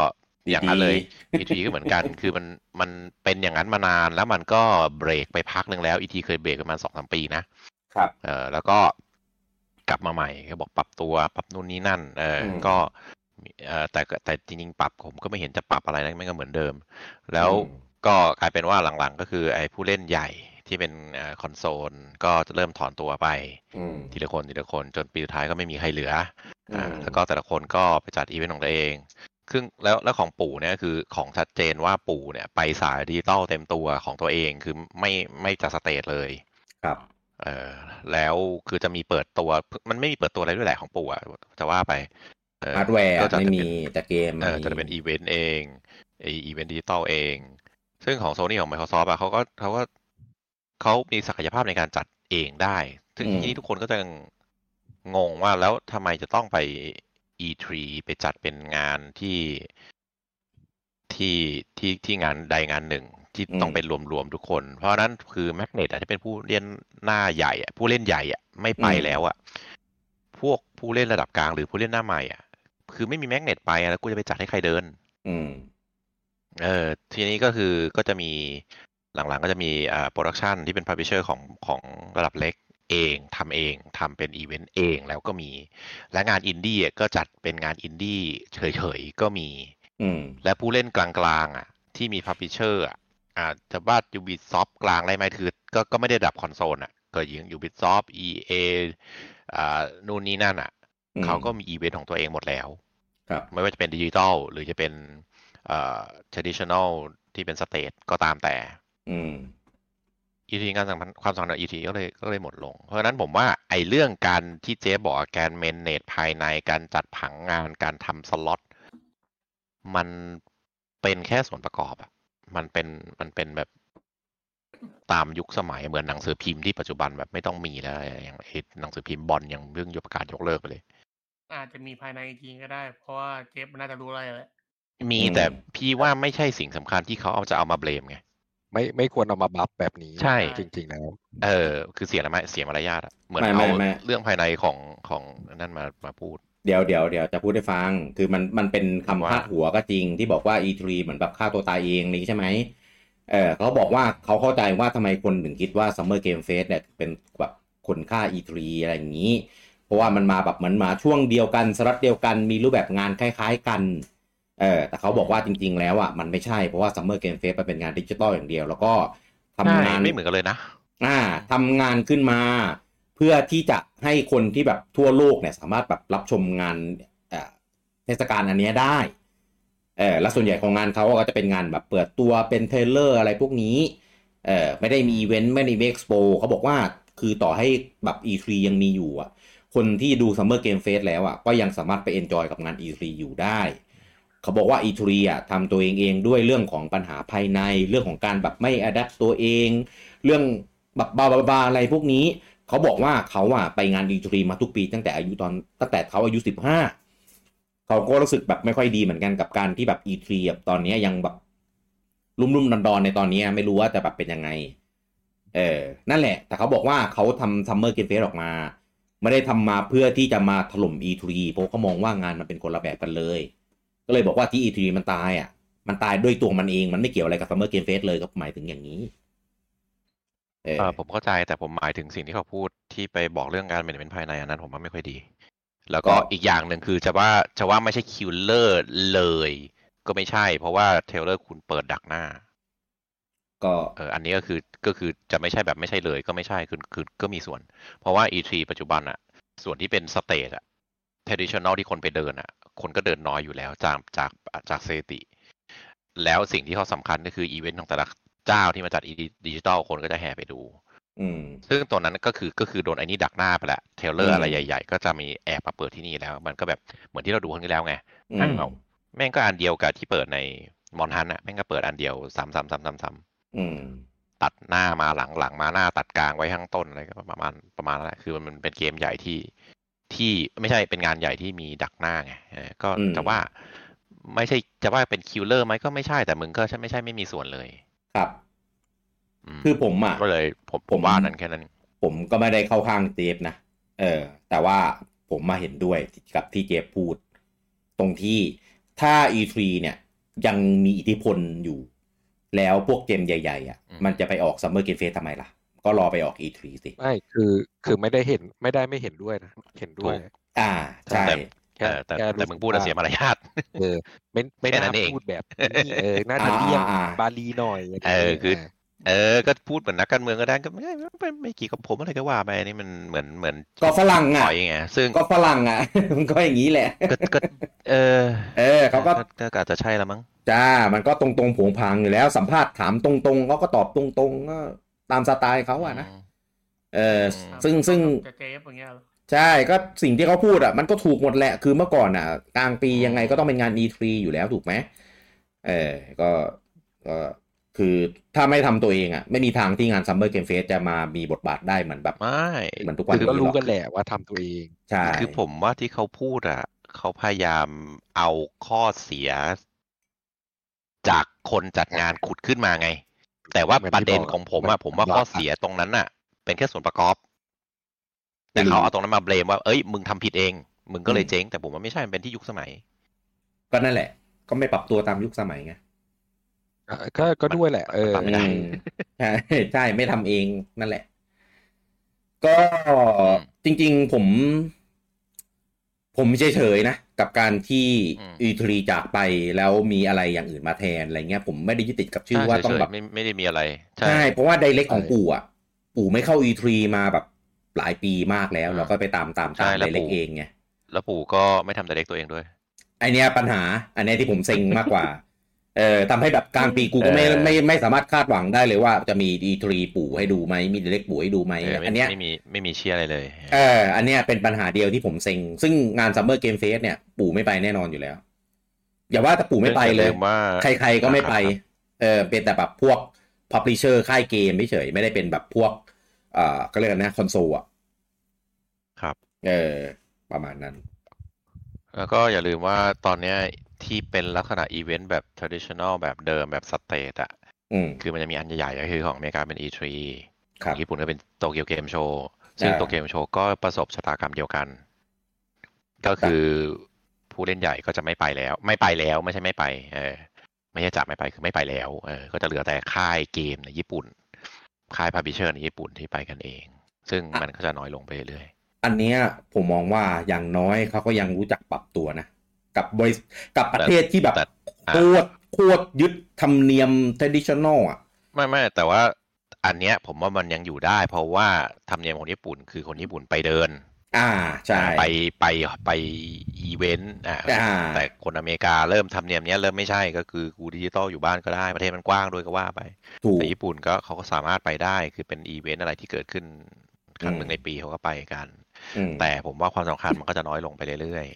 S2: อย่างนั้นเลย
S1: ET
S2: อีทีก็เหมือนกัน คือมันมันเป็นอย่างนั้นมานานแล้วมันก็เบรกไปพักหนึ่งแล้วอีทีเคยเบรกประมาณสองสามปีนะ
S1: ครับ
S2: เออแล้วก็กลับมาใหม่ก็บอกปรับตัวปรับนู่นนี่นั่น เอออ
S1: ม
S2: ก็มีเออแต่ก็แต่จริงๆปรับผมก็ไม่เห็นจะปรับอะไรนะไม่ก็เหมือนเดิม แล้ว
S1: อืม
S2: ก็กลายเป็นว่าหลังๆ ก็คือไอ้ผู้เล่นใหญ่ที่เป็นเอ่อคอนโซลก็จะเริ่มถอนตัวไป
S1: อืม
S2: ทีละคนทีละคนจนปีสุดท้ายก็ไม่มีใครเหลืออ่า
S1: อืม
S2: แล้วก็แต่ละคนก็ไปจัดอีเวนต์ของตัวเอง ซึ่งแล้วแล้วของปู่เนี่ยคือของชัดเจนว่าปู่เนี่ยไปสายดิจิตอลเต็มตัวของตัวเองคือไม่ไม่จัดสเตจเลย
S1: ครับ
S2: เออแล้วคือจะมีเปิดตัว มันไม่มีเปิดตัวอะไรด้วยแหละของปู่อะจะว่าไปเออ
S1: ฮาร์ดแวร์
S2: ก็จะ
S1: ไม่
S2: เป็น
S1: มีแต่เกม
S2: เออจะเป็นอีเวนต์เองไออีเวนต์ดิจิตอลเอง ซึ่งของโซนี่ของ Microsoft อะเขาก็เขาก็เขามีศักยภาพในการจัดเองได้ ซึ่งที่นี่ทุกคนก็จะ งงว่าแล้วทำไมจะต้องไป E3 ไปจัดเป็นงานที่ที่ที่ที่งานใดงานหนึ่ง ที่
S1: อืม
S2: ต้องไปรวมๆทุกคน เพราะฉะนั้นคือแมกเนตอาจจะเป็นผู้เล่นหน้าใหญ่อะผู้เล่นใหญ่อะไม่ไปแล้วอะพวกผู้เล่นระดับกลางหรือผู้เล่นหน้าใหม่อะคือไม่มีแมกเนตไปอะแล้วกูจะไปจัดให้ใครเดิน
S1: อืม
S2: เออทีนี้ก็คือก็จะมีหลังๆก็จะมีอ่าโปรดักชันที่เป็นพาร์ทิเชอร์ของของระดับเล็กเองทำเองทำเป็นอีเวนต์เองแล้วก็มี และงานอินดี้อ่ะก็จัดเป็นงานอินดี้เฉยๆ ก็มี
S1: อืม
S2: และผู้เล่นกลางๆอ่ะที่มีพาร์ทิเชอร์อ่ะอ่าจะว่า Ubisoft กลางอะไรไหมคือก็ก็ไม่ได้ระดับคอนโซลอ่ะก็อยิง Ubisoft EA อ่านู่นนี่นั่นอ่ะ เขาก็มีอีเวนต์ของตัวเองหมดแล้ว
S1: ครับ
S2: ไม่ว่าจะเป็นดิจิ t a ลหรือจะเป็นเอ่อ traditional ที่เป็นสเตทก็ตามแต่
S1: อืม
S2: อีทีการสัมพันธ์ความสัมพันธ์อีทีก็เลยก็เลยหมดลง เพราะฉะนั้นผมว่าไอ้เรื่องการที่เจ๊บอกว่าการเมนเนตภายในการจัดผังงานการทำสล็อตมันเป็นแค่ส่วนประกอบอะมันเป็นมันเป็นแบบตามยุคสมัยเหมือนหนังสือพิมพ์ที่ปัจจุบันแบบไม่ต้องมีแล้วอย่างไอ้หนังสือพิมพ์บอลยังเรื่องยกประกาศยกเลิกไปเลย
S3: อาจจะมีภายในจริงก็ได้ เพราะว่าเจฟมันน่าจะรู้อะไรแหละ
S2: มี
S1: อืม
S2: แต่พี่ว่าไม่ใช่สิ่งสำคัญที่เขาเอาจะเอามาเบลมไง
S4: ไม่ไม่ควรเอามาบัฟแบบนี้
S2: ใช่
S4: จริงๆแล้ว
S2: เออ คือเสียละไมเสียมารยาทอะเหมือน
S1: ไม่
S2: เอา
S1: ไม่ไม่
S2: เรื่องภายในของของนั่นมามาพูด
S1: เดี๋ยวเดี๋ยวเดี๋ยวจะพูดให้ฟัง คือมันมันเป็นคำพาดหัวก็จริงที่บอกว่า E3 เหมือนแบบฆ่าตัวตายเองนี้ใช่ไหมเออเขาบอกว่าเขาเข้าใจว่าทำไมคนถึงคิดว่า Summer Game Fest เนี่ยเป็นแบบคนฆ่า E3 อะไรอย่างนี้ เพราะว่ามันมาแบบเหมือนมาช่วงเดียวกันสลับเดียวกันมีรูปแบบงานคล้ายๆกัน เออแต่เขาบอกว่าจริง ๆ แล้วอ่ะมันไม่ใช่เพราะว่า Summer Game Fest มันเป็นงานดิจิตอลอย่างเดียว แล้วก็ทำงาน
S2: ใช่ไม่เหมือนกันเลยนะ
S1: อ่าทำงานขึ้นมา เพื่อที่จะให้คนที่แบบทั่วโลกเนี่ยสามารถแบบรับชมงานเอ่อเทศกาลอันเนี้ยได้เออและส่วนใหญ่ของงานเขาก็จะเป็นงานแบบเปิดตัวเป็นเทรลเลอร์อะไรพวกนี้เออไม่ได้มีอีเวนต์ไม่ได้มีเอ็กซ์โปเขาบอกว่าคือต่อให้แบบ E3 ยังมีอยู่อ่ะ คนที่ดู Summer Game Fest แล้วอ่ะก็ยังสามารถไปเอนจอยกับงาน E3 อยู่ได้ เขาบอกว่า E3 อ่ะทำตัวเองเองด้วยเรื่องของปัญหาภายในเรื่องของการแบบไม่อัดตัวเอง เรื่องแบบบาบาบาอะไรพวกนี้ เขาบอกว่าเขาอ่ะไปงาน E3 มาทุกปีตั้งแต่อายุตอนตั้งแต่เขาอายุ 15 เขาก็รู้สึกแบบไม่ค่อยดีเหมือนกันกับการที่แบบ E3 แบบตอนเนี้ยยังแบบลุ่มๆดอนๆในตอนเนี้ยไม่รู้ว่าจะแบบเป็นยังไง เออ นั่นแหละ แต่เขาบอกว่าเขาทำซัมเมอร์เกมเฟสออกมา ไม่ได้ทำมาเพื่อที่จะมาถล่ม E3 เพราะเขามองว่างานมันเป็นคนละแบบกันเลย ก็เลยบอกว่าที่ E3 มันตายอ่ะ มันตายด้วยตัวมันเองมันไม่เกี่ยวอะไรกับซัมเมอร์เกมเฟสเลยก็หมายถึงอย่างนี้ เออ
S2: เออผมเข้าใจแต่ผมหมายถึงสิ่งที่เขาพูดที่ไปบอกเรื่องการเมนเมนภายในอันนั้นผมว่าไม่ค่อยดี แล้วก็
S1: ก็
S2: อีกอย่างหนึ่งคือจะว่าจะว่าไม่ใช่คิวเลอร์เลย ก็ไม่ใช่ เพราะว่าเทรลเลอร์คุณเปิดดักหน้า
S1: ก็
S2: เอออันนี้ก็คือก็คือจะไม่ใช่แบบไม่ใช่เลย ก็ไม่ใช่คือคือก็มีส่วน เพราะว่า E3 ปัจจุบันอะส่วนที่เป็นสเตทอะ traditional ที่คนไปเดินอะคนก็เดินน้อยอยู่แล้วจากจากจากสถิติ แล้วสิ่งที่เขาสำคัญก็คืออีเวนต์ของแต่ละเจ้าที่มาจัดดิจิตอลคนก็จะแห่ไปดู
S1: อืม
S2: ซึ่งตัวนั้นก็คือก็คือโดนไอ้นี่ดักหน้าไปแล้วเทรลเลอ
S1: อื
S2: ร์
S1: ม
S2: อะไรใหญ่ๆ ก็จะมีแอบมาเปิดที่นี่แล้ว มันก็แบบเหมือนที่เราดูครั้งที่แล้วไง
S1: อื
S2: ใช่
S1: ม
S2: เปล่า แม่งก็อันเดียวกับที่เปิดในมอนทันอะแม่งก็เปิดอันเดียวซ้ำๆๆๆ
S1: อืม
S2: ๆตัดหน้ามาหลังหลังมาหน้าตัดกลางไว้ข้างต้นอะไรก็ประมาณประมาณนั้นแหละคือมันมันเป็นเกมใหญ่ที่ที่ไม่ใช่เป็นงานใหญ่ที่มีดักหน้าไงเออก็
S1: อืม
S2: จะว่าไม่ใช่จะว่าเป็นคิวเลอร์ไหมก็ไม่ใช่แต่มึงก็ใช่ไม่ใช่ไม่มีส่วนเลย
S1: ครับ
S2: ม
S1: คือผมอ่ะ
S2: ก็เลยผม
S1: ผ
S2: ผม มว่านั้นแค่นั้น
S1: ผมก็ไม่ได้เข้าข้างเจฟนะ เออ แต่ว่าผมมาเห็นด้วยกับที่เจฟพูด ตรงที่ถ้า E3 เนี่ยยังมีอิทธิพลอยู่ แล้วพวกเกมใหญ่ ๆ อ่ะ
S2: อืม
S1: มันจะไปออกซัมเมอร์เกมเฟสทำไมล่ะ ก็รอไปออก E3 สิ
S4: ไม่คือคือไม่ได้เห็นไม่ได้ไม่เห็นด้วยนะ เห็นด้วย
S1: อ่า ใช่
S4: แค่
S2: เออแต่
S4: ค่รู้
S2: แต่มึงพูดอะเสียมารยาท
S4: เออไม่ไม่
S2: แค่นั้
S4: น่าน
S2: เอง
S4: พูด แบบนี้เออน่าจะ
S1: อ่า
S4: เลี่ยง
S1: อ่า
S4: บาลีหน่อยะไร
S2: เออคือ
S4: ย่างเงี้ย
S2: เออ ก็พูดเหมือนนักการเมืองก็ได้ก็ไม่ไม่ไม่ไม่เกี่ยวกับผมอะไรก็ว่าไปอันนี่มันเหมือนเหมือน
S1: ก็ฝรั่ง
S2: ถ
S1: อ่ะ
S2: อยไงซึ่ง
S1: ก็ฝรั่งอ่ะ มันก็อย่างนี้แหละ
S2: ก็ก็เออ
S1: เออเขาก็
S2: ก็อาจจะใช่ละมั้ง
S1: จ้า มันก็ตรงตรงๆผงผางอยู่แล้วสัมภาษณ์ถามตรงๆเขาก็ตอบตรงๆก็ตามสไตล์เขาอะนะ เออ ซึ่งซึ่ง
S3: จะเจฟอย่างเงี้ยเหรอ
S1: ใช่ก็สิ่งที่เขาพูดอ่ะมันก็ถูกหมดแหละ คือเมื่อก่อนอ่ะ กลางปียังไงก็ต้องเป็นงาน E3 อยู่แล้วถูกไหมเออก็ก็ คือถ้าไม่ทำตัวเองอ่ะ ไม่มีทางที่งานซัมเมอร์เกมเฟสจะมามีบทบาทได้เหมือนแบบ
S2: ไม่
S1: เหมือนทุกวัน
S4: คือ
S1: นี้
S4: ก็รู้กั
S1: หร
S4: น
S1: อก
S4: แหละว่าทำตัวเอง
S1: ใช่
S2: คือผมว่าที่เขาพูดอ่ะเขาพยายามเอาข้อเสีย จากคนจัดงานขุดขึ้นมาไง แต่ว่าประเด็นของผมอ่ะผมว่าข้อเสียตรงนั้นอ่ะ เป็นแค่ส่วนประกอบ แต่เขาเอาตรงนั้นมาเบลมว่าเอ้ยมึงทำผิดเอง มึงก็เลยเจ๊ง แต่ผมว่าไม่ใช่มันเป็นที่ยุคสมัย
S1: ก็นั่นแหละ ก็ไม่ปรับตัวตามยุคสมัยไง
S4: อ่ะก็ก็ด้วยแหละ เออ
S2: มันปรับไม่ได้
S1: อืมใช่ ใช่ไม่ทำเองนั่นแหละ ก็จริง ๆ ผม ผมเฉยๆนะ กับการที่
S2: อืม
S1: อีทรีจากไปแล้วมีอะไรอย่างอื่นมาแทนอะไรเงี้ยผมไม่ได้ยึดติดกับชื่อว่า
S2: ใช่
S1: ต้อง
S2: เฉยๆ
S1: แบบ
S2: ไม่ไม่ได้มีอะไร ใช่
S1: ใช่ เพราะว่าไดเ c ก
S4: ใช่
S1: ของปู่อ่ะ ปู่ไม่เข้า E3 มาแบบหลายปีมากแล้ว
S2: อ่า
S1: เราก็ไปตามตาม
S2: ใช่
S1: ตาม
S2: แล้
S1: ไดเ c
S2: ว
S1: ก
S2: ปู่
S1: เองไง
S2: แล้วปู่ก็ไม่ทำแต่เด็กตัวเองด้วย
S1: ไอเนี้ยปัญหา อันเนี้ยที่ผมเซ็งมากกว่า เออทำให้แบบกลางปีกูก็ไม่
S2: เออ
S1: ไม่ไม่สามารถคาดหวังได้เลยว่าจะมี E3 ปู่ให้ดูไหมมีไดเ c กปู่ให้ดูไหม
S2: เออไม่
S1: อันเนี้ย
S2: ไม่มีไม่มีเชียอะไรเลย
S1: เอออันเนี้ยเป็นปัญหาเดียวที่ผมเซ็ง ซึ่งงานซัมเมอร์เกมเฟสเนี่ย ปู่ไม่ไปแน่นอนอยู่แล้ว อย่าว่าแต่ปู่ไม่ไปเลย
S2: รื่องว่า
S1: ใครๆก็ไม่ไป เออเป็นแต่แบบพวกพับลิเชอร์ค่ายเกมเฉยๆไม่ได้เป็นแบบพวก เอ่อก็เรียกกันนะคอนโซลอ่ะ
S2: ครับ
S1: เออ ประมาณนั้น
S2: แล้วก็อย่าลืมว่าตอนเนี้ยที่เป็นลักษณะอีเวนต์แบบ traditional แบบเดิมแบบสเตทอะ
S1: อืม
S2: คือมันจะมีอันใหญ่ๆก็คือของอเมริกาเป็น E3
S1: ครับ
S2: ญี่ปุ่นก็เป็นโตเกียวเกมโชว์ซึ่ง
S1: ใช่
S2: โตเกียวเกมโชว์ก็ประสบชะตากรรมเดียวกัน ก็คือผู้เล่นใหญ่ก็จะไม่ไปแล้ว ไม่ไปแล้วไม่ใช่ไม่ไป เออ ไม่ใช่จะไม่ไปคือไม่ไปแล้วเออก็จะเหลือแต่ค่ายเกมในญี่ปุ่น ค่ายพาบิเชอร์ในญี่ปุ่นที่ไปกันเอง ซึ่งมันก็จะน้อยลงไปเรื่อย
S1: อันเนี้ยผมมองว่าอย่างน้อยเขาก็ยังรู้จักปรับตัวนะ กับบริษกับประเทศที่แบบโคตรโคตรยึดธรรมเนียม traditional อ่ะ
S2: ๆไม่ไม่แต่ว่าอันเนี้ยผมว่ามันยังอยู่ได้ เพราะว่าธรรมเนียมของญี่ปุ่น คือคนญี่ปุ่นไปเดิน
S1: อ่า ใช่
S2: ไปไปไปอีเวนต์อ่ะ
S1: อ่า
S2: แต่คนอเมริกาเริ่มทำเนียมเนี้ยเริ่มไม่ใช่ก็คือกูดิจิตอลอยู่บ้านก็ได้ประเทศมันกว้างด้วยก็ว่าไป
S1: ถูก
S2: แต่ญี่ปุ่นก็เขาก็สามารถไปได้คือเป็นอีเวนต์อะไรที่เกิดขึ้นครั้งหนึ่งในปีเขาก็ไปกัน
S1: อืม
S2: แต่ผมว่าความสำคัญมันก็จะน้อยลงไปเรื่อย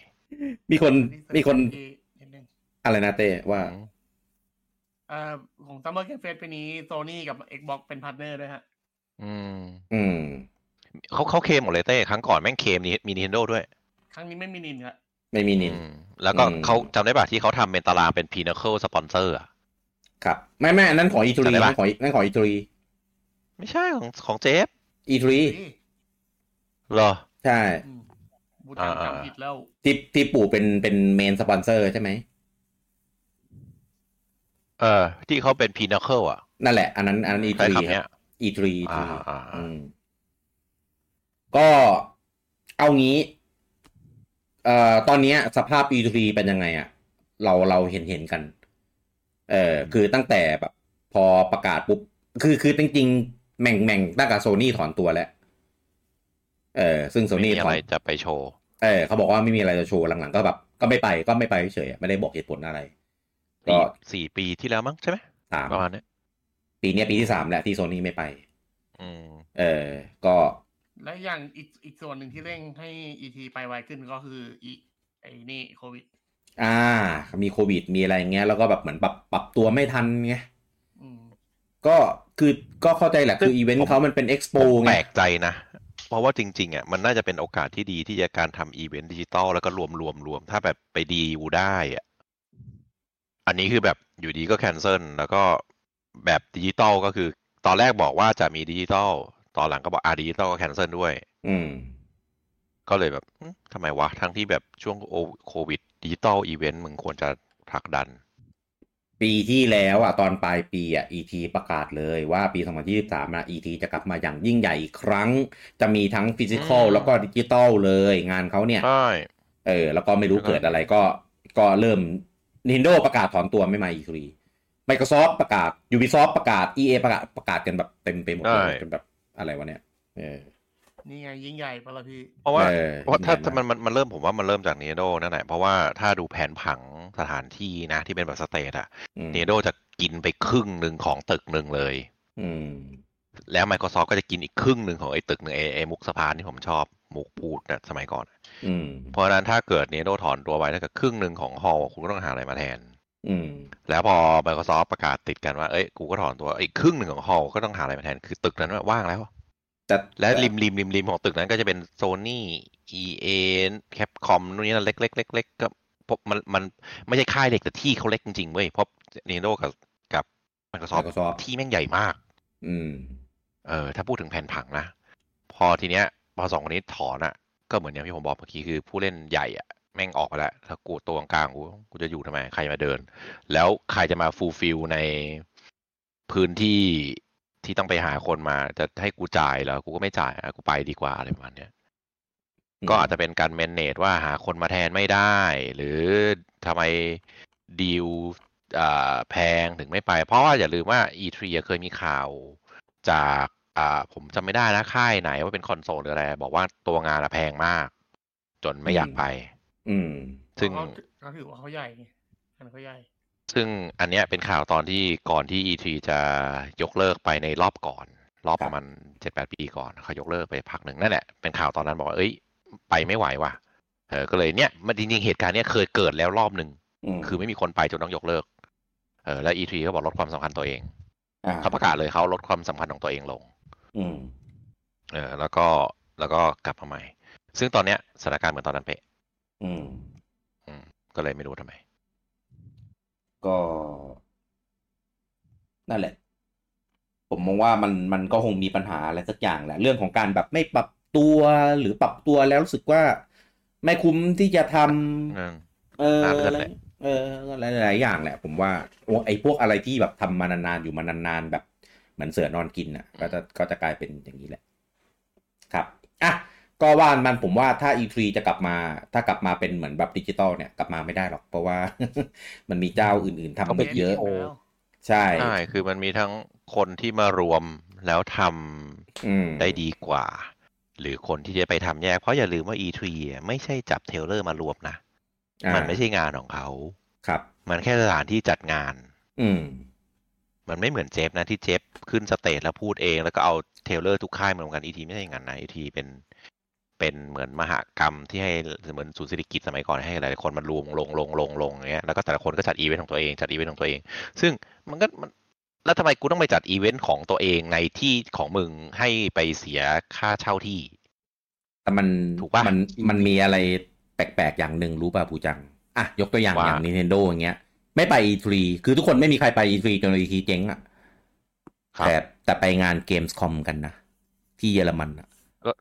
S1: มีคนมีคน
S3: ที่นิดนึง
S1: อะไรนะเต้ว่า
S2: ๆ
S3: เอ่อของซัมเมอร์เกมเฟสปีนี้โซนี่กับ Xbox เป็นพาร์ทเนอร์ด้วยฮะ
S2: อืม
S1: อืม
S2: เขาเขาเคลมหมดเลยเต้ครั้งก่อนแม่งเคลมนี่มี Nintendo ด้วย
S3: ครั้งนี้ไม่มีนินครับ
S1: ไม่มีนิน
S2: อืมแล้วก็
S1: อืม
S2: เขาจำได้ป่ะที่เขาทำเป็นตารางเป็น Pinnacle Sponsor อะ
S1: ครับ ไม่ไม่อันนั้นของอีทรี
S2: จำได้ปะ
S1: นั่นของนั่นของอีทรี
S2: ไม่ใช่ของของเจฟ
S1: อีทรี
S3: นี่
S2: เหรอ
S1: ใช่
S3: อืมบูตังจำผิดแล้ว
S1: ที่ที่ปู่เป็นเป็นเมนสปอนเซอร์ใช่ไหม
S2: เออ ที่เขาเป็น Pinnacle อ่ะ
S1: นั่นแหละ อันนั้นอันนั้น
S2: ใช้
S1: E3
S2: คำ
S1: ครั
S2: เนี้ย
S1: บ E3
S2: อ่าอ่าอ่า
S1: อืมก็เอางี้ เอ่อตอนเนี้ย สภาพ E3 เป็นยังไงอะเราเราเห็นเห็นกัน เออคือตั้งแต่แบบ พอประกาศปุ๊บ คือคือจริงๆแม่งแม่งตั้งแต่โซนี่ถอนตัวแล้ว เออซึ่งโซ
S2: ไม่มี
S1: นี่ถ
S2: อะ
S1: อน
S2: ไรจะไปโชว์
S1: เออเขาบอกว่าไม่มีอะไรจะโชว์หลังๆก็แบบ ก็ไม่ไปก็ไม่ไปเฉยๆไม่ได้บอกเหตุผลอะไร ก็
S2: สี่สี่ปีที่แล้วมั้งใช่ไหม
S1: สาม
S2: ประมาณเนี้ย
S1: ปีเนี้ยปีที่สามแล้วที่โซนี่ไม่ไป
S2: อืม
S1: เออ ก็
S3: และอย่างอีกอีกส่วนหนึ่งที่เร่งให้อีทีไปไวขึ้นก็คืออีไอ้นี่โควิด
S1: อ่า มีโควิดมีอะไรอย่างเงี้ยแล้วก็แบบเหมือนปรับปรับตัวไม่ทันไง
S3: อืม
S1: ก็คือก็เข้าใจแหละคือ
S2: ซึ่ง
S1: อีเวน
S2: ผ
S1: ต์
S2: ม
S1: เขามันเป็นเอ็กซ์โป
S2: ผม
S1: ไง
S2: แปลกใจนะ เพราะว่าจริง ๆอ่ะมันน่าจะเป็นโอกาสที่ดีที่จะการทำอีเวนต์ดิจิตอลแล้วก็รวมรวมรวมถ้าแบบไปดีลได้อ่ะอันนี้คือแบบอยู่ดีก็แคนเซิลแล้วก็แบบดิจิตอลก็คือ ตอนแรกบอกว่าจะมีดิจิตอลตอนหลังก็บอกอ่าดิจิตอลก็แคนเซิลด้วย
S1: อืม
S2: ก็เลยแบบอืมทำไมวะ ทั้งที่แบบช่วงโอโควิดดิจิตอลอีเวนต์มึงควรจะผลักดัน
S1: ปีที่แล้วอ่ะตอนปลายปีอ่ะ ET ประกาศเลยว่าปี 2023นะ ET จะกลับมาอย่างยิ่งใหญ่อีกครั้ง จะมีทั้งฟิสิกอล
S2: อืม
S1: แล้วก็ดิจิตอลเลย งานเขาเนี่ย
S2: ใช่
S1: เออแล้วก็ไม่รู้เกิดอะไรก็ก็เริ่ม Nintendo ประกาศถอนตัวไม่มา E3 Microsoft ประกาศ Ubisoft ประกาศ EA ประกาศประกาศกันแบบเต็มไปหมดเลยจนแบบอะไรวะเนี่ยเออ
S3: นี่ไงยิ่งใหญ่ปะละพี่
S2: เพราะว่า
S1: ออ
S2: เพราะถ้า
S1: ยิ่งใหญ่
S2: มันมันมันเริ่มผมว่ามันเริ่มจากเนโดนั่นแหละเพราะว่าถ้าดูแผนผังสถานที่นะที่เป็นแบบสเตทอะ
S1: อืม
S2: เนโดจะกินไปครึ่งหนึ่งของตึกหนึ่งเลย
S1: อืม
S2: แล้ว Microsoft ก็จะกินอีกครึ่งหนึ่งของไอ้ตึกหนึ่งไอ้ไอ้มุกสะพานที่ผมชอบมุกพูดนะสมัยก่อน
S1: อืม
S2: เพราะฉะนั้นถ้าเกิดเนโดถอนตัวไปถ้าเกิดครึ่งหนึ่งของฮอลคุณก็ต้องหาอะไรมาแทน
S1: อืม
S2: แล้วพอ Microsoft ประกาศติดกันว่า เอ้ย กูก็ถอนตัว อีกครึ่งหนึ่งของ Hall ก็ต้องหาอะไรมาแทน คือตึกนั้นว่างแล้ว
S1: แต่
S2: และริมริมริมริมของตึกนั้นก็จะเป็น Sony EA Capcom นู่นนี่นั่นเล็กเล็กเล็กเล็กก็พบมันมันไม่ใช่ค่ายเล็กแต่ที่เขาเล็กจริงๆเว้ยเพราะ Nintendo กับกับ Microsoft
S1: Microsoft
S2: ที่แม่งใหญ่มาก
S1: อืม
S2: เออถ้าพูดถึงแผนผังนะ พอทีเนี้ย พอสองคนนี้ถอนอะก็เหมือนอย่างที่ผมบอกเมื่อกี้คือผู้เล่นใหญ่อะแม่งออกไปแล้ว ถ้ากูตัวกลางๆกูกูจะอยู่ทำไม ใครมาเดิน แล้วใครจะมาฟูลฟิลในพื้นที่ที่ต้องไปหาคนมา จะให้กูจ่ายเหรอกูก็ไม่จ่ายอะกูไปดีกว่าอะไรประมาณเนี้ย ก็อาจจะเป็นการแมเนจว่าหาคนมาแทนไม่ได้ หรือทำไมดีลอ่าแพงถึงไม่ไป เพราะว่าอย่าลืมว่า E3 อะเคยมีข่าว จากอ่าผมจำไม่ได้นะค่ายไหนว่าเป็นคอนโซลหรืออะไร บอกว่าตัวงานอะแพงมาก จนไม่อยากไป
S1: อืม
S2: ซึ่ง
S3: เขาเขาถือว่าเขาใหญ่ไงอันเขาใหญ่
S2: ซึ่งอันเนี้ยเป็นข่าวตอนที่ก่อนที่ E3 จะยกเลิกไปในรอบก่อน รอบ
S1: ครับ
S2: ประมาณเจ็ดแปดปีก่อนเขายกเลิกไปพักหนึ่งนั่นแหละเป็นข่าวตอนนั้นบอกว่าเอ้ย ไปไม่ไหวว่ะเออก็เลยเนี่ยมันจริงๆเหตุการณ์เนี้ยเคยเกิดแล้วรอบหนึ่ง
S1: ม
S2: คือไม่มีคนไปจนต้องยกเลิกเออแล้ว E3 ก็บอกลดความสำคัญตัวเอง
S1: อ่า
S2: เขาประกาศเลยเขาลดความสำคัญของตัวเองลง
S1: อืม
S2: เออแล้วก็แล้วก็กลับมาใหม่ ซึ่งตอนเนี้ยสถานการณ์เหมือนตอนนั้นเป๊ะ
S1: อืม
S2: อืมก็เลยไม่รู้ทำไม
S1: ก็นั่นแหละ ผมมองว่ามันมันก็คงมีปัญหาอะไรสักอย่างแหละ เรื่องของการแบบไม่ปรับตัวหรือปรับตัวแล้วรู้สึกว่า ไม่คุ้มที่จะท
S2: อืม
S1: ำเออ
S2: น่าจะ
S1: อะไร
S2: แหละ
S1: เออหลายหลายๆอย่างแหละ ผมว่าโอ้ไอ้พวกอะไรที่แบบทำมานานๆอยู่มานานๆแบบเหมือนเสือนอนกินอ่ะ ก็จะก็จะกลายเป็นอย่างนี้แหละ ครับอ่ะก็ว่ามันผมว่าถ้า E3 จะกลับมา ถ้ากลับมาเป็นเหมือนแบบดิจิตอลเนี่ยกลับมาไม่ได้หรอกเพราะว่า มันมีเจ้าอื่นๆทำไม่เยอะ
S3: เขาเป็น NPO
S1: ใช่
S2: ใช่คือมันมีทั้งคนที่มารวมแล้วท
S1: อืม
S2: ำได้ดีกว่า หรือคนที่จะไปทำแยก เพราะอย่าลืมว่า E3 อ่ะไม่ใช่จับเทรลเลอร์มารวมนะ
S1: อ่า
S2: มันไม่ใช่งานของเขา
S1: ครับ
S2: มันแค่สถานที่จัดงาน
S1: อืม
S2: มันไม่เหมือนเจฟนะที่เจฟขึ้นสเตจแล้วพูดเอง แล้วก็เอาเทรลเลอร์ทุกค่ายมารวมกันอีทีไม่ใช่อย่างนั้นนะอีทีเป็นเป็นเหมือนมหกรรมที่ให้เหมือนศูนย์เศรษฐกิจสมัยก่อนให้หลายๆคนมารวมลงลงลงลงอย่างเงี้ยแล้วก็แต่ละคนก็จัดอีเวนต์ของตัวเองจัดอีเวนต์ของตัวเอง ซึ่งมันก็มันแล้วทำไมกูต้องไปจัดอีเวนต์ของตัวเองในที่ของมึงให้ไปเสียค่าเช่าที่
S1: แต่มัน
S2: ถูกปะ
S1: มันมันมีอะไรแปลกๆ อย่างหนึ่งรู้ป่ะปูจัง อ่ะ ยกตัวอย่าง
S2: ว่า
S1: อย่าง Nintendo อย่างเงี้ย ไม่ไป E3 คือทุกคนไม่มีใครไป E3 จน E3 เจ๊งอ่ะแต่แต่ไปงาน Gamescom กันนะ ที่เยอรมันอ่ะ
S2: ก็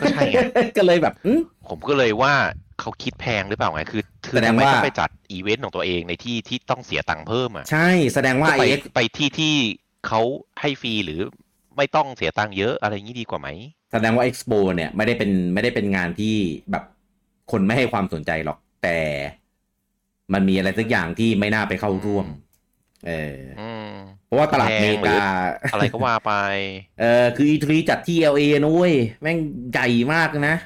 S2: ใช่ไง
S1: ก็เลยแบบอืม
S2: ผมก็เลยว่าเขาคิดแพงหรือเปล่าไงคือคือ
S1: แสดง
S2: ทำไม
S1: ว่า
S2: ต้องไปจัดอีเวนต์ของตัวเองในที่ที่ต้องเสียตังค์เพิ่มอ่ะ
S1: ใช่แสดงว่า
S2: ก็ไป
S1: ไอ้ X
S2: ไปที่ที่เขาให้ฟรีหรือไม่ต้องเสียตังค์เยอะอะไรอย่างนี้ดีกว่าไหม
S1: แสดงว่า Expo เนี่ยไม่ได้เป็นไม่ได้เป็นงานที่แบบคนไม่ให้ความสนใจหรอก แต่ มันมีอะไรสักอย่างที่ไม่น่าไปเข้าร่วม เออ
S2: อืม
S1: เพราะว่าตลาดอเมริ
S2: แพงหรื
S1: กา
S2: อ อะไรก็ว่าไป
S1: เออคือ E3 จัดที่ LA นะเว้ยแม่งใหญ่มากนะ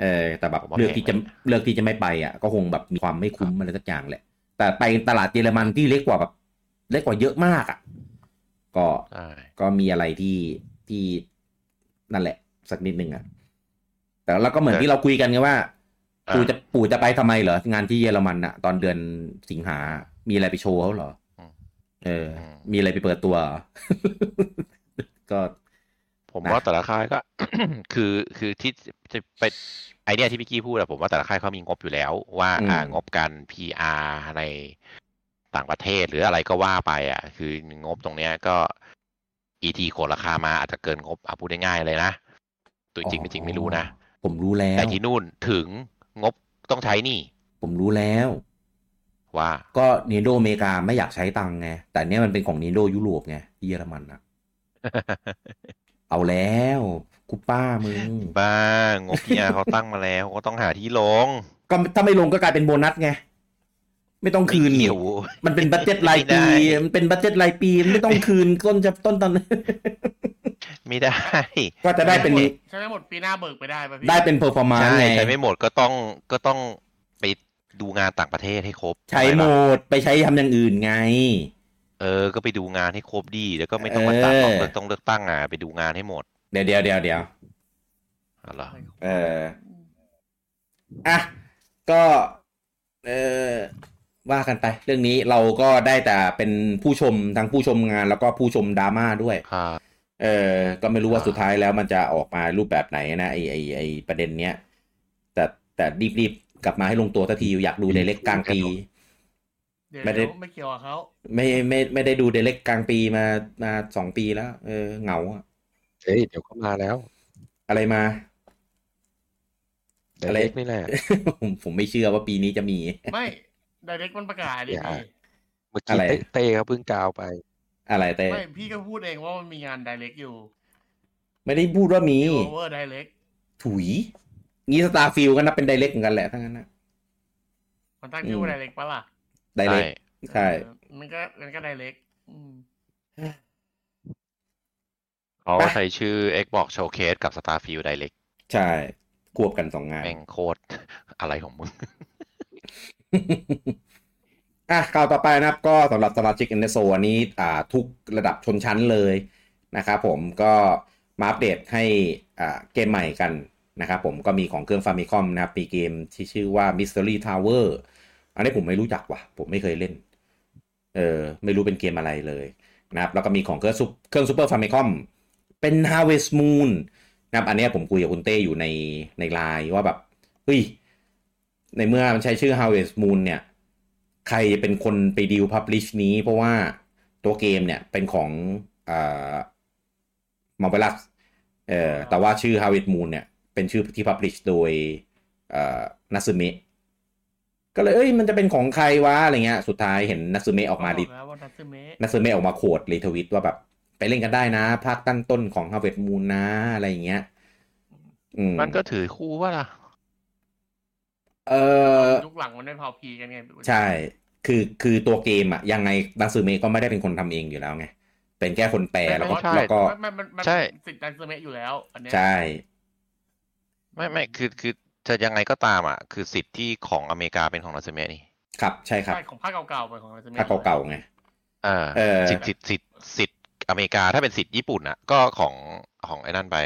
S1: เออแต่แบบ
S2: ผมว่า
S1: เลือกที่จะ
S2: แพงนะ
S1: เลือกที่จะไม่ไปอ่ะ ก็คงแบบมีความไม่คุ้มอะไรสักอย่างแหละ แต่ไปตลาดเยอรมันที่เล็กกว่าแบบ เล็กกว่าเยอะมากอ่ะ ก็
S2: ใช่
S1: ก็มีอะไรที่ที่นั่นแหละ สักนิดนึงอ่ะ แต่เราก็เหมือนที่เราคุยกันไงว่า
S2: อ่ะ
S1: ปู่จะปู่จะไปทำไมเหรองานที่เยอรมันอ่ะ ตอนเดือนสิงหา มีอะไรไปโชว์เขาเหรอ เออ มีอะไรไปเปิดตัวเหรอ ก็
S2: ผม
S1: นะ
S2: ว่าแต่ละค่ายก็ คือคือที่จะไปไอเดียที่พี่กี้พูดอะผมว่าแต่ละค่ายเขามีงบอยู่แล้ว ว่า
S1: อืม
S2: อ่างบการ PR ในต่างประเทศหรืออะไรก็ว่าไปอ่ะ คืองบตรงเนี้ยก็อีทีโกดราคามาอาจจะเกินงบอ่ะพูดง่ายๆเลยนะตัวจริงไม่จริงไม่รู้นะ
S1: ผมรู้แล้ว
S2: แต่ที่นู่นถึงงบต้องใช้นี่
S1: ผมรู้แล้ว
S2: ว่า
S1: ก็ n น n d o อเมริกาไม่อยากใช้ตังค์ไง แต่เนี้ยมันเป็นของ n น n d o ยุโรปไงที่เยอรมันนะเอาแล้วกูป้ามึง
S2: บ้างบพี่อาเขาตั้งมาแล้วก็ต้องหาที่ลง
S1: ก็ถ้าไม่ลงก็กลายเป็นโบนัสไง ไม่ต้องคืน
S2: ไม่
S1: นี่
S2: เกี่ยว
S1: มันเป็นบัตเจ็ตรายปี
S2: ไม่ได้
S1: มันเป็นบัตเจ็ตรายปีมันไม่ต้องคืนต้นจะต้นตอน
S2: ไม่ได้
S1: ก็จะได้เป็น
S3: ใช้ไม่หมดปีหน้าเบิกไปได้ป่ะพี่
S1: ได้เป็นเพอร์ฟอร์มาน
S2: ใช่
S1: ไง
S2: ใช้ไม่หมดก็ต้องก็ต้องไปดูงานต่างประเทศให้ครบ
S1: ใช้หมดไปใช้ทำอย่างอื่นไง
S2: เออ ก็ไปดูงานให้ครบดี แล้วก็ไม่ต้องมาตัด
S1: เออ
S2: ต้องเลือกต้องเลือกตั้งอ่ะไปดูงานให้หมด
S1: เดี๋ยวเดี๋ยวเดี๋ยวเดี๋ยว
S2: อ๋อเหรอ
S1: เออ อ่ะก็เออ ว่ากันไป เรื่องนี้เราก็ได้แต่เป็นผู้ชมทั้งผู้ชมงานแล้วก็ผู้ชมดราม่าด้วย
S2: ครับ
S1: เออก็ไม่รู้ว่า
S2: อ่า
S1: สุดท้ายแล้วมันจะออกมารูปแบบไหนนะไอไอไอประเด็นเนี้ย แต่แต่รีบๆกลับมาให้ลงตัวสักทีอยากดูเดเล็กกลางปี
S3: เดี๋ยว
S1: ไม่ได้
S3: ไม่เกี่ยวกับเขา
S1: ไม่ไม่ไม่ได้ดูเดเล็กกลางปีมามาสองปีแล้ว เออเหงาอะ
S4: เฮ้ยเดี๋ยวก็มาแล้ว
S1: อะไรมา
S4: เดี๋ย
S1: อะ
S4: ว
S1: ไร
S4: เล็กนี่แหละ
S1: ผมผมไม่เชื่อว่าปีนี้จะมี
S3: ไม่ไดเรกมันประกาศดิ
S4: อย่า
S3: พี่
S4: เมื่อ
S1: อะ
S4: กี้
S1: ไร
S4: เต้เต้เขาเพิ่งกาวไป
S1: อะไรแต่
S3: ไม่พี่ก็พูดเองว่ามันมีงานไดเรกอยู่
S1: ไม่ได้พูดว่ามี
S3: โอเวอร์ไดเรก
S1: ถุยงี้สตาร์ฟิลก็นับเป็นไดเล็กเหมือนกันแหละทั้งนั้นนะ
S3: มันตั้งชื่อว่าไดเรกปะล่ะ
S1: ไดเล็กใช่
S3: เออมันก็มันก็ไดเรกอืม
S2: เขาใช้ชื่อ Xbox Showcase กับ Starfield Direct
S1: ใช่ควบกันสองงาน
S2: แม่งโคตร อะไรของมึง
S1: อ่ะข่าวต่อไปนะครับก็สำหรับสมาชิก NSO อันนี้อ่าทุกระดับชนชั้นเลยนะครับผมก็มาอัปเดตให้อ่าเกมใหม่กันนะครับผมก็มีของเครื่องฟา m ิคอมนะครับมีเกมที่ชื่อว่า Mystery Tower อันนี้ผมไม่รู้จักว่ะ ผมไม่เคยเล่นเออไม่รู้เป็นเกมอะไรเลยนะครับแล้วก็มีของเครื่องซุปเครื่องซูเปอร์ฟา i ิคอมเป็น Harvest Moon นะครับอันเนี้ยผมคุยกับคุณเต้อยู่ในในไลน์ว่าแบบเฮ้ยในเมื่อมันใช้ชื่อ Harvest Moon เนี่ย ใครเป็นคนไปดีลพับลิชนี้ เพราะว่าตัวเกมเนี่ยเป็นของมอร์เบลัสเอ่อ
S3: อ๋อ
S1: แต่ว่าชื่อ Harvest Moon เนี่ย เป็นชื่อที่พับลิชโดยนัซึเมะก็เลยเอ้ยมันจะเป็นของใครวะอะไรเงี้ยสุดท้ายเห็นนัซึเมะออกมา
S3: ดิ
S1: ดิ
S3: แล้วว่าทัตสึเมะ
S1: นักเซอร์เมย์ออกมาโขดรีทวิตว่าแบบ ไปเล่นกันได้นะ ภาคตั้งต้นของ Harvest Moon นะ อะไรอย่างเงี้ย อืม
S2: มันก็ถือคู่ว่าล่ะ
S1: เออ
S3: ยุคหลังมันได้เผาผีกันไง
S1: ใช่ คือคือตัวเกมอะยังไงนักเซอร์เมย์ก็ไม่ได้เป็นคนทำเองอยู่แล้วไง เป็นแค่คนแปลแล้วก็
S2: ไม่ใช่
S1: แล้วก็
S3: มันมันมัน
S2: ใช่
S3: สิทธิ์ทัตสึเมะอยู่แล้ว อันเนี้ย
S1: ใช่
S2: ไม่ไม่คือคือจะยังไงก็ตามอ่ะ คือสิทธิ์ที่ของอเมริกาเป็นของรัสเซียนี่
S1: ครับใช่ครับ
S3: ใช่ของภาคเก่าๆไปของทัตสึเมะ
S1: ภาคเก่าๆไง
S2: อ่า
S1: เออ
S2: สิทธิ์สิทธิ์สิทธิ์สิทธิ์อเมริกาถ้าเป็นสิทธิ์ญี่ปุ่นอ่ะ ก็ของของไอ้นั่นไป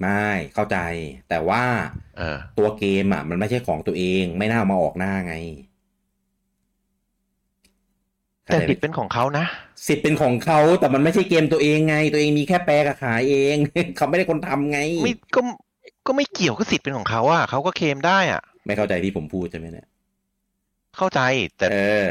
S1: ไม่เข้าใจ แต่ว่า
S2: เออ
S1: ตัวเกมอะมันไม่ใช่ของตัวเอง ไม่น่าเอามาออกหน้าไง
S2: แต่
S1: เข้าใจไหม
S2: สิทธิ์เป็นของเขานะ
S1: สิทธิ์เป็นของเขาแต่มันไม่ใช่เกมตัวเองไง ตัวเองมีแค่แปลกับขายเอง เขาไม่ได้คนทำไง
S2: ไม่ก็ก็ไม่เกี่ยวก็สิทธิ์เป็นของเขาอ่ะเขาก็เคลมได้อ่ะ
S1: ไม่เข้าใจที่ผมพูดใช่ไหมเนี่ย
S2: เข้าใจแต่
S1: เออ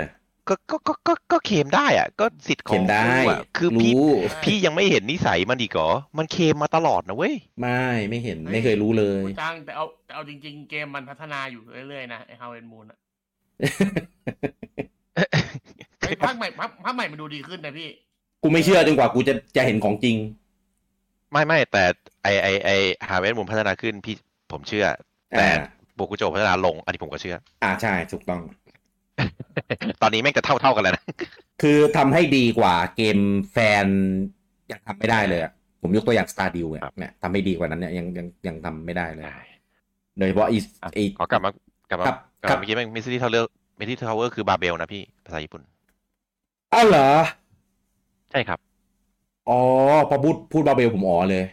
S2: ก็ก็ก็ก็ก็เคลมได้อ่ะ ก็สิทธิ์ข
S1: เขี
S2: อย ง
S1: นได้
S2: กูอะคือพี่
S1: รู้
S2: พี่ยังไม่เห็นนิสัยมันอีกเหรอ มันเคมมาตลอดนะเว้ย
S1: ไม่ไม่เห็นไม่เคยรู้เลย
S3: กูจ้างแต่เอาแต่เอาจริง ๆ เกมมันพัฒนาอยู่เรื่อยๆนะไอ้ฮาเวนมูน อะไอ้ภาคใหม่ภาคภาคใหม่มันดูดีขึ้นนะพี่
S1: กูไม่เชื่อจนกว่ากูจะจะเห็นของจริง
S2: ไม่ไม่แต่ไอไอไอฮาเวสมุนพัฒนาขึ้นพี่ผมเชื่อ แต่
S1: อ่า
S2: บุกุโจพัฒนาลง อันนี้ผมก็เชื่อ
S1: อ่าใช่ถูกต้อง
S2: ตอนนี้แม่งจะเท่าเท่าๆกันแล้วนะ
S1: คือทำให้ดีกว่าเกมแฟนยังทำไม่ได้เลยอะผมยกตัวอย่าง Star d e w เนี่ย
S2: ครับ
S1: เนี่ยทำให้ดีกว่านั้นเนี่ยยังยังยังทำไม่ได้เลยโดยเฉพาะอีไอ
S2: ข อกลับมากลับมา
S1: ครับ
S2: กลับ
S1: ครับ
S2: มาเมื่อกี้แม่งมิสซิลี่ทาวเวอร์มิสซิลี่ทาวเวอร์คือบาเบลนะพี่ ภาษาญี่ปุ่น
S1: อ้าวเหรอ
S2: ใช่ครับ
S1: อ๋อพอพูดพูดบาเบลผมอ๋อเลย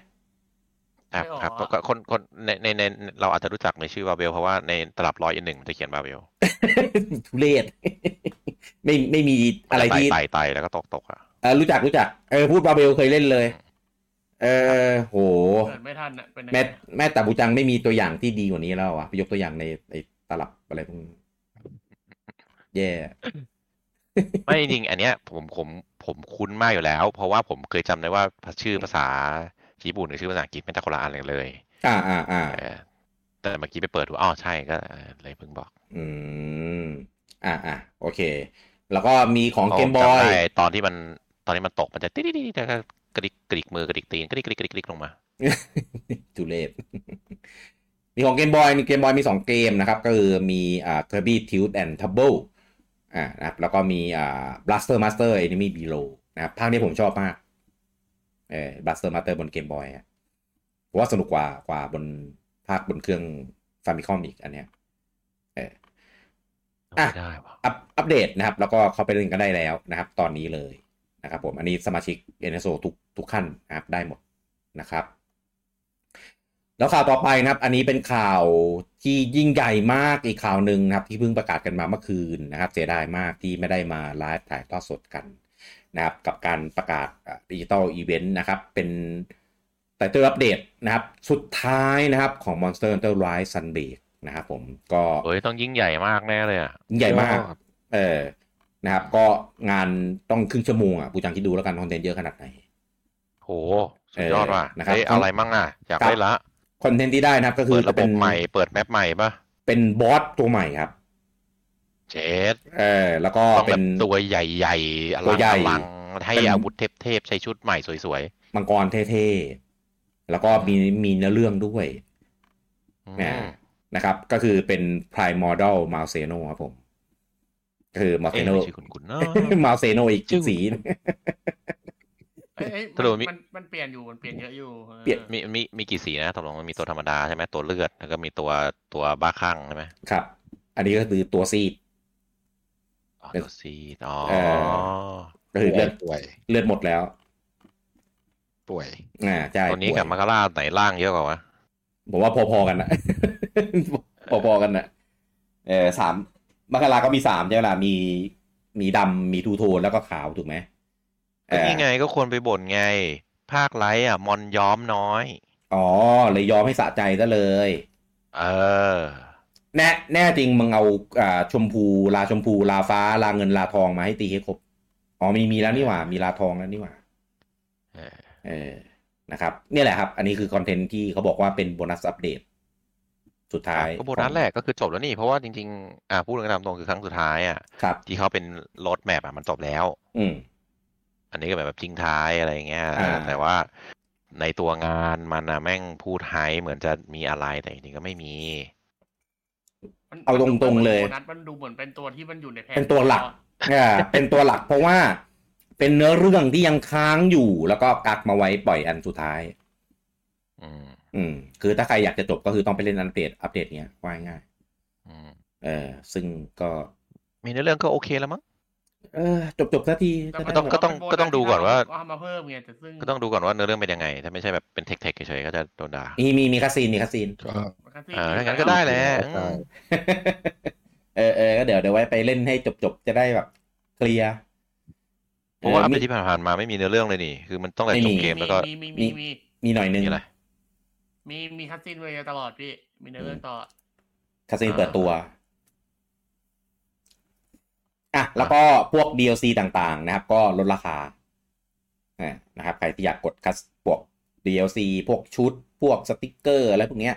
S2: ครับ
S3: ไม่ออก
S2: ครับ
S3: อ่ะ
S2: ก็คนคนในในในเราอาจจะรู้จักในชื่อบาเบลเพราะว่าในตลับร้อยอันหนึ่งมันจะเขียนบาเบล
S1: ทุเรศ ไม่ไม่มีอะไรที่
S2: ไต่ไต่แล้วก็ตกตก อ่ะ
S1: เออรู้จักรู้จักเออพูดบาเบลเคยเล่นเลย เออโห
S3: เกิดไม่ทันอะเป็นยังไง
S1: แม่แม่ตาบูจังไม่มีตัวอย่างที่ดีกว่านี้แล้วอ่ะไปยกตัวอย่างในไอ้ตลับอะไรพวกนี้แย่
S2: ไม่จริงๆอันเนี้ยผมผมผมคุ้นมากอยู่แล้ว เพราะว่าผมเคยจำได้ว่าชื่อภาษาญี่ปุ่นหรือชื่อภาษาอังกฤษไม่ต่างคนละอันกันเลย
S1: อ่าอ่าอ่า
S2: เออแต่เมื่อกี้ไปเปิดดูอ๋อใช่ก็เออเลยเพิ่งบอก
S1: อืมอ่าอ่าโอเค แล้วก็มีของ
S2: พราะ
S1: เก
S2: ผม
S1: บอ
S2: จำ
S1: ย
S2: ได้ตอนที่มันตอนที่มันตกมันจะติ๊ดติ๊ดติ๊ดแล้วก็กระดิกกระดิกมือกระดิกตีนกระดิกกระดิกกระดิกกระดิกลงมา
S1: ทุเรศ มีของเกมบอยมีเกมบอยมีสองเกมนะครับ ก็คือมีอ่า Kirby Tilt and Trouble อ่านะครับแล้วก็มีอ่า Blaster Master Enemy Below นะครับภาคนี้ผมชอบมากเออ Blaster Master บนเกมบอยอะผมว่าสนุกกว่ากว่าบนภาคบนเครื่องฟามิคอมอีกอันเนี้ย อ่ะ
S2: ไม่ได้ว่ะ
S1: อัปอัปเดตนะครับ แล้วก็เข้าไปเล่นกันได้แล้วนะครับ ตอนนี้เลยนะครับผมอันนี้สมาชิก NSO ทุกทุกขั้นนะครับได้หมดนะครับ แล้วข่าวต่อไปนะครับ อันนี้เป็นข่าวที่ยิ่งใหญ่มากอีกข่าวหนึ่งนะครับ ที่เพิ่งประกาศกันมาเมื่อคืนนะครับ เสียดายมากที่ไม่ได้มาไลฟ์ถ่ายทอดสดกันนะครับ กับการประกาศดิจิตอลอีเวนต์นะครับ เป็นไตเติลอัปเดตนะครับ สุดท้ายนะครับของ Monster Hunter Rise Sunbreak นะครับผมก็
S2: เฮ้ยต้องยิ่งใหญ่มากแน่เลยอ่ะ
S1: ยิ่งใหญ่มาก
S4: ยอด
S1: เออนะครับ ก็งานต้องครึ่งชั่วโมงอ่ะปูจังคิดดูแล้วกันคอนเทนต์เยอะขนาดไหน
S2: โหสุดยอดว่ะ
S1: เออนะครับ
S2: เอ้ยเอาอะไรมั่งอ่ะ อยากได้ละ
S1: คอนเทนต์ที่ได้นะครับก็คื
S2: เปิ
S1: อ
S2: ดระบบใหม่ เปิดแมปใหม่ป่ะ
S1: เป็นบอสตัวใหม่ครับ
S2: เจ็ด
S1: เออแล้วก็
S2: ต้อง
S1: เป็
S2: แบ
S1: น
S2: บตัวใหญ่ๆอ
S1: ตั
S2: ลั
S1: ว
S2: ง
S1: ใหญ่
S2: อลังให้
S1: เป็น
S2: อาวุธเทพๆ ใช้ชุดใหม่สวย
S1: มังกรเท่ๆ แล้วก็มีมีเนื้อเรื่องด้วย
S2: ๆอืม
S1: แหม นะครับ ก็คือเป็น Primordial m a l s e n o ครับผมก็คือ m a l
S2: เอ้
S1: s e
S2: ย
S1: n o
S2: ไม่ใช่คุณคุณเนอะ
S1: m a l s e n o อีก
S4: ชื่อ
S1: สี
S3: เอ้ยเอ้ย
S2: สรุปมี
S3: มันมันเปลี่ยนอยู่มันเปลี่ยนเยอะอยู่ออ
S1: เปลี่ยน
S2: มีมีมีกี่สีนะตกลงมันมีตัวธรรมดาใช่ไหมตัวเลือด แล้วก็มีตัวตัวบ้าคลั่งใช่ไหม
S1: ครับ อันนี้ก็คือตัวซีด
S2: อ๋อ
S1: เดี๋ยว
S2: ตัวซีดอ๋อ
S1: เอ ก็คือเลือด
S4: ป่วย
S1: เลือดหมดแล้ว
S4: ป่วย
S1: อ่าใช่
S2: ตัวนี้
S1: ป่วย
S2: กับมักกะลาไหนล่างเยอะกว่าวะ
S1: ผมว่าพอๆกันนะ พอๆกันนะเออสามมกราก็มีสามใช่ไหมล่ะมีมีดำมีทูโทนแล้วก็ขาวถูกไหมเอ
S2: ก็
S1: อ
S2: นี่ไงก็ควรไปบ่นไง ภาคไลท์อ่ะมอนย้อมน้อย
S1: อ๋อเลยยอมให้สะใจซะเลย
S2: เออ
S1: แน่แน่จริงมึงเอาอ่าชมพูลาชมพูลาฟ้าลาเงินลาทองมาให้ตีให้ครบ อ๋อมีมีแล้วนี่หว่า มีลาทองแล้วนี่หว่า
S2: เออ
S1: เออนะครับเนี่ยแหละครับ อันนี้คือคอนเทนต์ที่เขาบอกว่าเป็นโบนัสอัปเดต สุดท้าย
S2: ก็โบนัสแหละก็คือจบแล้วนี่ เพราะว่าจริงๆ อ่าพูดกันตามตรงคือครั้งสุดท้ายอ่ะ
S1: ครับ
S2: ที่เขาเป็นรถแมปอ่ะมันจบแล้ว
S1: อืม
S2: อันนี้ก็แบบแบบทิ้งท้ายอะไรอย่างเงี้ย
S1: อ่า
S2: แต่ว่าในตัวงานมันนะแม่งพูดไฮเหมือนจะมีอะไรแต่จริงๆก็ไม่มี
S3: มัน
S1: เอาตรงๆเลย
S3: โบนัสมันดูเหมือนเป็นตัวที่มันอยู่ในแพ็ค
S1: เป็นตัวหลัก อ่าเป็นตัวหลักเพราะว่าเป็นเนื้อเรื่องที่ยังค้างอยู่ แล้วก็กักมาไว้ปล่อยอันสุดท้าย
S2: อืม
S1: อืม คือถ้าใครอยากจะจบก็คือต้องไปเล่นอัปเดตอัปเดตเนี้ยว่าง่าย
S2: อืม
S1: เออซึ่งก็
S2: มีในเรื่องก็โอเคแล้วมั้ง
S1: เออจบจบสักที
S3: แต่
S1: สักที
S2: ก็
S3: มัน
S2: ต้องก็ต้อง
S3: เป็นโบนัส
S2: ก็ต้องดูก่อนว่า
S3: เมาเพิ่มไงแต่ซึ่ง
S2: ก็ต้องดูก่อนว่าเนื้อเรื่องเป็นยังไง ถ้าไม่ใช่แบบเป็นเทคๆเฉยๆก็จะโดนด่า
S1: มีมีมีคาซีนมีคาซีน
S4: ก็
S3: มันก็ที่
S2: เออถ้างั้นก็ได้แหละอื
S4: ก็ได้
S2: ม
S1: เออเออก็เดี๋ยวเดี๋ยวไว้ไปเล่นให้จบจบจะได้แบบเคลียร์
S2: เพราะว่าอัป
S1: เออ
S2: เดต
S1: มี
S2: ที่ผ่านๆมาไม่มีเนื้อเรื่องเลยนี่ คือมันต้องแต่
S1: ไม่
S2: จ
S1: มี
S2: บเกมแล้วก็
S3: มีมีมีมี
S1: มีหน่อยนึง
S2: มีอะไร
S3: มีมีคัสซินไว้ตลอดพี่ มีเนื้อเรื่องตลอด
S1: คาซีน
S2: อ่า
S1: เปิดตัวอ่ะแล้วก็พวก DLC ต่างๆ นะครับ ก็ลดราคาอ่ะนะครับ ใครที่อยากกดคัสพวก DLC พวกชุด พวกสติกเกอร์อะไรพวกเนี้ย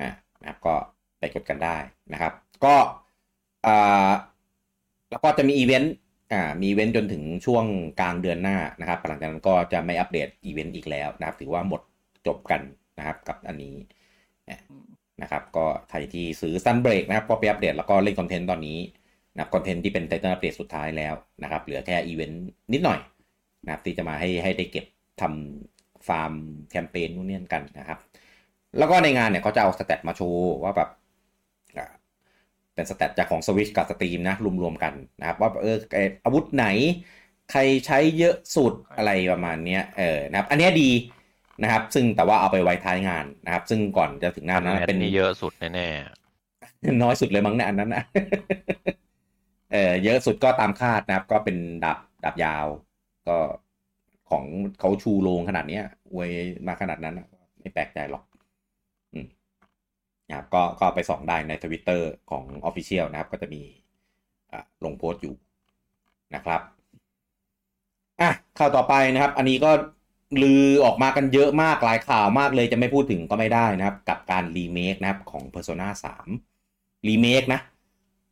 S1: อ่ะนะครับ ก็ไปกดกันได้นะครับ ก็อ่าแล้วก็จะมีอีเวนต์อ่ามีอีเวนต์จนถึงช่วงกลางเดือนหน้านะครับหลังจากนั้นก็จะไม่อัปเดตอีเวนต์อีกแล้วนะครับ ถือว่าหมดจบกันนะครับ กับอันนี้เนี่ยนะครับ ก็ใครที่ซื้อซันเบรกนะครับก็ไปอัปเดตแล้วก็เล่นคอนเทนต์ตอนนี้นะครับคอนเทนต์ที่เป็นไตเติลอัปเดตสุดท้ายแล้วนะครับ เหลือแค่อีเวนต์นิดหน่อยนะครับที่จะมาให้ให้ได้เก็บทำฟาร์มแคมเปญนู่นนี่นั่นกันนะครับ แล้วก็ในงานเนี่ยเขาจะเอาสแตทมาโชว์ว่าแบบอ่าเป็นสแตทจากของสวิชกับสตรีมนะ รวมๆกันนะครับ ว่าเออไอ้อาวุธไหน ใครใช้เยอะสุดอะไรประมาณเนี้ยเออนะครับ อันเนี้ยดีนะครับ ซึ่งแต่ว่าเอาไปไว้ท้ายงานนะครับ ซึ่งก่อนจะถึงหน้า
S2: อัน
S1: นั้น
S2: เป็
S1: เป็นน
S2: นี่เยอะสุดแน่
S1: น้อยสุดเลยมั้งเนะอันนั้นนะ เออเยอะสุดก็ตามคาดนะครับ ก็เป็นดาบดาบยาว ก็ของเขาชูโรงขนาดเนี้ยอวยมาขนาดนั้นน่ะไม่แปลกใจหรอก อืมนะครับก็ก็ไปส่องได้ในทวิตเตอร์ของ Official นะครับ ก็จะมีอ่ะลงโพสต์อยู่นะครับอ่ะข่าวต่อไปนะครับ อันนี้ก็ลือออกมากันเยอะมากหลายข่าวมากเลยจะไม่พูดถึงก็ไม่ได้นะครับ กับการรีเมคนะครับของ Persona 3รีเมคนะ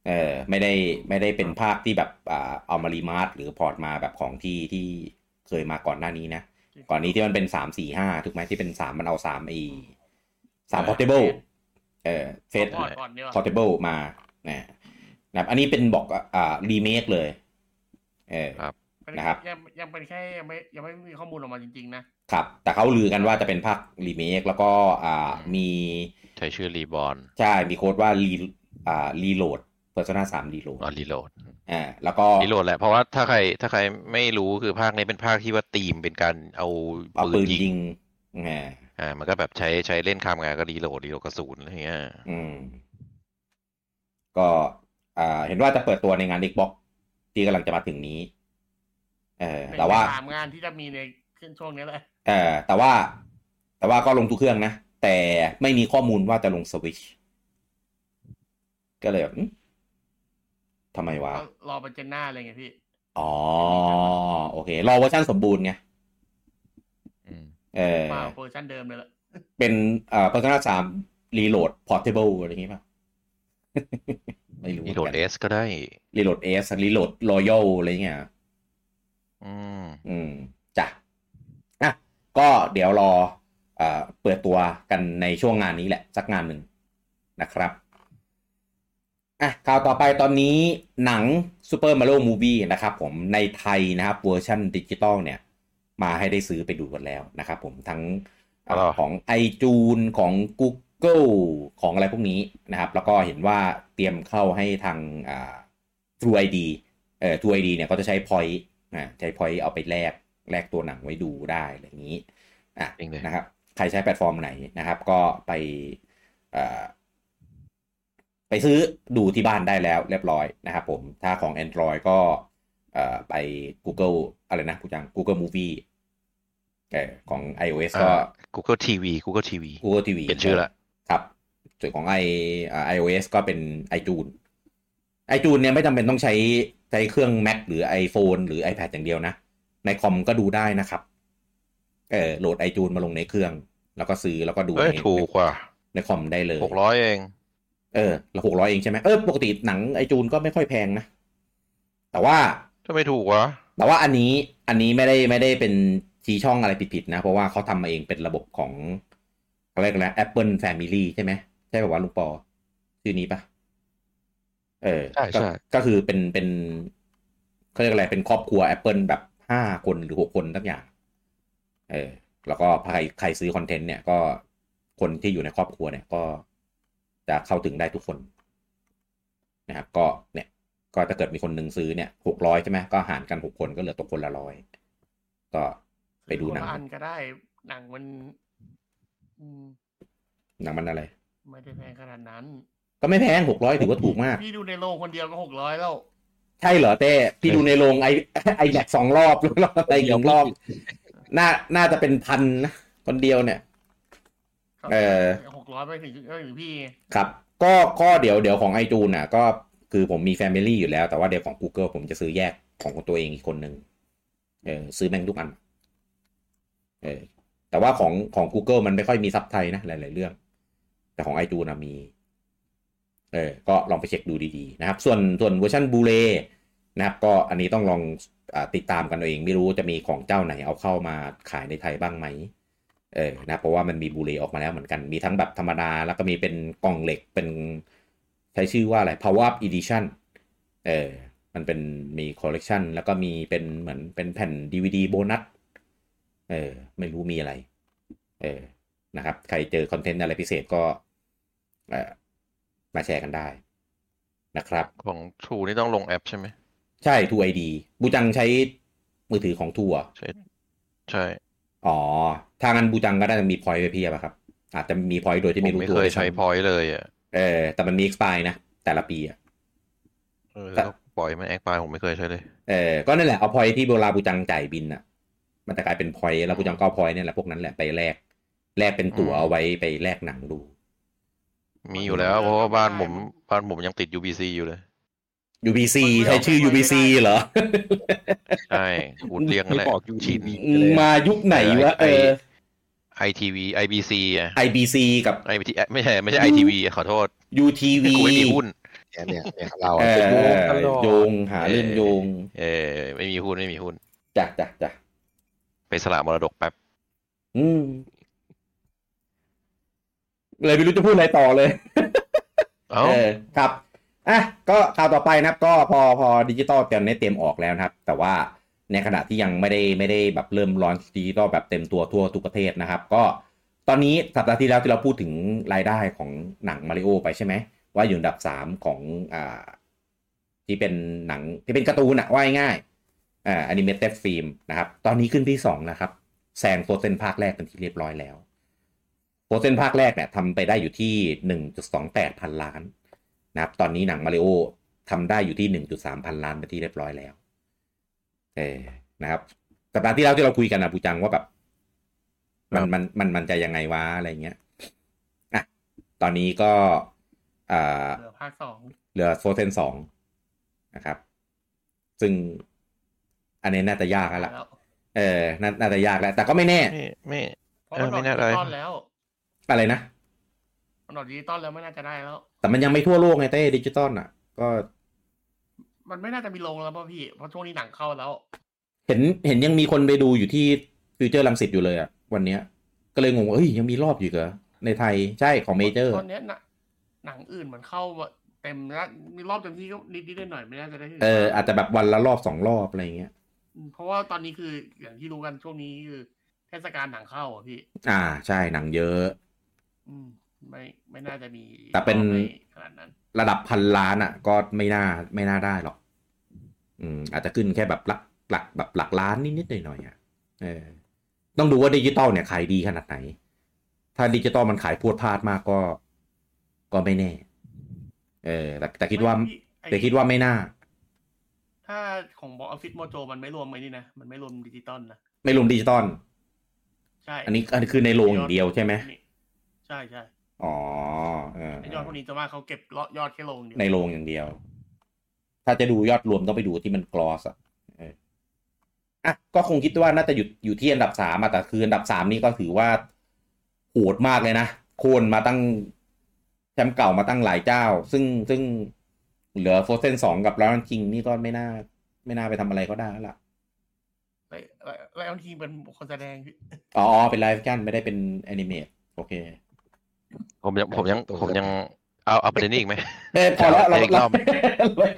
S1: เออไม่ได้ไม่ได้เป็นภาคที่แบบอ่าเอามารีมาสหรือพอร์ตมาแบบของที่ที่เคยมาก่อนหน้านี้นะ ก่อนนี้ที่มันเป็นสามสี่ห้าถูกไหมที่เป็นสามมันเอาสามไอสามพอร์ตเบิลเออเฟส
S3: ก่อนก่อนดีกว่า
S1: Portable มานะนะครับ อันนี้เป็นบอกว่าอ่ารีเมคเลย เออ
S3: เป็น
S1: นะครับ
S3: ยังยังเป็นแค่ยังไม่ยังไม่มีข้อมูลออกมาจริงๆนะครับ
S1: แต่เขาลือกันว่าจะเป็นภาครีเมคแล้วก็อ่ามี
S2: ๆใช้ชื่อรีบอล
S1: ใช่ มีโค้ดว่ารีอ่ารีโหลด Persona 3 รีโหลด
S2: ออรีโหลด
S1: อ่าแล้วก็
S2: รีโหลดแหละเพราะว่าถ้าใครถ้าใครไม่รู้คือภาคนี้เป็นภาคที่ว่าตีมเป็นการเอา
S1: เอา
S2: ปื
S1: ปื
S2: น
S1: น
S2: ยิ
S1: ยิ
S2: ง
S1: งอ่า
S2: อ่ามันก็แบบใช้ใช้เล่นข้ามกันก็รีโหลดรีโหลดกระสุนอะไรเงี้ย
S1: อืม ก็อ่าเห็นว่าจะเปิดตัวในงาน Xbox ที่กำลังจะมาถึงนี้ เออ
S3: ใน
S1: แต่ว่า
S3: สามงานที่จะมีในขึ้นช่วงนี้แหละ
S1: เออแต่ว่า แต่ว่าก็ลงทุกเครื่องนะ แต่ไม่มีข้อมูลว่าจะลงสวิชก็เลยแบบอืมทำไมวะ
S3: ก็รอเป็นเจนหน้าอะไรเงี้ยพี่
S1: อ๋อ โอเค รอเวอร์ชันสมบูรณ์ไง
S2: อืม
S1: เออ
S3: เปล่าเวอร์ชันเดิมเลยละ
S1: เป็นเอ่อ Persona 3 Reload Portable อะไรอย่างงี้ป่ ะ ไม่รู้
S2: รีโหลดเอสก็ได้
S1: รีโหลดเอสรีโหลดรอยัลอะไรอย่างเงี้ย
S2: อืม
S1: อืมจ้ะอ่ะก็เดี๋ยวรอเอ่อเปิดตัวกันในช่วงงานนี้แหละ สักงานหนึ่งนะครับอ่ะข่าวต่อไปตอนนี้หนัง Super Mario Movie นะครับผมในไทยนะครับเวอร์ชันดิจิตอลเนี่ย มาให้ได้ซื้อไปดูกันแล้วนะครับผมทั้งเอ่อ
S2: อ๋อ
S1: ของ iTunes ของ Google ของอะไรพวกนี้นะครับ แล้วก็เห็นว่าเตรียมเข้าให้ทางอ่า True ID เอ่อ True ID เนี่ยก็จะใช้ point อ่าใช้ point เอาไปแลกแลกตัวหนังไว้ดูได้อะไรอย่างนี้อ่ะ
S2: จริงเลย
S1: นะครับ ใครใช้แพลตฟอร์มไหนนะครับ ก็ไปเอ่อไปซื้อดูที่บ้านได้แล้วเรียบร้อยนะครับผม ถ้าของ Android ก็เอ่อไป Google อะไรนะผู้จัง Google Movie เอ่อของ iOS ก็
S2: อ่า Google TV Google TV
S1: Google TV
S2: เปลี่ยนชื่อละ
S1: ครับ ส่วนของไอไอโอเอสก็เป็น iTunes iTunes เนี่ยไม่จำเป็นต้องใช้ใช้เครื่อง Mac หรือ iPhone หรือ iPad อย่างเดียวนะ ในคอมก็ดูได้นะครับ เออโหลด iTunes มาลงในเครื่อง แล้วก็ซื้อแล้วก็ดู
S2: เอ้ย
S1: ใน
S2: ถูกว่ะ
S1: ในคอมได้เลย
S2: หกร้อยเอง
S1: เออละหกร้อยเองใช่ไหมเออปกติหนัง iTunes ก็ไม่ค่อยแพงนะ แต่ว่า
S2: ทำไมถูกวะ
S1: แต่ว่าอันนี้อันนี้ไม่ได้ไม่ได้เป็นชี้ช่องอะไรผิดๆนะ เพราะว่าเขาทำมาเองเป็นระบบของเขาเรียกอะไรนะ Apple Family ใช่ไหมใช่ป่าวะลุงปอชื่อนี้ปะเออ
S4: ใช่ใช่
S1: ก็ก็คือเป็นเป็นเขาเรียกอะไรเป็นครอบครัว Apple แบบห้าคนหรือหกคนทั้งอย่าง เออ แล้วก็ใครใครซื้อคอนเทนต์เนี่ยก็คนที่อยู่ในครอบครัวเนี่ยก็จะเข้าถึงได้ทุกคนนะครับก็เนี่ย ก็ถ้าเกิดมีคนหนึ่งซื้อเนี่ยหกร้อยใช่ไหมก็หารกันหกคนก็เหลือตกคนละร้อยก็ไปดูหนัง
S3: คละอันก็ได้ หนังมัน อืม
S1: หนังมันอะไร
S3: ไม่ได้แพงขนาดนั้น
S1: ก็ไม่แพงหกร้อยถือว่าถูกมาก
S3: พี่ดูในโรงคนเดียวก็หกร้อยแล้ว
S1: ใช่เหรอเต้พี่ดูในโรงไอไอแบกสองรอบ แล้วก็ไปอีกสองรอบน่าน่าจะเป็นพันนะคนเดียวเนี่ย เออ
S3: หกร้อยไปถึงไปถึงพี่ไง
S1: ครับ ก็ก็เดี๋ยวเดี๋ยวของ i อจูนน่ะ ก็คือผมมี Family อยู่แล้ว แต่ว่าเดี๋ยวของ Google ผมจะซื้อแยกของตัวเองอีกคนนึงเออซื้อแม่งทุกอันเออแต่ว่าของของ Google มันไม่ค่อยมีซับไทยนะ หลาย ๆ เรื่อง แต่ของ i อจูนนะมีเออก็ลองไปเช็คดูดี ๆ นะครับ ส่วนส่วนเวอร์ชันบูเลนะครับ ก็อันนี้ต้องลองอาติดตามกันเอาเอง ไม่รู้จะมีของเจ้าไหนเอาเข้ามาขายในไทยบ้างไหม เออนะเพราะว่ามันมีบูเลออกมาแล้วเหมือนกัน มีทั้งแบบธรรมดา แล้วก็มีเป็นกล่องเหล็กเป็นใช้ชื่อว่าอะไร Power Up Edition เออมันเป็นมีคอลเลกชันแล้วก็มีเป็นเหมือนเป็นแผ่น DVD โบนัสเออไม่รู้มีอะไร เออนะครับ ใครเจอคอนเทนต์อะไรพิเศษก็เออมาแชร์กันได้นะครับ
S2: ของทูนี่ต้องลงแอปใช่ไหม
S1: ใช่ True ID บูจังใช้มือถือของทัว
S2: ใช่
S1: อ๋อ ถ้างั้นบูจังก็น่าจะมีพอยต์ไปเพียบอะครับ อาจจะมีพอยต์โดยที่
S2: ผ
S1: ไม่
S2: ม
S1: รู้
S2: ไม่
S1: ตัว
S2: เคย
S1: ด้ว
S2: ใช้
S1: ซ้ำ
S2: พอยต์เลยอ่ะ
S1: เออแต่มันมี expire นะ แต่ละปีอ่ะ
S2: เออ
S1: แต่
S2: แล้วปล่อยมันแอคไปผมไม่เคยใช้เลย
S1: เออก็นั่นแหละ เอาพอยที่โบราบูจังจ่ายบินอ่ะ มันจะกลายเป็นพอยแล้วบูจังก็พอยเนี่ยแหละพวกนั้นแหละไปแลกแลกเป็นตั๋ว
S2: อืม
S1: เอาไว้ไปแลกหนังดู
S2: มีอยู่แล้ว เพราะว่าบ้านผมบ้านผมยังติด UBC อยู่เลย
S1: UBC ใช้ชื่อ UBC เหรอ
S2: ใช่ กูเรียง
S4: ไม่
S2: แหละ
S4: บอกยูทีนี
S1: อืมมายุคไหนวะเออ
S2: ITV IBC อ่ะ
S1: IBC กับ
S2: IBT ไม่ใช่ไม่ใช่ ITV อ่ะขอโทษ
S1: UTV
S2: กูไม่มีหุ้น
S4: เนี่ยเนี่ยเนี่ยเรา
S1: เออ
S4: อะโยงตลอด
S1: โยงหาเรื่องโยง
S2: เออไม่มีหุ้นไม่มีหุ้น
S1: จ้ะจ้ะจ้ะ
S2: ไปสละมรดกแป๊บ
S1: อืมเลยไม่รู้จะพูดอะไรต่อเลย
S2: เอ้า
S1: เออครับอ่ะก็ข่าวต่อไปนะครับ ก็พอพอดิจิตอลเตรียมได้เตรียมออกแล้วนะครับ แต่ว่าในขณะที่ยังไม่ได้ไม่ได้แบบเริ่มร้อนดิจิตอลแบบเต็มตัวทั่วทุกประเทศนะครับ ก็ตอนนี้สัปดาห์ที่แล้วที่เราพูดถึงรายได้ของหนังมาริโอไปใช่ไหม ว่าอยู่อันดับ 3 ของอ่าที่เป็นหนังที่เป็นการ์ตูนอะว่าง่ายๆอ่าอนิเมเต็ดฟิล์มนะครับ ตอนนี้ขึ้นที่ 2 นะครับแซงตัวเส้นภาคแรกเป็นที่เรียบร้อยแล้ว โฟเซนภาคแรกเนี่ยทำไปได้อยู่ที่ 1.28 พันล้านนะครับ ตอนนี้หนังมาริโอทำได้อยู่ที่ 1.3 พันล้านไปนที่เรียบร้อยแล้วเออนะครับสัปดาห์ที่แล้วที่เราคุยกันนะปูจังว่าแบบ มันมันมันมันจะยังไงวะอะไรเงี้ยอ่ะตอนนี้ก็อ่า
S3: เหลือภาคสอง
S1: เหลือโฟเซนสองนะครับ ซึ่งอันนี้น่าจะยากแล้วล่ะ
S3: แล้ว
S1: เออนาน่าจะยากแล้ว แต่ก็ไม่แน่
S2: ไม่ไม่
S3: เพราะมั
S2: เออ
S3: นอ
S2: ไม่
S3: อก
S2: แน่
S3: ดิ
S2: ใจ
S3: จิตอลแล้ว
S1: อะไรนะ
S3: มันออกดิจิตอลแล้วไม่น่าจะได้แล้ว
S1: แต่มันยังไม่ทั่วโลกไงเต้ดิจิตอลอ่ะ ก็
S3: มันไม่น่าจะมีลงแล้วป่ะพี่เพราะช่วงนี้หนังเข้าแล้ว
S1: เห็นเห็นยังมีคนไปดูอยู่ที่ฟิวเจอร์ลังสิตอยู่เลยอ่ะ วันเนี้ย ก็เลยงงว่าเอ้ยยังมีรอบอยู่เหรอในไทยใช่ของเมเจอร์
S3: ตอนเนี้ยหนังหนังอื่นเหมือนเข้ามาเต็มแล้วมีรอบเต็มที่ก็นิดนิดๆหน่อยๆไม่น่าจะได้ถึง
S1: เอออาจจะแบบวันละรอบสองรอบอะไรอย่างเงี้ย
S3: เพราะว่าตอนนี้คืออย่างที่รู้กันช่วงนี้คือเทศกาลหนังเข้าอ่ะพี่
S1: อ่าใช่หนังเยอะ
S3: อืม ไม่ไม่น่าจะมี
S1: แต่เป็น
S3: รอบให้ขนาดนั้น
S1: ระดับพันล้านอ่ะ ก็ไม่น่าไม่น่าได้หรอก อืม อาจจะขึ้นแค่แบบหลักหลักแบบหลักล้านนิดๆหน่อยๆอ่ะเออ ต้องดูว่าดิจิตอลเนี่ยขายดีขนาดไหน ถ้าดิจิตอลมันขายพรวดพลาดมากก็ ก็ไม่แน่ เออ แต่แต่คิดว่า
S3: ไม่พี่ไอ้
S1: แต่คิดว่าไม่น่า
S3: ถ้าของบอกออฟฟิศโมโจมันไม่รวมไอ้นี่นะ มันไม่รวมดิจิตอลนะ
S1: ไม่รวมดิจิตอล
S3: ใช่
S1: อันนี้อันนี้คือในโรงอย่างเดียวใช่ไหม
S3: ใช่ใช่
S1: อ๋อเออ
S3: ไอ้ยอดพวกนี้จะว่าเขาเก็บเลาะยอดแค่ลงเดียว
S1: ในโรงอย่างเดียว ถ้าจะดูยอดรวมต้องไปดูที่มันกรอสอะเอออ่ะก็คงคิดว่าน่าจะอยู่อยู่ที่อันดับสามอะแต่คืออันดับสามนี่ก็ถือว่าโหดมากเลยนะโคนมาตั้งแชมป์เก่ามาตั้งหลายเจ้า ซึ่งซึ่งเหลือโฟเซนสองกับ o อนคิงนี่ก็ไม่น่า ไม่น่าไปทำอะไรก็ได้แล้วล่ะ
S3: ไอ้ไอ้ไลออนคิงเป็นคนแสดงพี่
S1: อ๋อเป็นไลฟ์กันไม่ได้เป็นแอนิเมตโอเค
S2: ผมยังผมยังผมยังเอาเอาประเด็นนี้อีกไหม
S1: เออพอแล้วเรา
S2: อีกรอบ
S1: เรา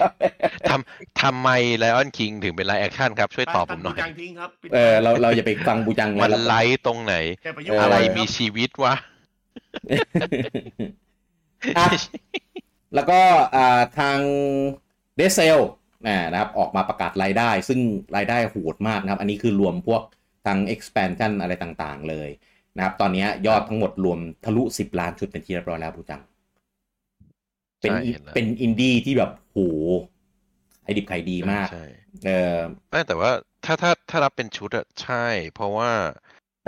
S2: ทำไมไลออนคิงถึงเป็นไลฟ์แอคชั่นครับ ช่วยตอบผมหน่อย
S3: ตัดจริงทิ้งครับปิด
S1: เออเราเราอย่าไปฟังบูจังเลย
S2: มัน
S1: เรา
S2: ไลฟ์ตรงไหน
S3: อย่าไปยุ่ง
S1: เออ
S2: อะไร
S3: ค
S2: มี
S3: บ
S2: ชีวิตวะ
S1: อ่ะแล้วก็อ่าทางเดซเซลนะครับออกมาประกาศรายได้ ซึ่งรายได้โหดมากนะครับ อันนี้คือรวมพวกทั้ง expansion อะไรต่างๆ เลยนะครับ ตอนนี้ยอดทั้งหมดรวมทะลุ 10 ล้านชุดเป็นที่เรียบร้อยแล้วบูจัง เป็น
S2: ใช่เห็นแล้ว
S1: เป็นอินดี้ที่แบบโหไอดิบขายดีมาก
S2: ใช่
S1: เออ
S2: ไม่แต่ว่าถ้าถ้าถ้ารับเป็นชุดอะใช่ เพราะว่า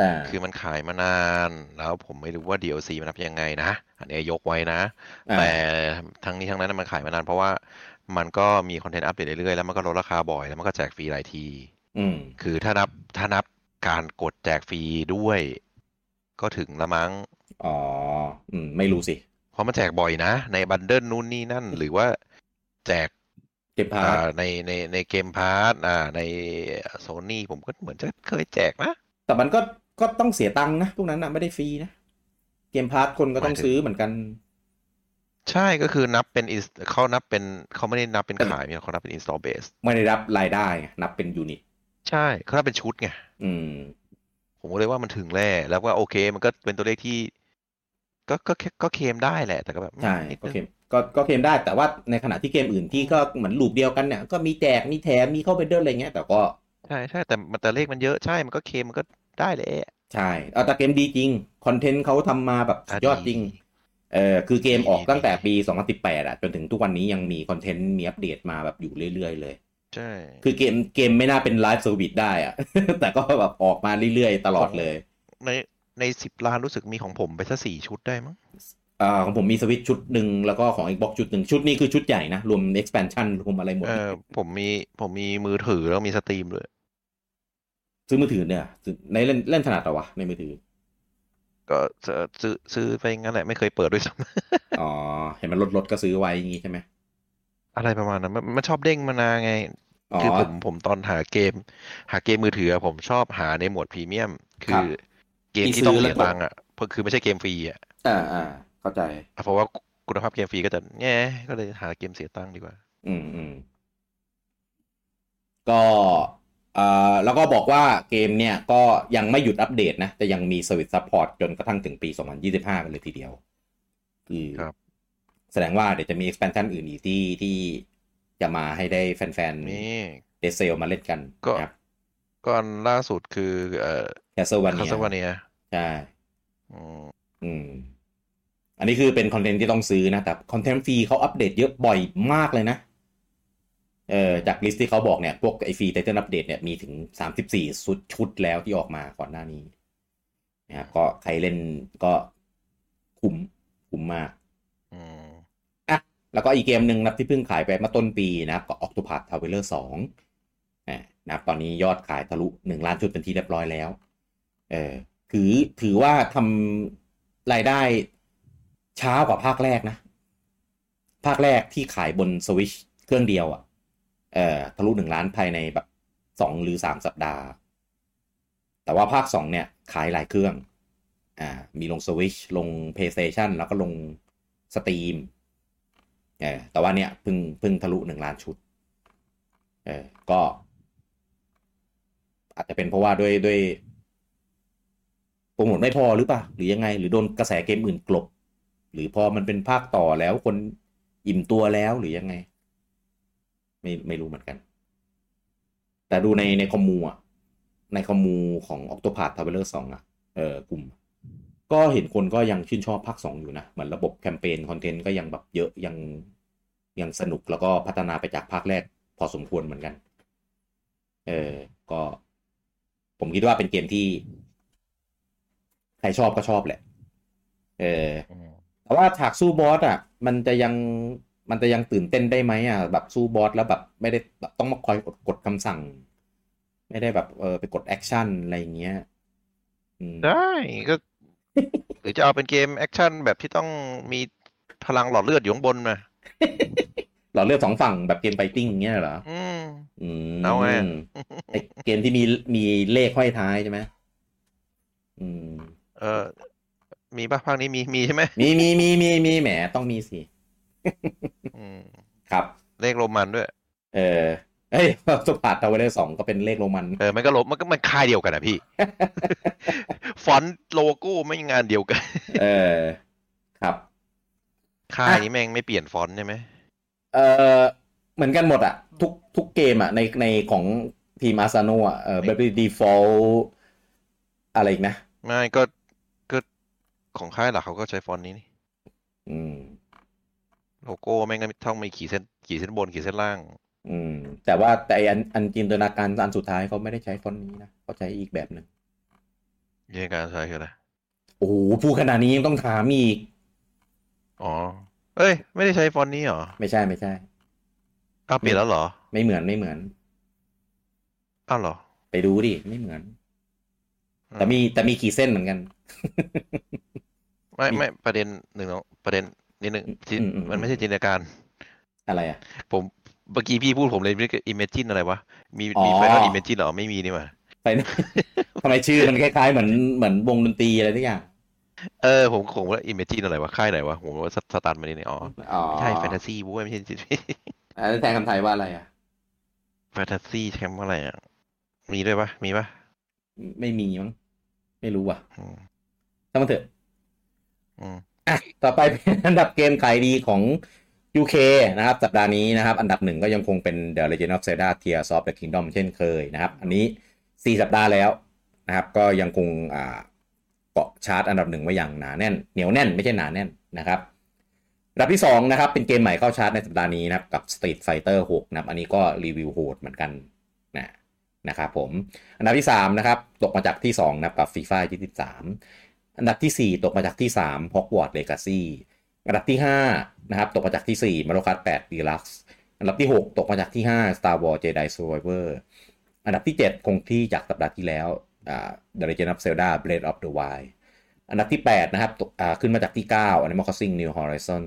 S1: อ่า
S2: คือมันขายมานานแล้วผมไม่รู้ว่า DLC มันนับยังไงนะ อันนี้ยกไว้นะ แต่ทั้งนี้ทั้งนั้นมันขายมานานเพราะว่ามันก็มีคอนเทนต์อัปเดตเรื่อยๆแล้วมันก็ลดราคาบ่อยแล้วมันก็แจกฟรีหลายที
S1: อืม
S2: คือถ้านับถ้านับการกดแจกฟรีด้วย ก็ถึงละมั้ง
S1: อ๋อ อืม ไม่รู้สิ
S2: เพราะมันแจกบ่อยนะ ในบันเดิลนู่นนี่นั่น หรือว่าแจก
S1: เก็บพาร์ท
S2: อ่าในในในเกมพาร์ทอ่าในโซนี่ผมก็เหมือนจะเคยแจกนะ
S1: แต่มันก็ก็ต้องเสียตังค์นะพวกนั้นนะไม่ได้ฟรีนะ เกมพาร์ทคนก็ต้อง
S2: หมายถึง
S1: ซื้อเหมือนกัน
S2: ใช่ก็คือนับเป็น is- เขานับเป็นเขาไม่ได้นับเป็น
S1: เป็น
S2: ขายเนี่ยเขานับเป็น install base
S1: ไม่ได้รับรายได้ไงนับเป็นยูนิต
S2: ใช่เขานับเป็นชุดไง
S1: อืม
S2: ผมก็เลยว่ามันถึงแร่แล้วก็โอเค มันก็เป็นตัวเลขที่ ก็ก็ก็ก็เคลมได้แหละ แต่ก็แบบ
S1: ใช่
S2: นิด
S1: ก็
S2: นึง
S1: เคลมก็ก็เคลมได้แต่ว่าในขณะที่เกมอื่นที่ก็เหมือนลูปเดียวกันเนี่ย ก็มีแจกมีแถมมีเข้าไปเดินอะไรเงี้ยแต่ก็
S2: ใช่ใช่แต่แต่เลขมันเยอะใช่มันก็เคลมมันก็ได้แหละ
S1: ใช่เอาแต่เกมดีจริง คอนเทนต์เขาทำมาแบบสุดยอดจริง เออคือเกมออกตั้งแต่ปี 2018อะจนถึงทุกวันนี้ยังมีคอนเทนต์มีอัปเดตมาแบบอยู่เรื่อยๆเลย
S2: ใช่
S1: คือเกมเกมไม่น่าเป็นไลฟ์เซอร์วิสได้อะ แต่ก็แบบออกมาเรื่อยๆ ตลอดเลย
S2: ในในสิบล้านรู้สึกมีของผมไปสักสี่ชุดได้มั้ง
S1: อ่าของผมมีสวิตชุดหนึ่งแล้วก็ของ Xbox ชุดหนึ่งชุดนี้คือชุดใหญ่นะ รวม expansion รวมอะไรหมด
S2: เออผมมีผมมีมือถือแล้วมีสตรีมด้วย
S1: ซื้อมือถือเนี่ยซื้อในเล่นเล่นถนัดเหรอวะ ในมือถือ
S2: ก็ซื้อซื้อซื้อไปงั้นแหละไม่เคยเปิดด้วยซ้
S1: อ๋อ เห็นมันลดลดก็ซื้อไว้อย่างงี้ใช่ไหม
S2: ำ อะไรประมาณนั้นมันมันชอบเด้งมานาไง
S1: อ๋อ
S2: คือผมผมตอนหาเกม หาเกมมือถือผมชอบหาในหมวดพรีเมียม คื
S1: ครั
S2: อบ เกม
S1: ที่
S2: ที่ต้อง
S1: ซื้อแล้ว
S2: เสี
S1: ย กด
S2: ตังค์อ่ะเพราะคือไม่ใช่เกมฟรีอ่ะ
S1: อ่าอ่าเข้าใจ
S2: เพราะว่าคุณภาพเกมฟรีก็จะแง่ก็เลยหาเกมเสียตังค์ดีกว่า
S1: อืมอืมก็เอ่อแล้วก็บอกว่าเกมเนี่ยก็ยังไม่หยุดอัปเดตนะ แต่ยังมีสวิตซัพพอร์ตจนกระทั่งถึงปี 2025 กันเลยทีเดียว คือ
S2: ครับ
S1: แสดงว่าเดี๋ยวจะมี expansion อื่นอีกที่ที่จะมาให้ได้แฟน
S2: นี่
S1: ๆเดซเซลมาเล่นกัน
S2: ก็
S1: นะครับ
S2: ก่อนล่าสุดคือเอ่อ
S1: แคสเซิลวัน
S2: คา
S1: เนี
S2: สวาเนีย
S1: ใช่ อืม อันนี้คือเป็นคอนเทนต์ที่ต้องซื้อนะ แต่คอนเทนต์ฟรีเขาอัปเดตเยอะบ่อยมากเลยนะ เออจากลิสต์ที่เขาบอกเนี่ย พวกไอฟรีไตเติลอัปเดตเนี่ยมีถึงสามสิบสี่ชุดชุดแล้วที่ออกมาก่อนหน้านี้นะครับก็ใครเล่นก็คุ้มคุ้มมาก
S2: อืม
S1: อ่ะแล้วก็อีกเกมหนึ่งนะครับที่เพิ่งขายไปเมาต้นปีนะครับก็ Octopath Traveler 2อ่านะครับตอนนี้ยอดขายทะลุ 1 ล้านชุดเป็นที่เรียบร้อยแล้วเออถือถือว่าทำรายได้ช้ากว่าภาคแรกนะ ภาคแรกที่ขายบน Switch เครื่องเดียวอะ่ะเออทะลุ 1 ล้านภายในแบบ2หรือ 3 สัปดาห์ แต่ว่าภาค 2 เนี่ย ขายหลายเครื่องอ่ามีลง Switch ลง PlayStation แล้วก็ลง Steam เออแต่ว่าเนี่ยเพิ่งเพิ่งทะลุหนึ่งล้านชุด เออก็ อาจจะเป็นเพราะว่าด้วยด้วยโปรโมทไม่พอหรือเปล่าหรือยังไง หรือโดนกระแสเกมอื่นกลบ หรือพอมันเป็นภาคต่อแล้วคนอิ่มตัวแล้วหรือยังไง ไม่ไม่รู้เหมือนกัน แต่ดูในในคอมมูอ่ะ ในคอมมูของ Octopath Traveler 2 อ่ะ เออกลุ่ม ก็เห็นคนก็ยังชื่นชอบภาคสองอยู่นะ เหมือนระบบแคมเปญคอนเทนต์ก็ยังแบบเยอะยังยังสนุกแล้วก็พัฒนาไปจากภาคแรกพอสมควรเหมือนกัน เออ ก็ ผมคิดว่าเป็นเกมที่ ใครชอบก็ชอบแหละ เออ
S2: อืม
S1: แต่ว่าฉากสู้บอสอ่ะ มันจะยังมันจะยังตื่นเต้นได้ไหมอ่ะ แบบสู้บอสแล้วแบบไม่ได้แบบต้องมาคอยกดกดคำสั่ง ไม่ได้แบบเออไปกดแอคชั่นอะไรอย่างเงี้ยอืม
S2: ได้ก็ หรือจะเอาเป็นเกมแอคชั่นแบบที่ต้องมีพลังหลอดเลือดอยู่ข้างบนนะ
S1: หลอดเลือดสองฝั่งแบบเกมไฟติ้งอย่างเงี้ยเหรอ
S2: อืม
S1: อืม
S2: เอาไง
S1: ไอเกมที่มีมีเลขห้อยท้ายใช่ไหมอืม
S2: เออมีป่ะภาคนี้มีมีใช่ไหม
S1: มีมีมีมีมีแหมต้องมีสิ
S2: อืม
S1: ครับ
S2: เลขโรมันด้วย
S1: เออเฮ้ยสปาร์ตทาวเวอร์สองก็เป็นเลขโรมัน
S2: เออมันก็ลบมันก็มันค่ายเดียวกันนะพี่ ฟอนต์โลโก้ไม่งานเดียวกัน
S1: เออ ครับ
S2: ค่ายนี้แม่งไม่เปลี่ยนฟอนต์ใช่ไหม
S1: เออเหมือนกันหมดอะทุกทุกเกมอะในในของทีมอาซาโนอะเออแบบดีฟอลอะไรอีกนะ
S2: ไม่ก็ก็ของค่ายหลักเขาก็ใช้ฟอนต์นี้นี่
S1: อืม
S2: โลโก้แม่งก็ไม่ต้องมีขีดเส้นขีดเส้นบนขีดเส้นล่าง
S1: อืม แต่ว่าแต่ไอ้อันอันจินตนาการอันสุดท้ายเขาไม่ได้ใช้ฟอนต์นี้นะเขาใช้อีกแบบหนึ่ง
S2: เรื่องการใช้คืออะไร
S1: โอ้โหพูดขนาดนี้ยังต้องถามอีก
S2: อ๋อเอ้ย ไม่ได้ใช้ฟอนต์นี้เหรอ
S1: ไม่ใช่ไม่ใช่
S2: อ้าวเปลี่ยนแล้วเหรอ
S1: ไม่เหมือนไม่เหมือน
S2: อ้าวเหรอ
S1: ไปดูดิไม่เหมือน แต่มีแต่มีขีดเส้นเหมือนกัน
S2: ไม่
S1: มี
S2: ไม่ประเด็นหนึ่งเนอะประเด็นนิดหนึ่งที่
S1: อืมอืมอืม
S2: มันไม่ใช่จินตนาการ
S1: อะไรอ่ะ
S2: ผมเมื่อกี้พี่พูดผมเลยนึกอิมเมจินอะไรวะ มี
S1: อ๋อ
S2: มีไฟนอลอิมเมจินเหรอ ไม่มีนี่หว่า
S1: ไป ทำไมชื่อมันคล้ายๆเหมือนเหมือนวงดนตรีอะไรทุกอย่าง
S2: เออผมผมว่าอิมเมจินอะไรวะ ค่ายไหนวะ ผมว่าสสตาร์ทมานี่นี่อ๋อ
S1: อ๋อ
S2: ไม่ใช่แฟนตาซีบุ้ยไม่ใช่ จิน
S1: อ่าแล้วแทนคำไทยว่าอะไรอ่ะ
S2: แฟนตาซีแชมป์อะไรอ่ะ มีด้วยปะมีปะ
S1: ไม่มีมั้งไม่รู้ว่ะ
S2: อืม
S1: ถ้างมันเถอะ
S2: อืม
S1: อ่ะต่อไปเป็น อันดับเกมขายดีของ UK นะครับ สัปดาห์นี้นะครับ อันดับหนึ่งก็ยังคงเป็น The Legend of Zelda Tears of the Kingdom เช่นเคยนะครับ อันนี้ 4 สัปดาห์แล้วนะครับ ก็ยังคงอ่าเกาะชาร์ตอันดับหนึ่งไว้อย่างหนาแน่น เหนียวแน่นไม่ใช่หนาแน่นนะครับอันดับที่ 2 นะครับ เป็นเกมใหม่เข้าชาร์ตในสัปดาห์นี้นะครับ กับ Street Fighter 6 นะครับ อันนี้ก็รีวิวโหดเหมือนกันนะนะครับผม อันดับที่ 3 นะครับ ตกมาจากที่ 2 นะครับกับ FIFA 23 อันดับทีสี่ 4 ตกมาจากที่ 3 Hogwarts Legacy อันดับที่ 5 นะครับ ตกมาจากที่ 4 Mario Kart 8 Deluxe อันดับที่ 6 ตกมาจากที่ 5 Star Wars Jedi Survivor อันดับที่ 7 คงที่จากสัปดาห์ที่แล้วอ่า The Legend of Zelda Breath of the Wild อันดับที่ 8 นะครับตกอ่าขึ้นมาจากที่ 9 Animal Crossing New Horizon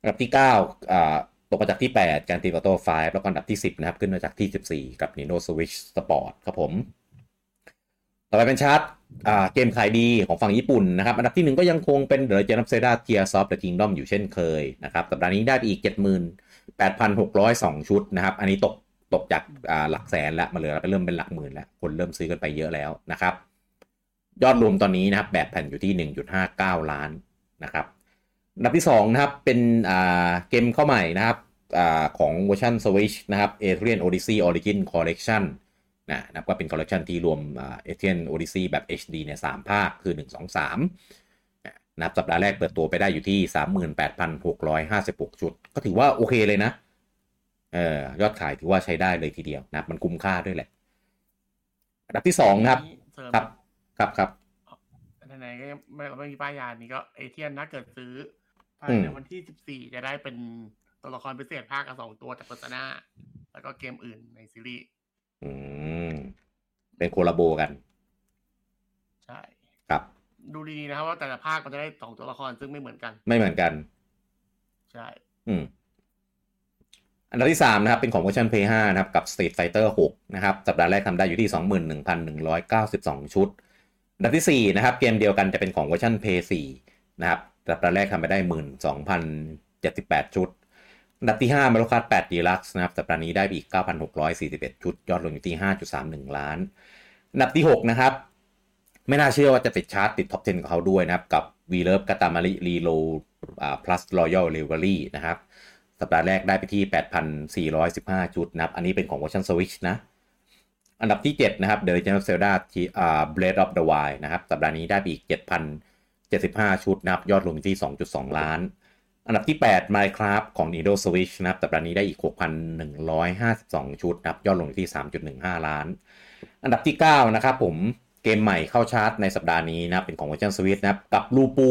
S1: อันดับที่9อ่าตกมาจากที่ 8 การตีวัตโต้ไฟแล้วก็อันดับที่ 10 นะครับ ขึ้นมาจากที่ 14 กับ Nintendo Switch Sport ครับผม ต่อไปเป็นชาร์ตอ่าเกมขายดีของฝั่งญี่ปุ่นนะครับ อันดับที่หนึ่งก็ยังคงเป็น The Legend of Zelda Tears of the Kingdom อยู่เช่นเคยนะครับ สัปดาห์นี้ได้ไปอีก 78,602 ชุดนะครับ อันนี้ตกตกจากอ่าหลักแสนละมาเหลือไปเริ่มเป็นหลักหมื่นแล้วคนเริ่มซื้อกันไปเยอะแล้วนะครับ ยอดรวมตอนนี้นะครับแบบแผ่นอยู่ที่ 1.59 ล้านนะครับ อันดับที่ 2 นะครับ เป็นอ่าเกมเข้าใหม่นะครับอาของเวอร์ชัน Switch นะครับ Alien Odyssey Origin Collection นะนับว่าเป็นคอลเลกชันที่รวมเอเทียนโอดิซีแบบ HD เนี่ยสามภาค คือ 1 2 3 นะครับสัปดาห์แรกเปิดตัวไปได้อยู่ที่ 38,656 ชุด ก็ถือว่าโอเคเลยนะเออยอดขายถือว่าใช้ได้เลยทีเดียวนะครับมันคุ้มค่าด้วยแหละ อันดับที่ 2 ครับ
S3: เสริม
S1: ครับ ครับครับ
S3: ไหนๆก็ยังไม่เราไม่มีป้ายยานี้ก็ไอเทียนถ้าเกิดซื้อภาย
S1: อืม
S3: ในวันที่สิบสี่14 จะได้เป็นตัวละครพิเศษภาคละสองตัวจาก p พ r s o นาแล้วก็เกมอื่นในซีรีส์
S1: อืมเป็นโคลาโบกัน
S3: ใช่
S1: ครับ
S3: ดูดีๆนะครับว่าแต่ละภาคมันจะได้สองตัวละครซึ่งไม่เหมือนกัน
S1: ไม่เหมือนกัน
S3: ใช่
S1: อืม อันดับที่ 3 นะครับ เป็นของเวอร์ชัน Play 5 นะครับ กับ Street Fighter 6 นะครับ สัปดาห์แรกทำได้อยู่ที่ 21,192 ชุด อันดับทีสี่4 นะครับ เกมเดียวกันจะเป็นของเวอร์ชัน Play 4 นะครับ สัปดาห์แรกทำไปได้ 12,078 ชุด อันดับที่ 5 Mario Kart 8 Deluxe นะครับ สัปดาห์นี้ได้ไปอีก 9,641 ชุด ยอดรวมอยู่ที่ 5.31 ล้าน อันดับที่ 6 นะครับ ไม่น่าเชื่อว่าจะติดชาร์ตติดท็อป 10 ของเขาด้วยนะครับ กับ V Love Katamari Reload อ่า plus royal delivery นะครับ สัปดาห์แรกได้ไปที่ 8,415 ชุดนะครับ อันนี้เป็นของเวอร์ชัน Switch นะ อันดับที่ 7 นะครับ The Legend of Zelda ที่อ่า Breath of the Wild นะครับ สัปดาห์นี้ได้ไปอีก 7,075 ชุดนะครับ ยอดรวมอยู่ที่ 2.2 ล้าน อันดับที่ 8 Minecraft ของ Nintendo Switch นะครับ สัปดาห์นี้ได้อีก 6,152 ชุดนะครับ ยอดรวมอยู่ที่ 3.15 ล้าน อันดับที่ 9 นะครับผม เกมใหม่เข้าชาร์ตในสัปดาห์นี้นะครับ เป็นของเวอร์ชัน Switch นะครับ กับลูปู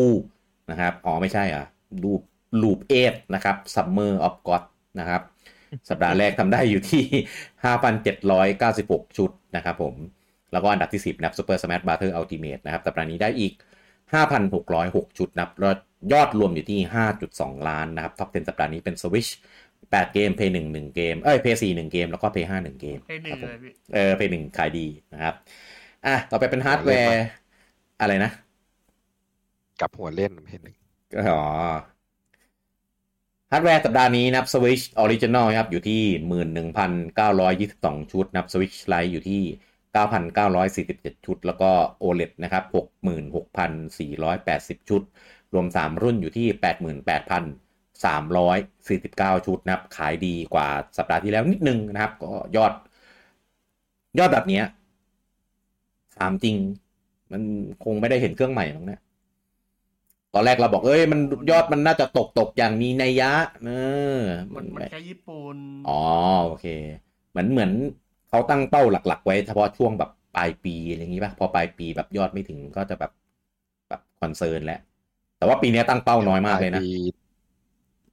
S1: นะครับ อ๋อ ไม่ใช่เหรอ่ะรูปรูปเอทนะครับ Summer of God นะครับ สัปดาห์แรกทำได้อยู่ที่ 5,796 ชุดนะครับผม แล้วก็อันดับที่ 10 นะครับ Super Smash b r o t h e r Ultimate นะครับ สัปดาห์นี้ได้อีก 5,606 ชุดนะครับยอดยอดรวมอยู่ที่ 5.2 ล้านนะครับ Top 10 สัปดาห์นี้เป็น Switch 8 เกม Play 1 1 เกม เอ้ย Play 4 1 เกม แล้วก็ Play 5 1 เกม
S3: ให้หนึ่
S1: ค
S3: ง
S1: รับผม
S3: เลยพี่
S1: เออเพย์หนึ่งขายดีนะครับ อ่ะ ต่อไปเป็นฮาร์ดแวร์ อะไรนะ
S4: กลับหัวเล่นเพนหนึ่ง
S1: อ๋อ ฮาร์ดแวร์สัปดาห์นี้นะครับ Switch Original นะครับ อยู่ที่ 11,922 ชุดนะครับ Switch Lite อยู่ที่ 9,947 ชุด แล้วก็ OLED นะครับ 66,480 ชุด รวม 3 รุ่นอยู่ที่ 88,349 ชุดนะครับ ขายดีกว่าสัปดาห์ที่แล้วนิดนึงนะครับ ก็ยอด ยอดแบบเนี้ยถามจริง มันคงไม่ได้เห็นเครื่องใหม่หรอกเนะ ตอนแรกเราบอกเอ้ยมันยอดมันน่าจะตกตกอย่างมีนัยยะเออ
S3: มั
S1: มัน น
S3: มัน
S1: ไม่
S3: แค่ญี่ปุ่น
S1: อ๋อโอเค เหมือนเหมือนเขาตั้งเป้าหลัก ๆ ไว้เฉพาะช่วงแบบปลายปีอะไรอย่างนี้ป่ะพอปลายปีแบบยอดไม่ถึงก็จะแบบแบบคอนเซิร์นแล้วแต่ว่าปีเนี้ยตั้งเป้าน้อยมากเลยนะ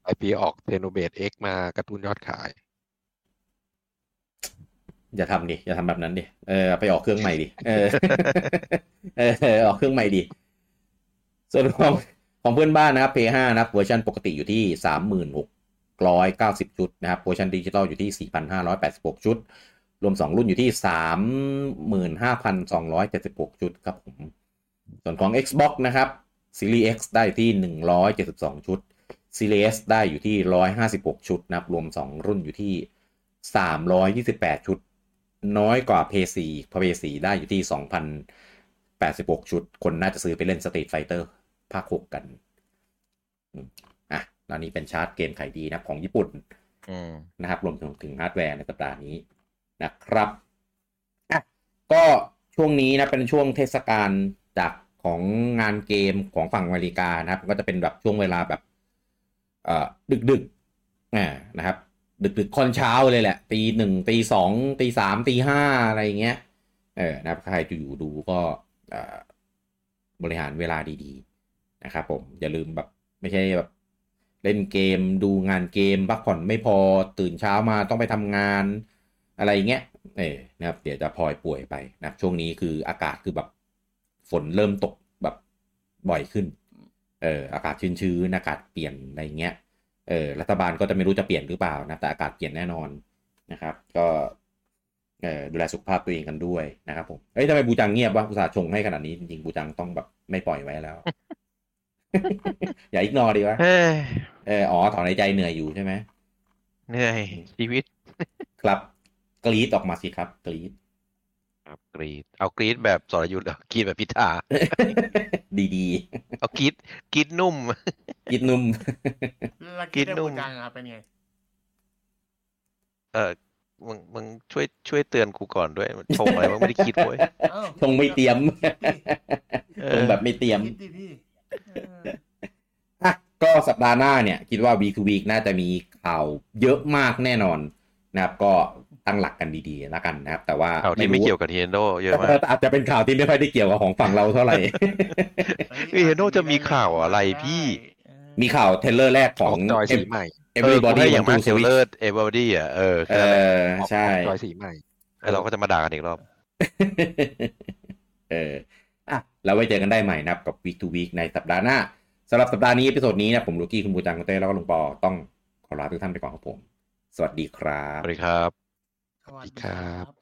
S4: ไอปีออกเทโนเบตเอ็กมากระตุ้นยอดขาย
S1: อย่าทำดิอย่าทำแบบนั้นดิเออไปออกเครื่องใหม่ดิเออ เออออกเครื่องใหม่ดิ ส่วนของของเพื่อนบ้านนะครับ P5 นะครับเวอร์ชันปกติอยู่ที่ 36,90 ชุดนะครับเวอร์ชันดิจิตอลอยู่ที่ 4,586 ชุด รวม 2 รุ่นอยู่ที่ 35,276 ชุดครับผม ส่วนของ Xbox นะครับ Series X ได้อยู่ที่ 172 ชุด Series S ได้อยู่ที่ 156 ชุดนะครับรวม 2 รุ่นอยู่ที่ 328 ชุด น้อยกว่า p พ4เพราะ p พ4ได้อยู่ที่ 2,086 ชุด คนน่าจะซื้อไปเล่น Street Fighter ภาค 6 กันอืมอ่ะตอนนี้เป็นชาร์ตเกมขายดีนะครับของญี่ปุ่น
S2: อืม
S1: นะครับรวมถึงถึงฮาร์ดแวร์ในสัปดาห์นี้นะครับอ่ะก็ช่วงนี้นะเป็นช่วงเทศกาลจากของงานเกมของฝั่งอเมริกานะครับ ก็จะเป็นแบบช่วงเวลาแบบเอ่อดึกดึกๆอ่านะครับ ดึกดึกๆค่อนเช้าเลยแหละตีหนึ่งตีสองตีสามตีห้าอะไรอย่างเงี้ยเออนะครับใครจะอยู่ดูก็เอ่อบริหารเวลาดีๆนะครับผมอย่าลืมแบบไม่ใช่แบบ เล่นเกมดูงานเกมพักผ่อนไม่พอตื่นเช้ามาต้องไปทำงานอะไรอย่างเงี้ยเออนะครับเดี๋ยวจะพลอยป่วยไปนะครับช่วงนี้คืออากาศคือแบบฝนเริ่มตกแบบบ่อยขึ้นเอออากาศชื้นๆอากาศเปลี่ยนอะไรเงี้ยเออรัฐบาลก็จะไม่รู้จะเปลี่ยนหรือเปล่านะแต่อากาศเปลี่ยนแน่นอนนะครับ ก็เออดูแลสุขภาพตัวเองกันด้วยนะครับผมเอ้ยทำไมบูจังเงียบวะอุตส่าห์ชงให้ขนาดนี้จริงๆบูจังต้องแบบไม่ปล่อยไว้แล้ว อย่าอิกนอดีวะ
S2: เฮ้ย
S1: เอออ๋อถอนหายใจเหนื่อยอยู่ใช่ไหม
S2: เหนื่อยชีวิต
S1: ครับ กรีดออกมาสิครับ กรีด
S2: ครับกรีดเอากรีดแบบสรยุทธ์เหรอกรีดแบบพิธา
S1: ดี
S2: เอากรีดกรีดนุ่ม
S1: ๆกรีดนุ่ม
S3: แล้วกิน
S2: กิ
S3: ได้
S2: นนม
S3: บูจังอ่ะเป็นไง
S2: เออมึงมึงช่วยช่วยเตือนกูก่อนด้วยชง อะไรมึงไม่ได้คิดเว้ย
S3: อ้าว
S1: ชงไม่เตรียม
S2: เอ
S1: ช
S2: อง
S1: แบบไม่เตรียม
S3: คิดดิพี่
S1: อ่ะก็สัปดาห์หน้าเนี่ย คิดว่าวีควีคน่าจะมีข่าวเยอะมากแน่นอนนะครับ ก็ตั้งหลักกันดีๆแล้วกันนะครับ แต่ว่า
S2: ข่าวที่ไม่
S1: รู้
S2: เกี่ยวกับ Nintendo เยอะมาก
S1: แต่อาจจะเป็นข่าวที่ไม่ค่อยได้เกี่ยวกับของฝั่งเราเท่าไห ร่
S2: เฮ้ยเฮโน่จะมีข่าวอะไรพี่
S1: มีข่าวเทรลเลอร์แรกข
S4: อ
S1: อ
S4: อง กจอยสีใหม่
S1: Everybody
S2: เออกูให้อย่างมาก
S1: Want to
S2: เซล
S1: Switch
S2: เลอร์เอเวอร์ดี้อ่ะเออ
S1: เอ
S2: แค่นั้นแหละ
S1: อใช่
S4: ออกจอยสีใหม่
S2: แล้วเราก็จะมาด่ากันอีกรอบ
S1: เอออ่ะเราไว้เจอกันได้ใหม่นะครับกับ Week to Week ในสัปดาห์หน้าสำหรับสัปดาห์นี้ e p พิโซดนี้นะผมลูกี้คุณบูจังคุณเต้แล้วก็ลุงปอต้องขอลาทุกท่านไปก่อนครับผม สวัสดีครั
S2: ส
S1: บ
S2: วัสดีครับ
S3: สวัสดี
S4: ครับ